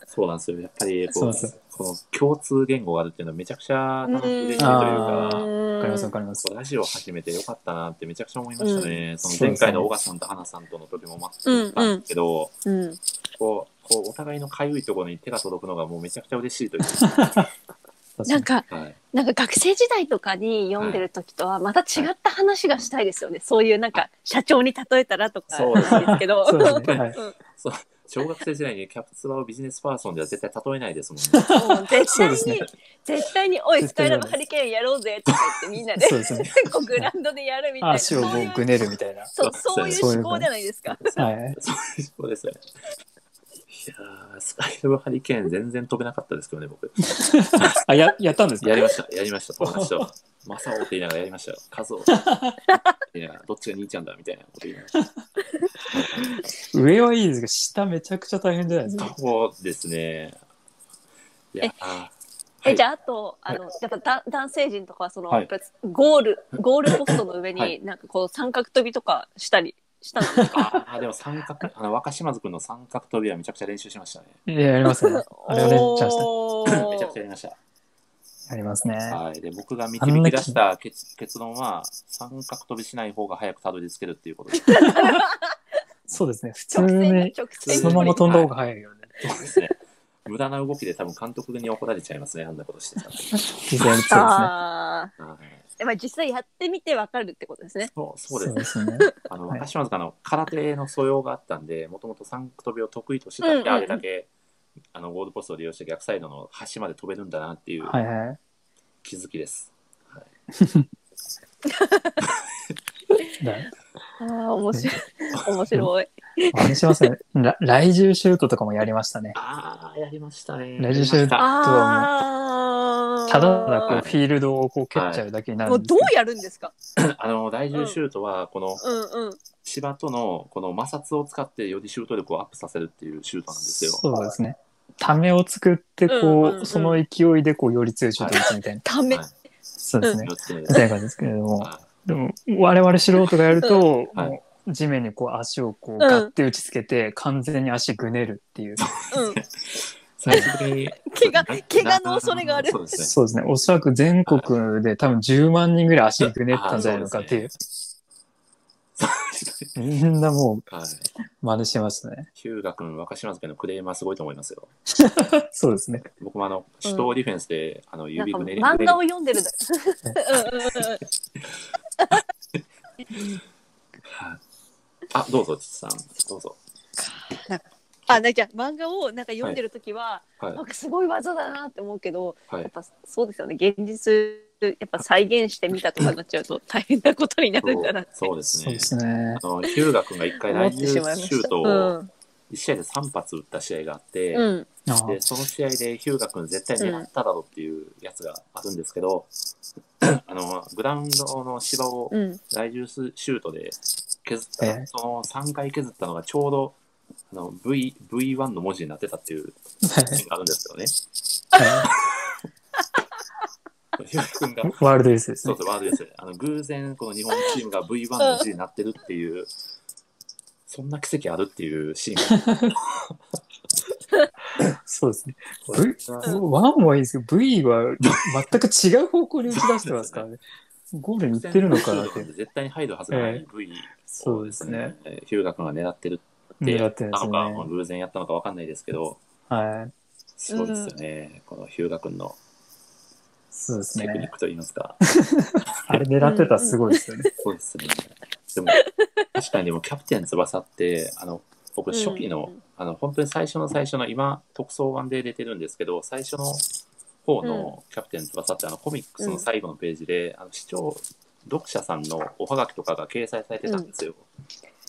S2: そうなんですよ。やっぱり
S1: そ
S2: こ
S1: うなんです
S2: う、この共通言語があるっていうのはめちゃくちゃ楽しい嬉しいという
S1: あ
S2: か
S1: ー。わかります、わかります。
S2: ラジオ始めてよかったなってめちゃくちゃ思いましたね。
S1: ん
S2: その前回の小川さんと花さんとの時もまあ
S3: うん
S2: 言ったんですけど、
S3: うん
S2: こう、こうお互いのかゆいところに手が届くのがもうめちゃくちゃ嬉しいという。
S3: なんか
S2: はい。
S3: なんか学生時代とかに読んでる時とはまた違った話がしたいですよね、そういうなんか社長に例えたらとか
S2: そうです
S3: ですけ
S1: <laughs>
S3: ど
S1: そうですね。はい。
S2: 小学生時代にキャプツバをビジネスパーソンでは絶対例えないですもんね。
S3: もう絶
S1: そう
S3: 対
S1: です
S3: に、
S1: ね
S3: 絶対に「おい
S1: 絶
S3: スカ
S1: 対
S3: イ
S1: や
S3: ラ
S1: ら
S3: ブ
S1: ない
S3: ハリケーンやろうぜ」とか言ってみんなで
S1: <laughs> そうですね。
S3: こうグラウンドでやるみたいな <laughs>
S1: 足
S3: そ
S1: を
S3: う
S1: こ
S3: いう
S1: うぐねるみたいな。
S3: そうそういう
S1: そういう
S3: 思考じゃないですか。
S1: はい。
S2: そうですね。いやー、スカイブハリケーン全然飛べなかったですけどね、僕。
S1: <laughs> あ、や、やったんですか
S2: やりました、やりました、友達と。マサオって言いながらやりましたよ。カズオって
S3: <laughs>
S2: 言いながら、どっちが兄ちゃんだみたいなこと言いながら。
S1: 上はいいですけど、下めちゃくちゃ大変じゃないですか。
S2: そうですね。いやー、は
S3: え
S2: い
S3: じゃああとあの、やっぱだ男性陣とかはその、
S2: はい
S3: やっぱゴールゴールポストの上に、
S2: はい
S3: なんかこう三角跳びとかしたりしたの
S2: あーでも三角、あの若島津君の三角飛びはめちゃくちゃ練習しましたね。
S1: いや、やりますね。 <laughs> あれはね、ちゃんと
S3: お
S1: <laughs>
S2: めちゃくちゃ
S3: ー
S2: やりました。
S1: やりますね。
S2: はい、で僕が導き出した結結論は三角飛びしない方が早くたどり着けるっていうことです。
S1: そうですね。普通
S3: 直線だ
S1: に、
S3: 直線
S1: そのまま飛んだ方が早いよね。
S2: そうですね。無駄な動きで多分監督に怒られちゃいますね、あんなことしてたら。
S1: 実際やりそうですね。
S3: あ
S2: はい
S3: あ、まあ実際やってみてわかるってことですね。
S2: そうそうですね。
S1: すね。
S2: あの
S1: はい
S2: 若島津君あの空手の素養があったんで、もともと三角飛びを得意としてた
S3: うんんうん
S2: で、
S3: うん
S2: あれだけあのゴールドポストを利用して逆サイドの端まで飛べるんだなっていう
S1: はいは
S2: 気づきです。
S1: い。だ
S3: ああ面白い面白い。
S1: 真似しますね。ら来獣シュートとかもやりましたね。
S2: ああ、やりましたね。
S1: ラジシュート
S2: やりまし
S3: ああ。
S1: ただただこ
S2: は
S1: う
S2: い
S1: フィールドをこう蹴っちゃうだけにな
S3: も
S1: る
S3: うん
S1: ですけ
S3: どうやるんですか。
S2: た <laughs> あの第10シュートは、この
S3: うんうん。
S2: 芝とのこの摩擦を使ってよりシュート力をアップさせるっていうシュートなんですよ。
S1: そうですね。ためを作って、
S3: うんうん
S1: こ
S3: う
S1: う、
S3: ん
S1: その勢いで、こう、より強いシュートを打つみたいな。
S3: ため。
S2: はい
S1: そうですね。
S2: 四つ目で
S1: み
S2: す
S1: たいな感じですけれども。
S2: は
S1: でも、我々素人がやると、
S2: はい
S1: もう地面にこう足をこう、
S3: ん
S1: ガッて打ちつけて、完全に足ぐねるっていう。
S3: うん。
S2: 最終的に
S3: 怪我
S2: そう
S3: 怪我の恐れがある
S2: そうですね。
S1: そうですね。おそらく全国で多分10万人ぐらい足ぐねったんじゃないのかっていう。みんなも
S2: はいう
S1: 真似してましたね。
S2: ヒューガ君、若島津君のクレームはすごいと思いますよ。
S1: そうですね。
S2: 僕もあの、手刀ディフェンスで、あの、
S3: なん
S2: 指
S3: か
S2: ぐねり、
S3: 漫画を読んでる
S2: <laughs>
S3: んだ。うんうんうん。
S2: はいあ、どうぞ、ちつさん。どうぞ。
S3: あ、なんか漫画をなんか読んでるときは、
S2: はい
S3: な。んかすごい技だなって思うけど、
S2: は
S3: やっ
S2: い。
S3: ぱそうですよね。現実やっぱ再現してみたとかになっちゃうと大変なこと <laughs> になるんだなって。
S2: そうです
S1: そう
S2: ね
S1: で。すね。
S2: あの、ヒューガ君が一回
S3: 思
S2: ラ
S3: っ
S2: イ
S3: て
S2: ズ
S3: し
S2: シ
S3: まいま
S2: ュ
S3: し
S2: ー
S3: た。
S2: ト
S3: う
S2: を
S3: ん。
S2: 1試合で3発打った試合があって、
S3: うん。
S1: ああ
S2: で、その試合でヒューガ君絶対狙っただろうっていうやつがあるんですけど、あの、グラウンドの芝を
S3: うん。
S2: ライジュースシュートで削った、
S1: ええ
S2: その3回削ったのがちょうどあの v V1 の文字になってたっていうシーンがあるんですけど
S1: <laughs>
S2: ね。ヒューガ君が
S1: <laughs> ワールドユースです
S2: そ
S1: ね
S2: う。そう、ワールドです。あの、偶然、この日本チームが V1 の字になってるっていう、そんな奇跡あるっていうシーンが。
S1: そうですね。
S2: これは
S1: ワンもいいですけど、V は全く違う方向に打ち出してますからね。ゴールに行ってるのかなって。
S2: 絶対に入るはずがな
S1: え
S2: い V
S1: そうですね。。
S2: ヒューガ君が狙ってるって
S1: 狙
S2: やっ
S1: っ
S2: た
S1: てるん
S2: の
S1: ですね。
S2: か、偶然やったのかわかんないですけど、
S1: はい。
S2: そうですよね。このヒューガ君の
S1: そうです
S2: テクニッ
S1: ね。
S2: クといいますか。
S1: あれ狙ってたらすごいですよね。
S2: そうですね。でも、確かにでもキャプテン翼って、あの、僕初期の、
S3: うん
S2: あの、本当に最初の最初の、今、特捜版で出てるんですけど、最初の方のキャプテン翼って、あの、コミックスの最後のページで、あの、視聴、読者さんのおはがきとかが掲載されてたんですよ。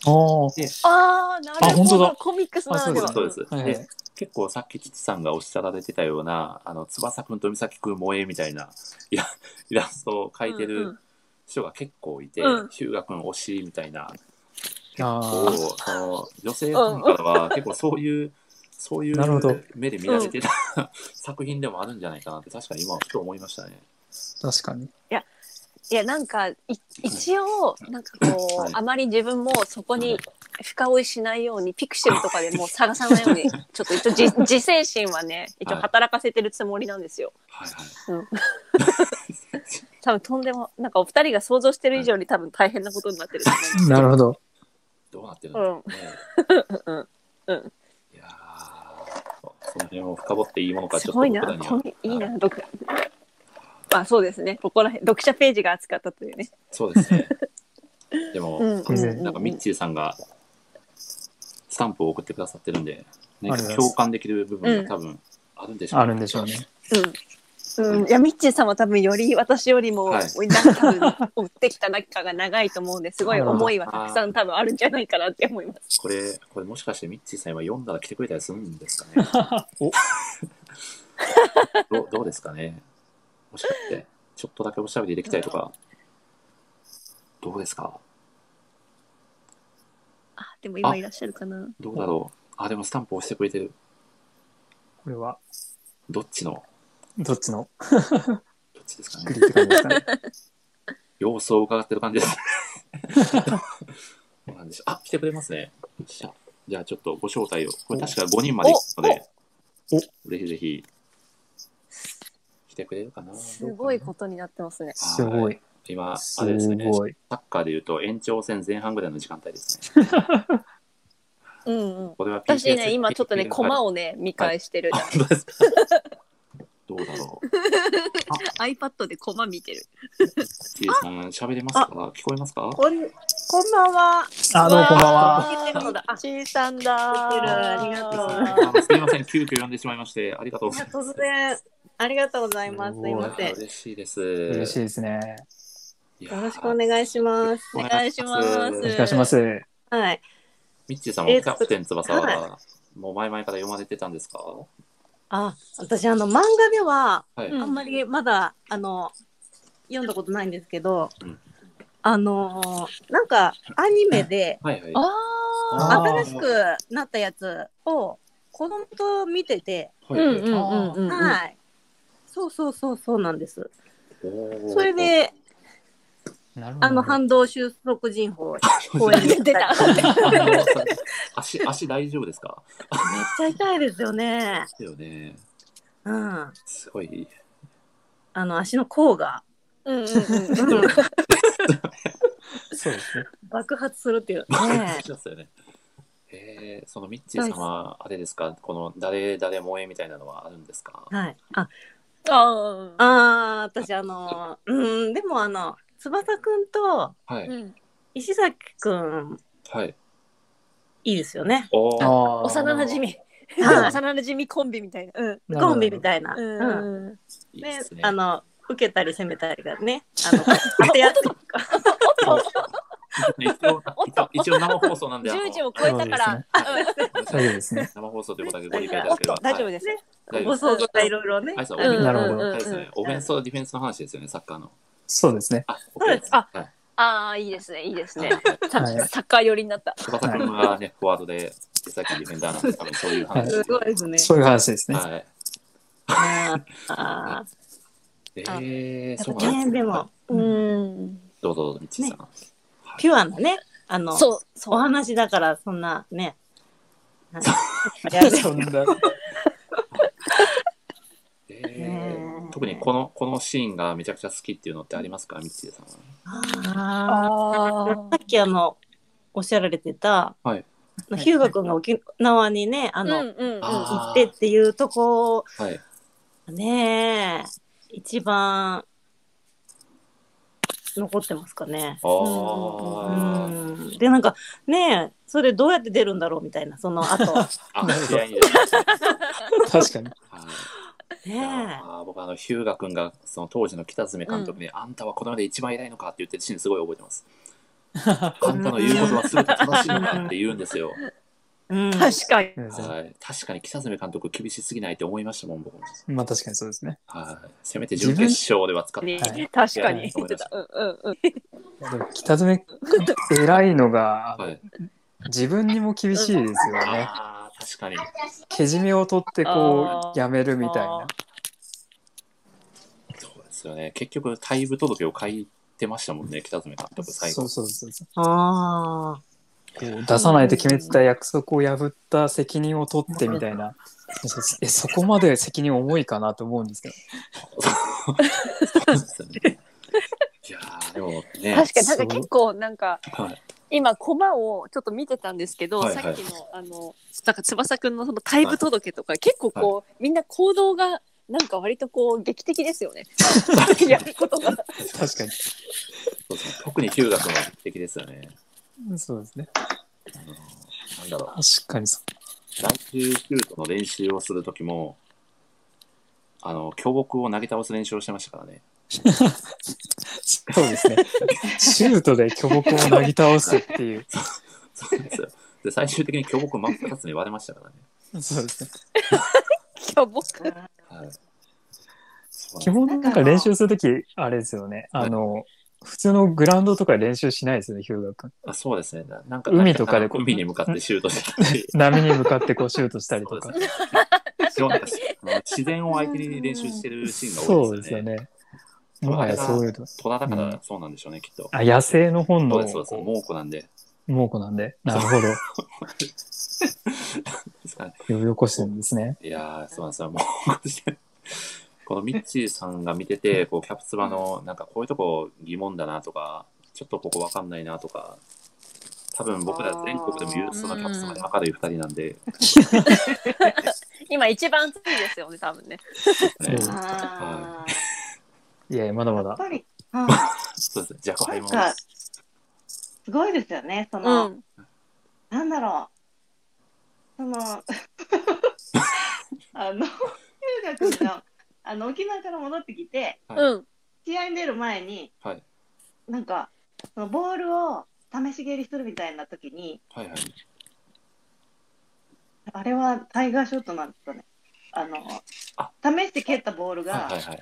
S1: おー
S3: ああ、なるほど。
S1: あ本当だ
S3: コミックスならでは。
S1: ん
S2: そうです。
S1: はいは
S2: で
S1: い
S2: 結構さっき、父さんがおっしゃられてたような、あの、翼くんと美咲くん萌えみたいな、イライラストを描いて
S3: うんう
S2: る
S3: ん
S2: 人が結構いて、
S3: うん
S2: ヒューガ君推しみたいな、
S1: あー
S2: こうその女性ファンからは結構そういう、そうい
S1: なるほど
S2: う目で見られてた、作品でもあるんじゃないかなって確かに今ふと思いましたね。
S1: 確かに。
S3: いや、なんか、い一応、なんかこ、
S2: はいう
S3: あまり自分もそこに深追いしないように、ピクシブとかで
S2: <laughs>
S3: もう探さないように、ちょっと一応自、自制心はね、一応働かせてるつもりなんですよ。
S2: はいはい。
S3: 多分とんでも、なんかお二人が想像してる以上に多分大変なことになってると思
S1: なるほど。
S2: どうなってる
S3: うん
S2: だろうね。
S3: うんうん
S2: いやその辺を深掘っていいものか、ち
S3: す
S2: ょっと
S3: ごいな
S2: 僕らには
S3: こういいな読まあそうですねここら辺読者ページが熱かったというね
S2: そうです
S3: <laughs>
S2: ね。でも、
S3: うん
S1: 完全に
S2: なんかミッチーさんがスタンプを送ってくださってるんで、ね
S1: ありがとうございます
S2: 共感できる部分が多分あるんでしょう
S1: あるんでしょうね。。
S3: うん、うん、いやミッチーさんは多分より私よりも、
S2: はい
S3: なんか多分追ってきた中が長いと思う
S2: <laughs>
S3: んですごい思いはたくさん多分あるんじゃないかなって思います。
S2: これ、これもしかしてミッチーさん今読んだら来てくれたりするんですかね
S1: <laughs> お
S2: どうどうですかねもしかして、ちょっとだけおしゃべりできたりとか、どうですか
S3: <laughs> あでも今いらっしゃるかな。
S2: どうだろうあ、でもスタンプ押してくれてる。
S1: これは
S2: どっちの、
S1: どっちの
S2: どっちですか
S1: グ
S2: ね
S1: リって感じです <laughs> かね。
S2: 様子を伺ってる感じです。 <laughs> どうなんでしょうあ、来てくれますね。よっしゃじゃあちょっとご招待を。これ確か5人まで行くので
S1: おお、
S2: ぜひぜひ、来てくれるかな。
S3: すごいことになってますね。
S1: すごい。
S2: 今、
S1: す
S2: あれですね、サ
S1: ごい。
S2: ッカーでいうと延長戦前半ぐらいの時間帯ですね。
S3: うんうん。
S2: これは PTS
S3: <laughs> 私ね今ちょっとね駒
S2: を。
S3: をね見返してる。
S2: あ本当ですか <laughs> どうだろう。
S3: iPad で駒見てる。
S2: ちえさん、喋れますか聞こえますか
S4: こんこんばんは。
S1: あ、どうもこんばんは。
S3: 聞いてるのだあ
S4: ちーさんだ。
S3: 聞いてるありがとう
S4: と
S2: あすみません、急遽呼んでしまいまして、ありがとうございます。
S4: 突然ありがとうございます。すいません。よ
S2: 嬉しいです。
S1: 嬉しいですね。
S2: よ
S4: ろしくお願いします。
S3: お願いします
S1: お願いします。
S4: はい。
S2: ミッチーさんはキ
S4: えっと
S2: ャプテン翼
S4: は
S2: は、もう前々から読まれてたんですかは
S4: あ、私あの漫画では、
S2: い。
S3: うん
S4: あんまりまだあの読んだことないんですけど、
S2: うん
S4: あのーなんかアニメで
S2: はいはい。
S3: あ
S1: あ
S4: 新しくなったやつを子供と見てて、
S2: はいはい
S3: うんうんうんうん
S4: はい。そうそうそうそうなんです。
S2: おー
S4: それで
S1: なるほど
S4: あの反動収束人法
S2: ご
S4: 公
S2: めん
S4: 園
S2: なさい
S4: に
S3: <laughs>
S4: 出た。めっ
S2: あのさ足、足大丈夫ですか
S4: ちゃ痛いですよね。
S2: だよね。
S4: うん。
S2: すごい。
S4: あの足の甲が、
S3: うんうんうん。
S2: <laughs>
S4: うん、
S3: <laughs>
S1: そうですね。
S4: 爆発するっていうね
S2: ね。ですよね。えー、そのミッチーさんは、あれですか、この誰々萌えみたいなのはあるんですか
S4: はい。あ、
S3: ああ。
S4: あー私あのうんでもあの翼くんと
S2: はい。
S3: うん。
S4: 石崎くん
S2: はい。
S4: いいですよね。
S2: お
S1: あ
S2: ー
S1: ー
S3: 幼馴染み。
S4: はい
S3: <laughs> 幼馴染みコンビみたいな。うん。
S1: なるほど
S4: コンビみたいな。うん。
S3: うん。
S2: いい
S4: ね
S2: ですね。
S4: あの受けたり攻めたりがね、あの当てやすい
S2: 一応一応一応生放送なんで、あの
S3: 10時を超えたから。
S1: 大丈夫ですね。
S2: 生放送ということだけご理解いただ
S3: おっ
S2: けれ
S3: と
S2: ば。
S3: <laughs> 大丈夫
S2: はい
S3: です。
S2: 大丈夫
S4: ご
S2: です。
S4: 想像がいろいろね
S2: あ。いさん、
S3: うん
S1: なるほど
S3: うん
S2: あれです
S3: うん
S2: ねオフェンスとディフェンスの話ですよね、サッカーの。
S1: そうですね。
S2: あ、
S4: そうです
S3: あ
S2: はい
S3: ああいいですねいいですね。サ
S1: はい
S3: サッカー寄りになった。
S2: 翼君がね、フォワードで、さっきディフェンダーなんで、多分そういう話。
S4: すごいですね。
S1: そういう話ですね。
S2: はい。
S4: ああ
S2: えー、
S4: ー、
S2: そう
S4: やっ
S2: なんです
S4: ぱねで
S2: ね。
S4: も
S2: は、
S4: う
S3: ん。
S4: ん
S2: いどうぞどうぞ、みっちーさん。
S4: ピュアなね、あの、
S3: そう
S4: お
S3: そう。
S4: 話だから、そんなね。はい
S1: そんな。
S2: え
S4: ね
S2: ー、特にこのこのシーンがめちゃくちゃ好きっていうのってありますか、みっちーさんは。
S4: あ
S3: あ
S4: ーさっきあの、おっしゃられてた、
S2: はい
S4: あのヒューガ君が沖縄にね、あ
S3: あ
S4: の、
S3: うんうんうん。
S2: あ
S4: 行ってっていうとこ
S2: はい。
S4: ね、一番残ってますかね。
S2: あ
S4: う
S2: ー
S4: ん、で、なんか、ねそれどうやって出るんだろうみたいな、そ
S2: <laughs>
S4: の後。
S2: あ、試合にですね。
S1: 確かに。
S2: はいいや
S4: ね
S2: ー僕あのヒューガ君がその当時の北爪監督に、あんたはこの世で一番偉いのかって言ってるシーンすごい覚えてます。あんたの言うことは全て正しいのかって言うんです <laughs> よ。
S4: うん。
S3: 確かに。
S2: はい、確かに北爪監督厳しすぎないって思いましたもん、僕も。
S1: まあ確かにそうですね。
S2: はい、せめて準決勝では使って。
S1: はい
S3: 確か
S2: い
S3: に
S2: や
S3: 言ってた。うんうんうん。
S1: でも北爪
S4: <laughs>
S1: 偉いのが、
S2: はい、
S1: 自分にも厳しいですよね。
S2: ああ、確かに。
S1: けじめを取ってこ
S4: あ
S1: う
S4: ー
S1: やめるみたいな。
S2: そうですよね。結局、退部届を書いてましたもんね、北爪監督、最
S1: そ
S2: 後
S1: う。そうそうそう。
S4: ああ。
S1: こう出さないと決めてた約束を破った責任を取ってみたいな。そえそこまで責任重いかなと思うんですけど。
S2: <laughs> そうですよね。いやー、でもね、
S3: 確かになんか結構なんか
S2: はい、
S3: 今コマをちょっと見てたんですけど、
S2: はいはい
S3: さっきのあのなんか翼くんのその退部届とか、結構こう、みんな行動がなんか割とこう劇的です
S2: <laughs>
S3: よね。やることが。
S1: 確
S2: そう
S1: か
S2: ですね特にヒューガ君は敵ですよね。
S1: に。そうですね。
S2: あのなんだろう。
S1: 確かにそう。
S2: ランチシュートの練習をするときも、あの、巨木を投げ倒す練習をしてましたからね。
S1: そうですね。シュートで巨木をなぎ倒すっていう。
S2: そうですよ。で、最終的に巨木真っ二つに割れましたからね。
S1: そうですね。
S3: 今日僕
S2: はい。そう
S1: 基本なんか練習するとき、あれですよね。あの、普通のグラウンドとかで練習しないですよね、ヒューガ君。
S2: あそうですね。ななんか
S1: 海とかでこう
S2: 海に向かってシュートしてたり。
S1: 波に向かってこうシュートしたり
S2: そ
S1: と
S2: う
S1: <laughs> か。
S2: ですね。基本なんかあの自然を相手に練習してるシーンが多
S1: そ
S2: いうで
S1: ですす
S2: よ
S1: よ
S2: ね。
S1: ね。もはやそういうと。
S2: 虎だからそうなんでしょうね、きっと。
S1: あ、野生の本
S2: そう
S1: 能
S2: です、そうです。猛虎なんで。
S1: 猛虎なんで。なる
S2: <laughs>
S1: ほど。呼び起こしてるんですね。
S2: いやー、そうなんですよ。もう、 <laughs> このミッチーさんが見てて、こう、キャプツバの、なんかこういうとこ疑問だなとか、ちょっとここわかんないなとか、多分僕ら全国でも有数のキャプツバに明るい二人なんで、
S3: 今一番暑いですよね多分ね。
S1: うん
S2: ね
S4: あー
S1: いやいや、まだま
S2: <laughs>
S4: やっ
S1: だ。
S4: ぱり、うん、
S2: そうですね。じゃあ、これも、
S4: なんかすごいですよね。そうの、
S3: ん。
S4: なんだろう。その、 <laughs> あの、中学の、あの、沖縄から戻ってきて、
S3: うん。
S4: 試合に出る前に、
S2: はい、
S4: なんか、そのボールを試し蹴りするみたいな時に、
S2: はいはい。
S4: あれはタイガーショットなんですよね。あの、
S2: あ
S4: 試して蹴ったボールが、
S2: はいはいはい。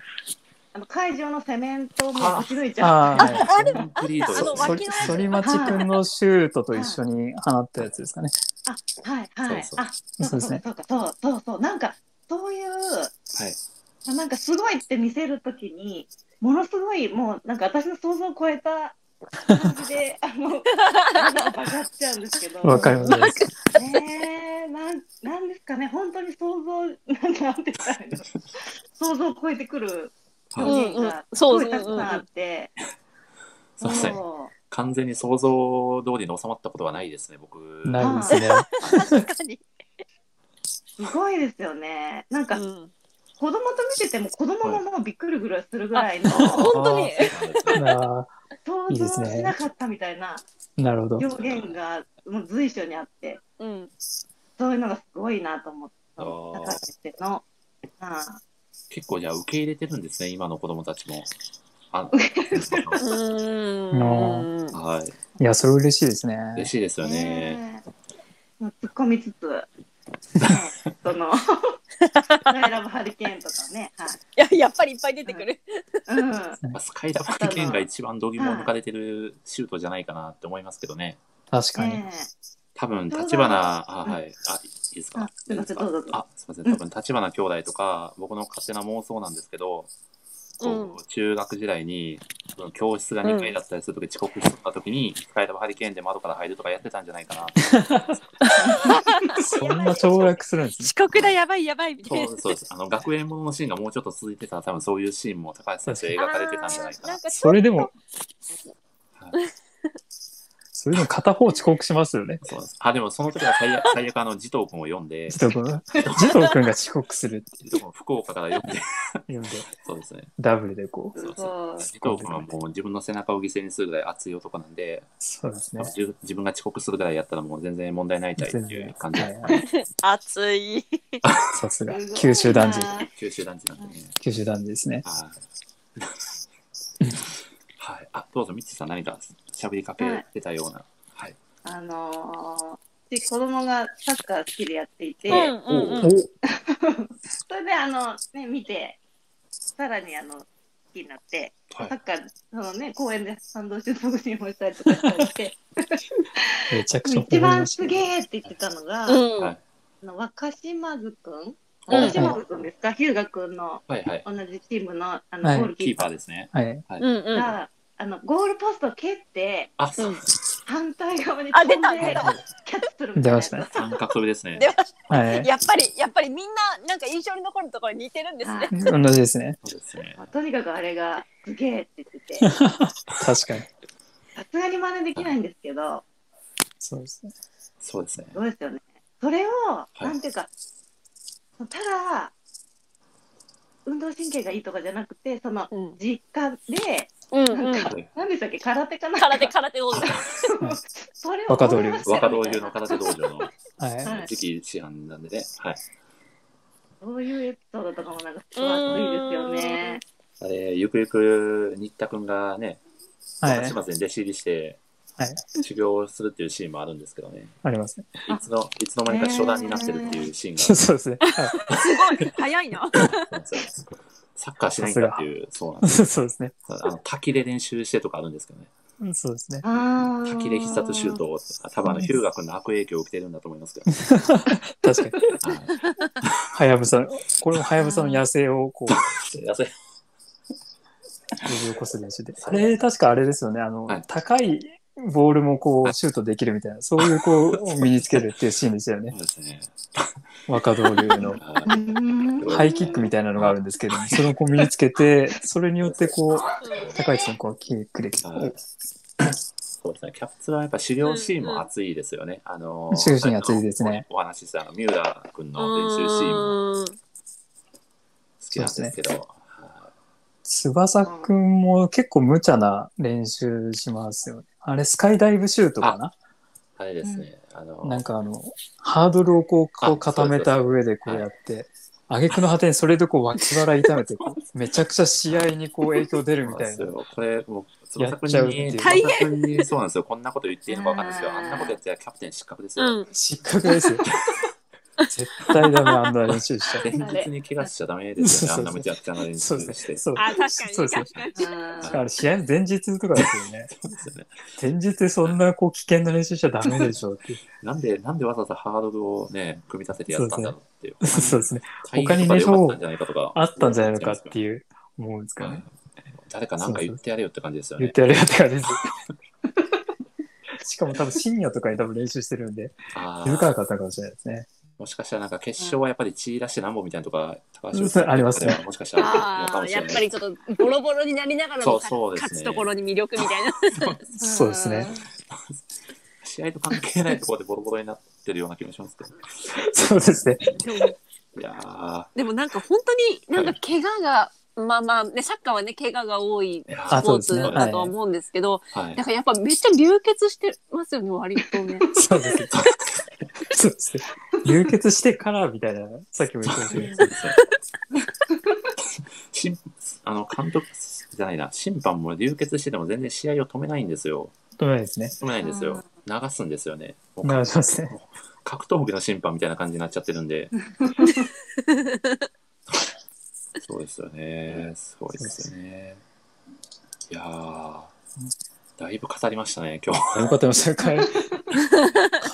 S4: あの会場のセメントをもうぶち抜いちゃう。
S1: ああ、はい
S3: あれ
S2: コンクリー
S3: あの
S2: ト
S1: そ
S3: 脇の
S1: り
S3: や
S1: 反町くんのシュートと一緒に放ったやつですかね。
S4: はいはい。
S2: そうそう
S4: あ、そう
S1: そうですね
S4: そうかそうそうそう。なんかそういう
S2: はい。
S4: なんかすごいって見せるときにものすごいもうなんか私の想像を超えた感じ
S3: <laughs>
S4: であのなんか上がっちゃうんですけど。
S1: わかります。
S4: ねえなんなんですかね本当に想像なんなんて言ったらいいの想像を超えてく
S2: は
S4: る
S2: い
S4: 表現がす
S3: うんうん
S4: ごいたくさんあって。
S2: そうですね。
S4: そう
S2: 完全に想像通りに収まったことはないですね、僕。
S1: ないですね。
S3: 確かに。
S4: すごいですよね。なんか
S3: うん
S4: 子供と見てても子供ももうびっくりぐらいするぐらいの
S3: 本当に。
S2: そうなんですよ
S1: な
S4: 想像しなかったみたいな
S1: なるほど。
S4: 表現がもう随所にあって
S3: うん。
S4: そういうのがすごいなと思った
S2: あー
S4: 高橋っての。あ
S2: 結構じゃあ受け入れてるんですね、今の子供たちも。
S3: <laughs>
S2: あ
S3: うん。
S2: はい。
S1: いや、それ嬉しいですね。
S2: 嬉しいですよね。
S4: えもう突っ込みつつ、ねその「ライラブハリケーン」とかね、はい
S3: ややっぱりいっぱい出てくる。
S4: いうん、
S2: まあ、スカイダーバーケンが一番度肝を抜かれてるシュートじゃないかなって思いますけどね。
S1: 確かに。
S4: ね
S2: 多分、立花、あ、はい。あ、いいです
S4: あ
S2: か。
S4: すいません
S2: いい
S4: ど
S2: ですか
S4: うぞどうぞ
S2: あ、すいません。多分、立花兄弟とか、僕の勝手な妄想なんですけど、こう中学時代に、その教室が2階だったりするとき、遅刻しとったときに、スカイダーバーハリケーンで窓から入るとかやってたんじゃないかなって。
S1: そんな凋落するんですね。
S3: 遅刻だやばいやばいみたい
S2: そ
S3: な
S4: <laughs>
S2: う。そうです。あの、学園もののシーンがもうちょっと続いてたら、多分そういうシーンも高橋先生描かれてたんじゃない
S4: <laughs>
S2: かな。
S1: それで
S3: <laughs>
S1: も、
S2: はい
S1: それでも片方遅刻しますよね。
S2: そうですあ、でもその時は最悪、最悪あの、児童君を読んで、
S1: 児童
S3: <laughs>
S1: 君。児童君が遅刻する
S2: 児童君を福岡から読ん
S1: <laughs>
S2: で、
S1: っていうんで、
S2: そうですね。
S1: ダブルでこう。
S4: す
S2: そう
S4: ごい
S2: 児童君はもう自分の背中を犠牲にするぐらい熱い男なんで、
S1: そうですね。
S2: 自自分が遅刻するぐらいやったらもう全然問題ないたいっていう感じ
S1: は。いはい
S3: 暑い。
S1: さすが
S4: すごい。な
S1: 九州男児。
S2: 九州男児なんでね。
S1: 九州男児ですね。
S2: はい。はい。あ、どうぞ、ミッチーさん何か喋りかけてたような。はい。
S4: あのー、子供がサッカー好きでやっていて、
S3: うんうんうん。
S4: それであの、ね、見て、さらにあの好きになって、
S2: はい
S4: サッカー、そのね、公園で賛同して特にもしたりとかしたりして、
S1: めちゃくちゃ
S4: 一番
S1: す
S4: すげえって言ってたのが、あ
S3: うん。
S2: はい
S4: の若島津くん
S2: うん
S4: 若島津くんですか、日向くんの
S2: はいはい。
S4: 同じチームのあ
S1: はい
S4: のゴールキ
S2: キ
S4: ー
S2: ーパ
S4: パ
S2: ーですね。
S1: はい。
S3: うん
S4: ー
S3: うん。
S4: が、あのゴールポストを蹴って、
S2: あ、そう
S3: うん
S4: 反対側に
S3: あ
S4: 飛んで
S3: 出た出た
S4: キャッチするみた
S1: 出
S4: いな
S1: ま
S4: や
S1: し
S4: つ。
S1: たね。
S2: 三角飛びですね
S3: で。も
S1: はい。
S3: やっぱりやっぱりみんななんか印象に残るところに似てるんですね。
S1: 同じですね。
S2: そうですね。
S4: あとにかくあ
S3: <laughs>
S4: れがすげえって言ってて、
S1: 確かに。
S4: さすがに真似できないんですけど、
S1: そうですね。
S2: そうですね。
S4: そうですよね。それを、
S2: い
S4: なんていうか、ただ、運動神経がいいとかじゃなくて、その、
S3: うん
S4: 実家で、
S3: うんうん。
S2: はい
S4: 何でしたっけ、空手かなんか。
S3: 空手、空手王子。
S4: それを
S1: 若道流
S4: 覚えましたよ
S2: 若道流の空手道場の
S1: はい。
S4: はい
S2: 次期師範なんでね。はい。
S4: そういうエピソードとかもなんかすごい熱いですよね。
S2: あれ、ゆくゆく新田くんがね、
S1: は
S2: 高
S1: い。
S2: 島津に弟子入りして、
S1: はい
S2: 修行をするっていうシーンもあるんですけどね。
S1: ありますね。
S2: いつの、いつの間にか初段になってるっていうシーンが
S1: そうですね。はい
S3: すごい、早 <laughs> いな。
S2: そうなんですよサッカーしないんだっていう、そうなんですよ。
S1: そうですね。
S2: あの滝で練習してとかあるんですけどね。
S1: そうですね。
S4: あー
S2: 滝で必殺シュートを、多分あの、ヒューガ君の悪影響を受けてるんだと思いますけど。
S1: 確かに。
S2: はい
S1: はやぶさ、これもはやぶさの野生をこう、
S2: 痩せ
S1: 呼び起こす練習で。あれ、確かあれですよね。あの、
S2: はい
S1: 高いボールもこう、シュートできるみたいな、そういうこう、身につけるっていうシーンでしたよね
S2: そ。うですね。
S1: 若道流の。
S2: は
S4: う
S2: い
S4: ん
S1: ハイキックみたいなのがあるんですけど、それをこう身につけて、それによってこう、高市さんこう、キックできた。
S2: はいそうですね。キャプツはやっぱ修行シーンも熱いですよね。あの
S1: 修行シーン熱いですね。
S2: お話ししたあのミューラー君の練習シーンも好きなんですけど。は
S1: 翼くんも結構無茶な練習しますよね。あれ、スカイダイブシュートかない
S2: あれですね。あの
S1: なんかあの、ハードルをこう、こう
S2: あそ
S1: 固
S2: うです
S1: めた上でこうやって、挙句の果てにそれでこう脇腹痛めてこう、めちゃくちゃ試合にこう影響出るみたい
S2: そう
S1: な。
S2: なんですよこれ、もう、
S1: や
S2: 翼
S1: っちゃうっ
S2: 君
S1: てい
S2: に、
S1: う
S2: 翼君に、そうなんですよ。こんなこと言っていいのかわかんないですけど、あんなことやってたらキャプテン失格ですよ。
S3: うん。
S1: 失格ですよ。絶対ダメ、あんな練習しちゃ
S2: 前日に怪我しちゃダメですよね。あんな無茶苦茶な練
S1: そ
S2: 習
S1: うで
S2: し
S1: す
S2: て。
S1: ね。
S2: そ
S1: そう
S3: あ、確かに。
S1: そうですね
S3: 確かに。
S1: <laughs> あれ試合の前日とかです
S2: <laughs>
S1: よね。
S2: うですよね。
S1: 前日でそんなこう危険な練習しちゃダメでしょうってい
S2: <laughs> なんで、なんでわざわざハードルをね、組み立ててやったんだろうっていう。
S1: う。そうですね。
S2: 他に他に寝よう。あ
S1: あったんじゃないのかっていう思うんですかね。
S2: 誰かなんか言ってやれよって感じですよ
S1: 言っ
S2: ね。
S1: てやるよって感じです。しかも多分深夜とかに多分練習してるんで、
S2: あ
S1: 気づか
S2: ー
S1: なかったかもしれないですね。
S2: もしかしたらなんか決勝はやっぱり血出してなんぼみたいなとか、高
S1: うん
S2: さん
S1: ありますよ
S2: もしかしたらあるの
S3: あ
S2: か
S3: あ、
S2: もし
S3: や
S2: れ
S3: っ
S2: ない。
S3: ぱりちょっとボロボロになりながら
S2: そ
S3: も
S2: うそうですね
S3: 勝つところに魅力みたいな。
S1: そうですね。
S2: 試合と関係ないところでボロボロになってるような気もしますけど。
S1: そうですね。
S3: <laughs> でも
S2: いやー
S3: でもなんか本当になんか怪我が、まあまあ、ね、サッカーはね、怪我が多い
S2: いや
S3: ス
S1: あ
S2: ー、
S1: そ
S3: ポ
S1: う
S3: ー
S1: です
S3: ツ
S1: ね
S3: だとは思うんですけど、
S2: はい
S3: だ。からやっぱめっちゃ流血してますよね、割とね。
S1: そうですね。そうですね。流血してからみたいな、さっきも言ってましたけど。
S2: <laughs> しんあの監督じゃないな、審判も流血してても全然試合を止めないんですよ。
S1: 止めないですね。
S2: 止めないんですよ。流すんですよね。もう
S1: 流しますね。
S2: 格闘技の審判みたいな感じになっちゃってるんで。そうですよね。すごいですよね。いやー、だいぶ語りましたね、今日。
S1: よかったです。 <laughs> 回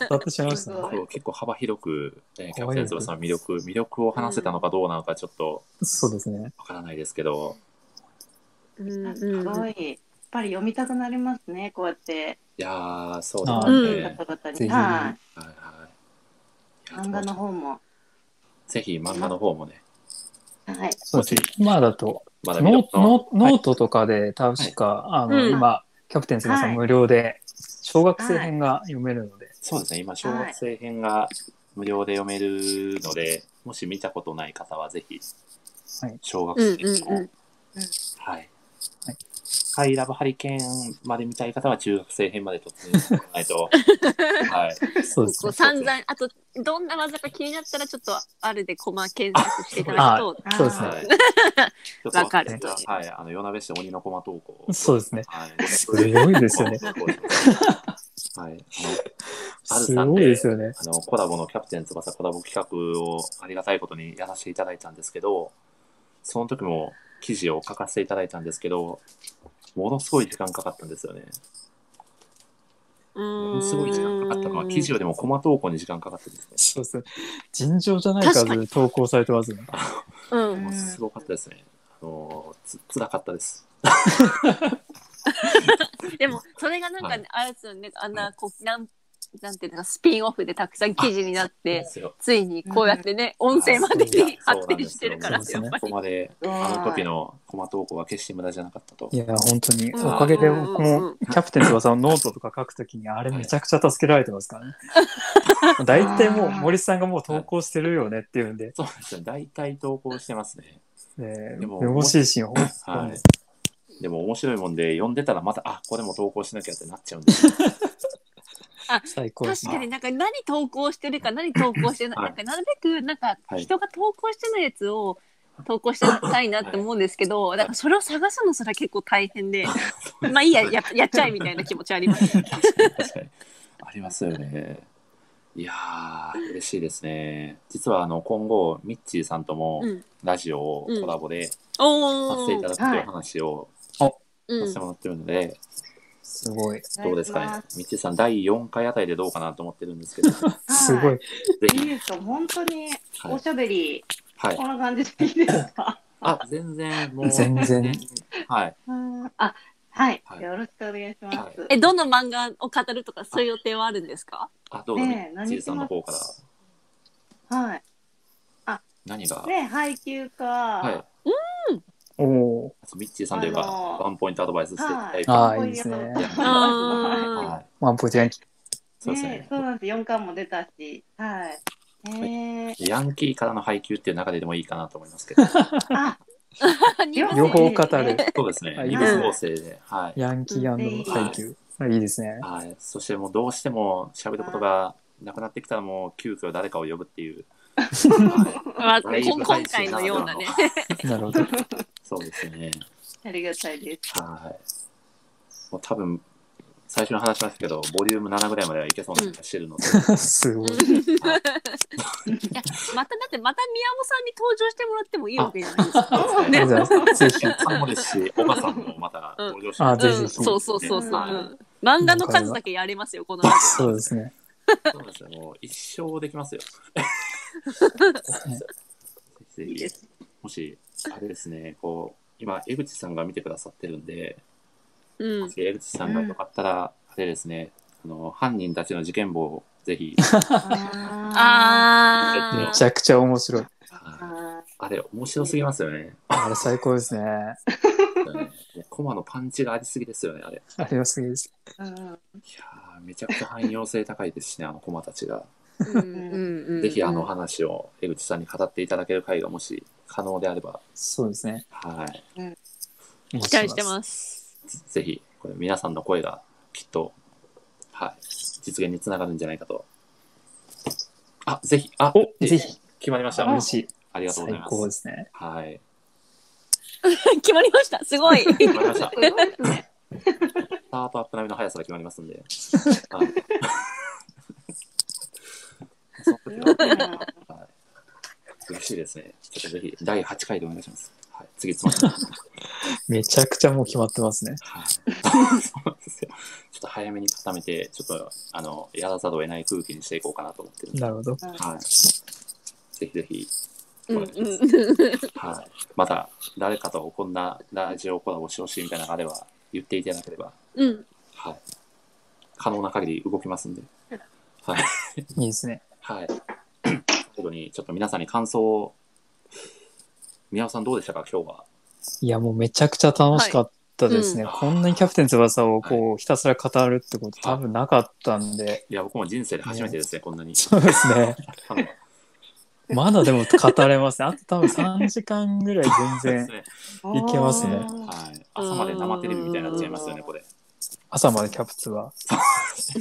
S1: 語ってしまいましたね。
S2: 今日結構幅広く、ね、キャプ
S1: 幅
S2: テン
S1: 広く
S2: 翼の魅力、魅力を話せたのかどうなのかちょっと
S1: そうですね。
S2: わからないですけど、
S3: うん
S4: なん
S3: う
S4: かす
S3: ん
S4: ごい、やっぱり読みたくなりますね、こうやって、
S2: いやー、そうですね。
S4: 方々
S1: ぜ
S4: に。
S1: ひ
S4: はい。
S2: はいはいいや。
S4: 漫画の方も。
S2: ぜひ漫画の方もね、
S4: はい。
S1: そうですね。今だと、
S2: まだ見
S1: ノ
S2: どころ
S1: ノノートとかで確か、あの、
S3: うん
S1: 今、キャプテン翼
S4: はい
S1: 無料で、小学生編が読めるので、
S2: そうですね、今、小学生編が無料で読めるので、もし見たことない方はぜひ <laughs>
S1: はい、
S2: 小学
S3: うん
S2: 生
S3: うん
S2: 編を、
S3: うん。
S2: はい
S1: はい。
S2: ハイラブハリケーンまで見たい方は中学生編まで突入してもらわないと、
S3: <laughs>
S2: はい。
S1: そうです
S3: こう
S1: ね。
S3: 散々、あと、どんな技か気になったら、ちょっとあるでコマ検索していただくと、
S1: そうです
S2: は
S1: ね。
S2: い。
S3: わかる
S2: ちょっとはい。あの、夜なべして鬼の駒投稿。
S1: そうですね。
S2: はい。
S1: すごいです
S2: <laughs>
S1: よね。
S2: はい。ある
S1: す
S2: さん
S1: ごい
S2: で
S1: ですよね。
S2: あの、コラボのキャプテン翼コラボ企画をありがたいことにやらせていただいたんですけど、その時も記事を書かせていただいたんですけど、ものすごい時間かかったんですよね。ものすごい時間かかったのは、記事よりもコマ投稿に時間かかってですね。
S1: そうですね。尋常じゃない数で投稿されてますね。
S3: うん
S4: うん
S2: もうすごかったですね。あの、つ、辛かったです。
S3: でもそれがなんか、ね
S2: は
S3: あれですよねあん
S2: は
S3: なこう何なんていうのかスピンオフでたくさん記事になっ
S2: で
S3: て
S2: すよ
S3: ついにこうやってね、音声までに発展してるから
S1: そうな
S3: やっ
S1: ん
S3: ぱ
S2: こ
S3: り
S2: こ。まで
S4: うわ
S2: あ
S4: ー
S2: の時のコマ投稿は決して無駄じゃなかったと
S1: い。や、本当に。
S3: うん
S1: おかげで
S3: うん
S1: 僕
S3: うんう
S1: も
S3: ん、
S1: キャプテン翼のノートとか書くときに、あれめちゃくちゃ助けられてます
S2: <laughs>
S1: からね。大体もう、森さんがもう投稿してるよねっていうんで、
S2: そうなんですよ。大体投稿してますね。
S1: え
S2: でも
S1: ー、めぼしいシーン、本当
S2: は
S1: に。
S2: い。でも面白いもんで、読んでたらまた、あ、これも投稿しなきゃってなっちゃうん
S3: <laughs>
S2: ですよ。
S1: 最高で
S3: 確
S1: す
S3: か
S1: ね。
S3: になんか何投稿してるか何投稿してない、
S2: はい
S3: なんかなるべくなんか
S2: はい
S3: 人が投稿してないやつを投稿してたいなって思うんですけど、なんかそれを探すのすら結構大変で、まあいいやややっちゃえみたいな気持ちありますね。
S2: 確かに。ありますよね。いやー、嬉しいですね。実は、あの、今後、ミッチーさんとも
S3: うん、
S2: ラジオをコラボでさ
S3: お
S2: せていた
S3: ー
S2: だくという話を
S3: う
S2: さ
S3: ん
S2: せてもらってるので、
S1: すごい。
S2: どうですか
S4: お願い
S2: ね
S4: し。
S2: ミッチーさん、第4回あたりでどうかなと思ってるんですけど、
S3: <laughs>
S2: ぜ
S4: ます
S1: ごい。
S4: いい
S2: ひ。
S4: ですか本当に
S2: はい
S4: おしゃべり、
S2: はい
S4: こ。んな感じでいいですか
S2: あ、全然、もう。
S1: 全然。
S2: はい。
S4: あ、はい、
S2: はい
S4: よろしくお願いします。
S2: は
S3: えどの漫画を語るとかそういう予定はあるんですか？
S2: あ、どうぞ、
S4: ねえ
S2: ミッチーさんの方から
S4: はい。
S2: 何が。
S4: ね、配給か。
S2: はい。
S1: おお
S2: ミッチーさんといえば、
S4: あのー
S2: ワンポイントアドバイスしていただいて、
S1: ー。ああ、
S4: こう
S1: い
S4: いう
S1: いですね
S4: や。つ
S3: あー
S2: はい。
S1: ワンポイント
S3: <laughs>
S1: ヤンキー。
S2: そうです
S4: ね
S2: ね、。
S4: そうなんです。四巻も出たし。はい。えー、
S2: <laughs> ヤンキーからの配給っていう中ででもいいかなと思いますけ
S4: <laughs>
S2: ど、
S4: あ、
S1: 両方語
S4: いい
S3: <laughs>
S1: る
S4: ですね。
S2: そうですね
S1: あ、いい
S2: 二
S1: です
S4: ね
S2: 部構成で、はい。
S1: ヤンキー配給。あいいですね。
S2: はい、そしてもうどうしても喋ることがなくなってきたらもう急遽誰かを呼ぶっていう、はい
S3: まあ、
S2: だい
S3: 今
S2: ぶ
S3: 今回のようなね。 <laughs>
S1: なるほど。
S2: そうですね。
S4: ありがたいです。
S2: はい。もう多分、最初の話しますけど、ボリューム7ぐらいまではいけそうな気がしてる
S4: <laughs>
S2: ので、
S1: すごい。
S3: いやまただってまた宮本さんに登場してもらってもいいわけじゃないですか。
S2: そうです
S1: じ
S2: ね
S1: ゃあ、ぜひ。
S2: さんもですし、岡さんもまた登場して
S1: あ
S2: も
S1: ぜ
S2: ら
S1: ひ
S3: うん、
S1: ぜひ
S3: そうそうそうそう、
S4: はいう
S3: うん漫画の数だけやれますよこのラジ
S1: そうですね。
S2: そうなんですよ。もう一生できます
S3: <laughs>
S2: よ。ぜ
S4: い
S2: ひ
S4: いで
S2: ぜ <laughs>
S4: す。
S2: ひもし、あれですね、こう、今、江口さんが見てくださってるんで、
S3: オ。うん
S2: もし江口さんがよかったら、あれですね、あの、犯人たちの事件簿をぜひ、
S4: あ
S2: ー
S1: め
S3: あ
S1: ちゃくちゃ面白い。
S2: あ
S4: あ。
S2: れ、面白すぎますよね。 <laughs>
S1: あれ最高ですね。
S2: コマのパンチがありすぎですよね、あれ。い
S1: ありがすぎです。
S4: うん
S2: やーめちゃくちゃ汎用性高いですしね、あのコマたちが。
S3: あ、うんうんうん
S2: ぜひ、あの話を江口さんに語っていただける回が、もし可能であれば、
S1: そうですね。
S2: はい。
S1: 期
S3: 期待してます。
S2: ぜひ、これ皆さんの声がきっと、はい、実現につながるんじゃないかと。あ、ぜひ、あ、
S1: お
S2: え
S1: ぜひ。
S2: 決まりました。
S1: 嬉しい。
S2: ありがとうございま。
S1: 最高ですすね。
S2: はい。
S3: <laughs> 決まりました。すご <laughs> い。
S2: 決まりました。
S4: す
S2: ス
S4: ごいですね。
S2: タートアップ並みの速さで決まりますんで。はいその時ははい嬉しいですね。ちょっとぜひ、第8回でお願いします。はい、次、つまります。
S1: めちゃくちゃもう決まってますね。
S2: はい、そうなんですよ。ちょっと早めに固めて、ちょっと、あの、やらざるを得ない空気にしていこうかなと思ってるんで
S1: なるほど。
S2: はい。ぜひぜひ、
S3: うん
S2: お願いします
S3: うん
S2: はい。また、誰かとこんなラジオコラボしてほしいみたいなのがあれば、言っていただければ、
S3: うん。
S2: はい。可能な限り動きますんで。はい。
S1: いいですね。
S2: はい。最後に、ちょっと皆さんに感想を、宮尾さんどうでしたか、今日は。
S1: いや、もうめちゃくちゃ楽しかったですね。
S2: はいうん
S1: こんなにキャプテン翼をこう、ひたすら語るってこと
S2: は
S1: 多
S2: い
S1: 分なかったんで。
S2: いや、僕も人生で初めてですね、こんなに。
S1: そうですね。
S2: あの
S1: まだでも語れますね。あと多分3時間ぐらい
S2: そうで
S1: 全
S2: す
S1: 然
S2: ね。
S1: <laughs> いけますね
S2: はい。朝まで生テレビみたいになっちゃいますよね、これ。
S1: 朝までキャプツは。
S2: サ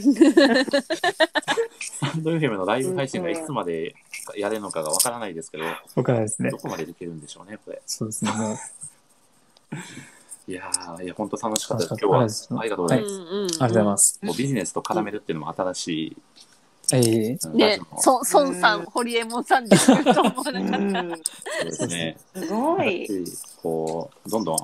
S2: ンド FM のライブ配信がいつまでやれるのかがわからないですけど、
S1: わからないですね
S2: ど。こまでできるんでしょうね、これ。
S1: そうですね。もう、
S2: いやー、いや、本当楽しかったです。
S1: 楽し
S2: 今
S1: かったで
S2: 日
S1: す
S2: は、ありがとうござい
S3: うん
S2: ま
S3: う
S2: す。
S3: ん
S1: ありがとうございます。
S2: もうビジネスと絡めるっていうのも新しい、
S1: ええ
S2: うんラ
S3: ね
S2: ジオ、のそ
S3: 孫孫さん、堀江門さんで来ると思わなかった。
S2: うですね。
S4: すごい。
S2: 新しいこう、どんどん、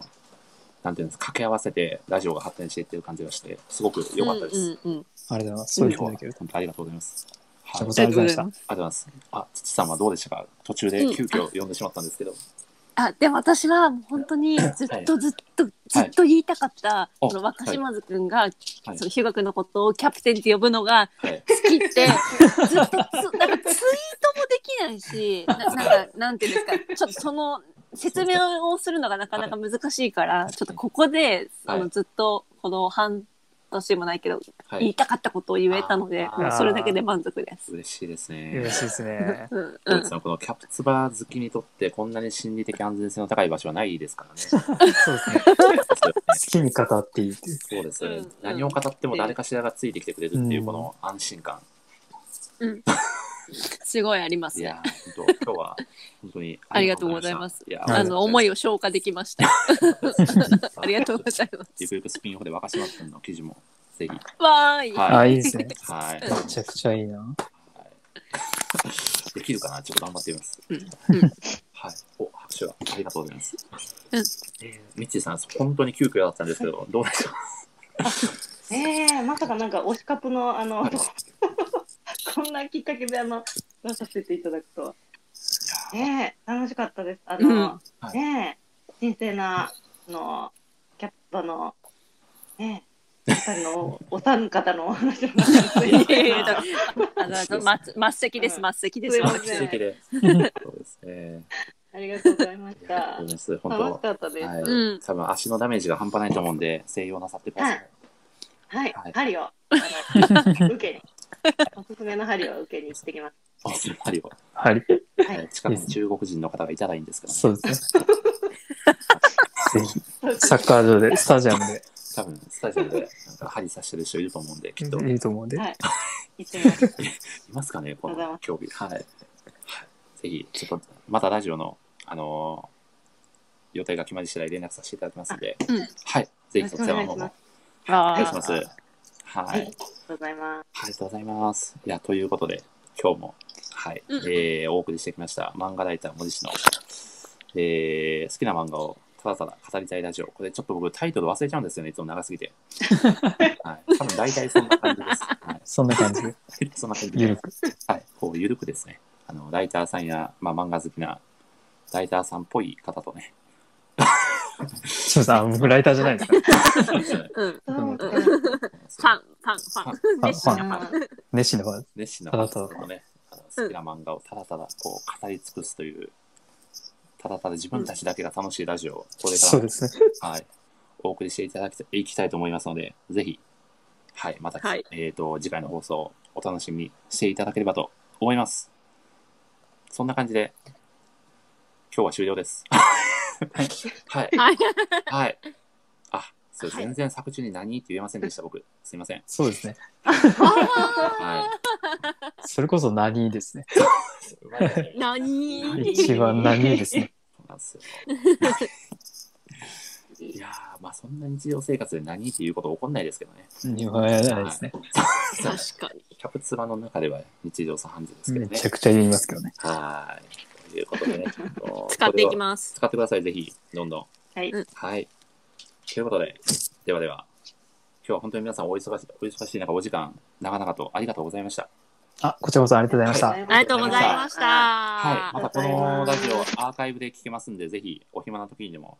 S2: なんていうんですか、掛け合わせてラジオが発展していってる感じがして、すごく良かったです。
S3: うんうんうん
S1: ありがとうございます。そう
S2: 今
S1: 言っ
S2: 日は
S1: ていただけると。
S2: 本当ありがとうございます。はい、あ
S1: じゃあ
S2: り
S1: こ
S2: が
S1: ち
S2: とう
S1: らこそあ
S2: ご
S1: りがとうございました。
S2: ざいます。あ、土さんはどうでしたか途中で急遽呼んでしまったんですけど。
S3: あでも私は本当にずっとずっとずっと言いたかった、
S2: あ
S3: その若島津くんが、
S2: はい
S3: そのヒュガ君のことをキャプテンって呼ぶのが
S2: はい
S3: 好
S2: <laughs>
S3: きって、ずっとつなんかツイートもできないしななんかなんていうんですかちょっとその説明をするのがなかなか難しいから、ちょっとここで、あ
S2: はい
S3: のずっとこの半年もないけど、
S2: は
S3: 言い
S2: い。
S3: たかったことを言えたので
S2: あー
S3: もうそれだけで満足です。
S2: 嬉しいですね
S1: 嬉。しいですね。
S3: うんう
S2: どうんですかこのキャプツバ好きにとってこんなに心理的安全性の高い場所はないですからね。
S3: <laughs>
S1: そうですね。好きに語っていいっていう。
S2: そうですよね、
S3: うんうん
S2: 何を語っても誰かしらがついてきてくれるっていうこの安心感。
S3: すごいあります
S2: い
S3: ね。
S2: やー、本当、今日は本当に
S3: <laughs> ありがとうございます
S2: いや
S1: はい
S3: あの思いを消化できました。ありがとうございます。
S2: ゆくゆくスピンオフで若島君の記事もぜひ。
S3: わーい。
S2: はい
S1: あ、いいですね。
S2: はい。
S1: めちゃくちゃいいな。
S2: できるかなちょっと頑張ってみます。
S3: うんうん
S2: はい。お、拍手がありがとうございます。
S3: うん
S2: えーミッチーさん、本当に急遽だったんですけど、どうでしょ
S4: ねえ、まさかなんか推しカプの、あの、
S2: はい
S4: <laughs> こんなきっかけで、あの、出させていただくとは。
S3: <laughs>
S4: ねえ、楽しかったです。あの、
S2: うん
S4: ねえ、神聖な、あの、キャッパの、ねえ、お二人のお三方のお話を聞
S3: いや
S4: い
S3: いやい
S4: て
S3: やだあのあのま末席です末席です。
S4: すいま
S2: う
S4: せん
S2: 奇跡
S3: <laughs>
S2: で。そうですね。
S4: ありがとうございまし
S2: ありが
S4: た
S2: とうござい。ます。本
S4: 楽し
S2: 当。
S4: かったです。
S2: はい、
S3: うん
S2: 多分足のダメージが半端ないと思うんで、静養なさってください。
S4: はい
S2: はい、
S4: 針を、あの受けに、おすすめの針を受けに行ってきます。
S2: あつまりは
S1: はい。
S4: はい
S2: はい、近くに中国人の方がいたらいいんですけど、ね、
S1: そうですね。ぜひ、サッカー場で、スタジアム
S2: 多分スタジオでなんか針刺してる人いると思うんで、きっと
S1: でいいと思うんで。
S4: はい、行ってみます。
S2: いますかね、こ
S4: ありがと
S2: の競技。はい。はいぜひ、ちょっと、またラジオの、あのー予定が決まり次第連絡させていただきますので、
S3: うん
S2: はい。ぜひ、そちらの
S4: よろしくお願
S2: 方
S4: いし
S2: も
S4: ます。
S2: お願いします。
S3: あ
S2: はい。は
S3: ー
S4: はい、あ
S2: い
S4: りがとうございます。
S2: ありがとうございます。いや、ということで、今日も、はい、
S3: うん
S2: えーお送りしてきました、漫画ライター森氏の、えー好きな漫画をただただ語りたいラジオ。これ、ちょっと僕、タイトル忘れちゃうんですよね、いつも長す
S3: <laughs>
S2: ぎて。はい。多分、大体そんな感じです。はい
S1: そんな感じで、
S2: <laughs> そんな感じ
S1: ゆ
S2: で
S1: る。く。
S2: はい、こう、ゆるくですね。あの、ライターさんや、まあ、漫画好きな、ライターさんっぽい方と
S3: <laughs>
S2: ね。
S1: ちょっと、あ僕ライターじゃないですか。
S3: うんフ
S4: そう
S1: うん
S4: ですね
S3: ァンファンファン。
S1: ファン
S3: 熱
S2: <laughs>
S3: 心
S1: ファン
S3: なファン。
S1: 熱心なファン
S2: 熱心な
S1: た
S2: フ
S1: だ
S2: ァ
S1: ただ
S2: ンのね、あの好きな漫画をただただこう語り尽くすという、ただただ自分たちだけが楽しいラジオをこれか
S1: そう
S2: らも
S1: で、すね。
S2: はい、お送りしていただきたいきたいと思いますので、ぜひ、はい、また、
S3: はい
S2: えー、と次回の放送をお楽しみにしていただければと思います。そんな感じで、今日は終了です。はい。
S3: はい
S2: はい。あ、そう、
S3: はい
S2: 全然作中に何って言えませんでした、僕。すいません。
S1: そうですね。
S2: はい。
S1: それこそ何ですね。
S2: うまいですね
S3: <laughs> 何
S1: 一番何ですね。
S2: そうなんですよ。いやー、まあそんな日常生活で何っていうこと起こんないですけどね。
S1: 言わないですね。
S2: はい
S3: 確かに。
S2: キャプツバの中では日常茶飯事ですけど
S1: め
S2: ね
S1: ち。ゃくちゃ言いますけどね。
S2: はーい。ということでね、
S4: <laughs>
S2: あの
S3: 使っていき
S2: これは
S3: ます。
S2: 使ってください、ぜひ、どんどん。
S4: はい
S3: うん
S2: はい。ということで、ではでは、今日は本当に皆さんお忙しい、お忙しい中、お時間、長々とありがとうございました。
S1: あ、こちらこそありがとうございました。
S3: ありがとうございました。
S2: はい。またこの
S4: ありがとうござ
S2: ラ
S4: います
S2: ジオ、アーカイブで聞けますんで、ぜひ、お暇な時にでも、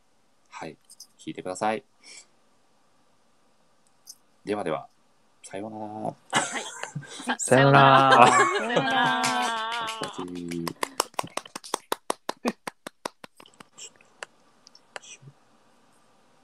S2: はい、聞いてください。ではでは、さようなら。
S3: はいさ
S1: さようなら。
S3: さようなら。
S2: 私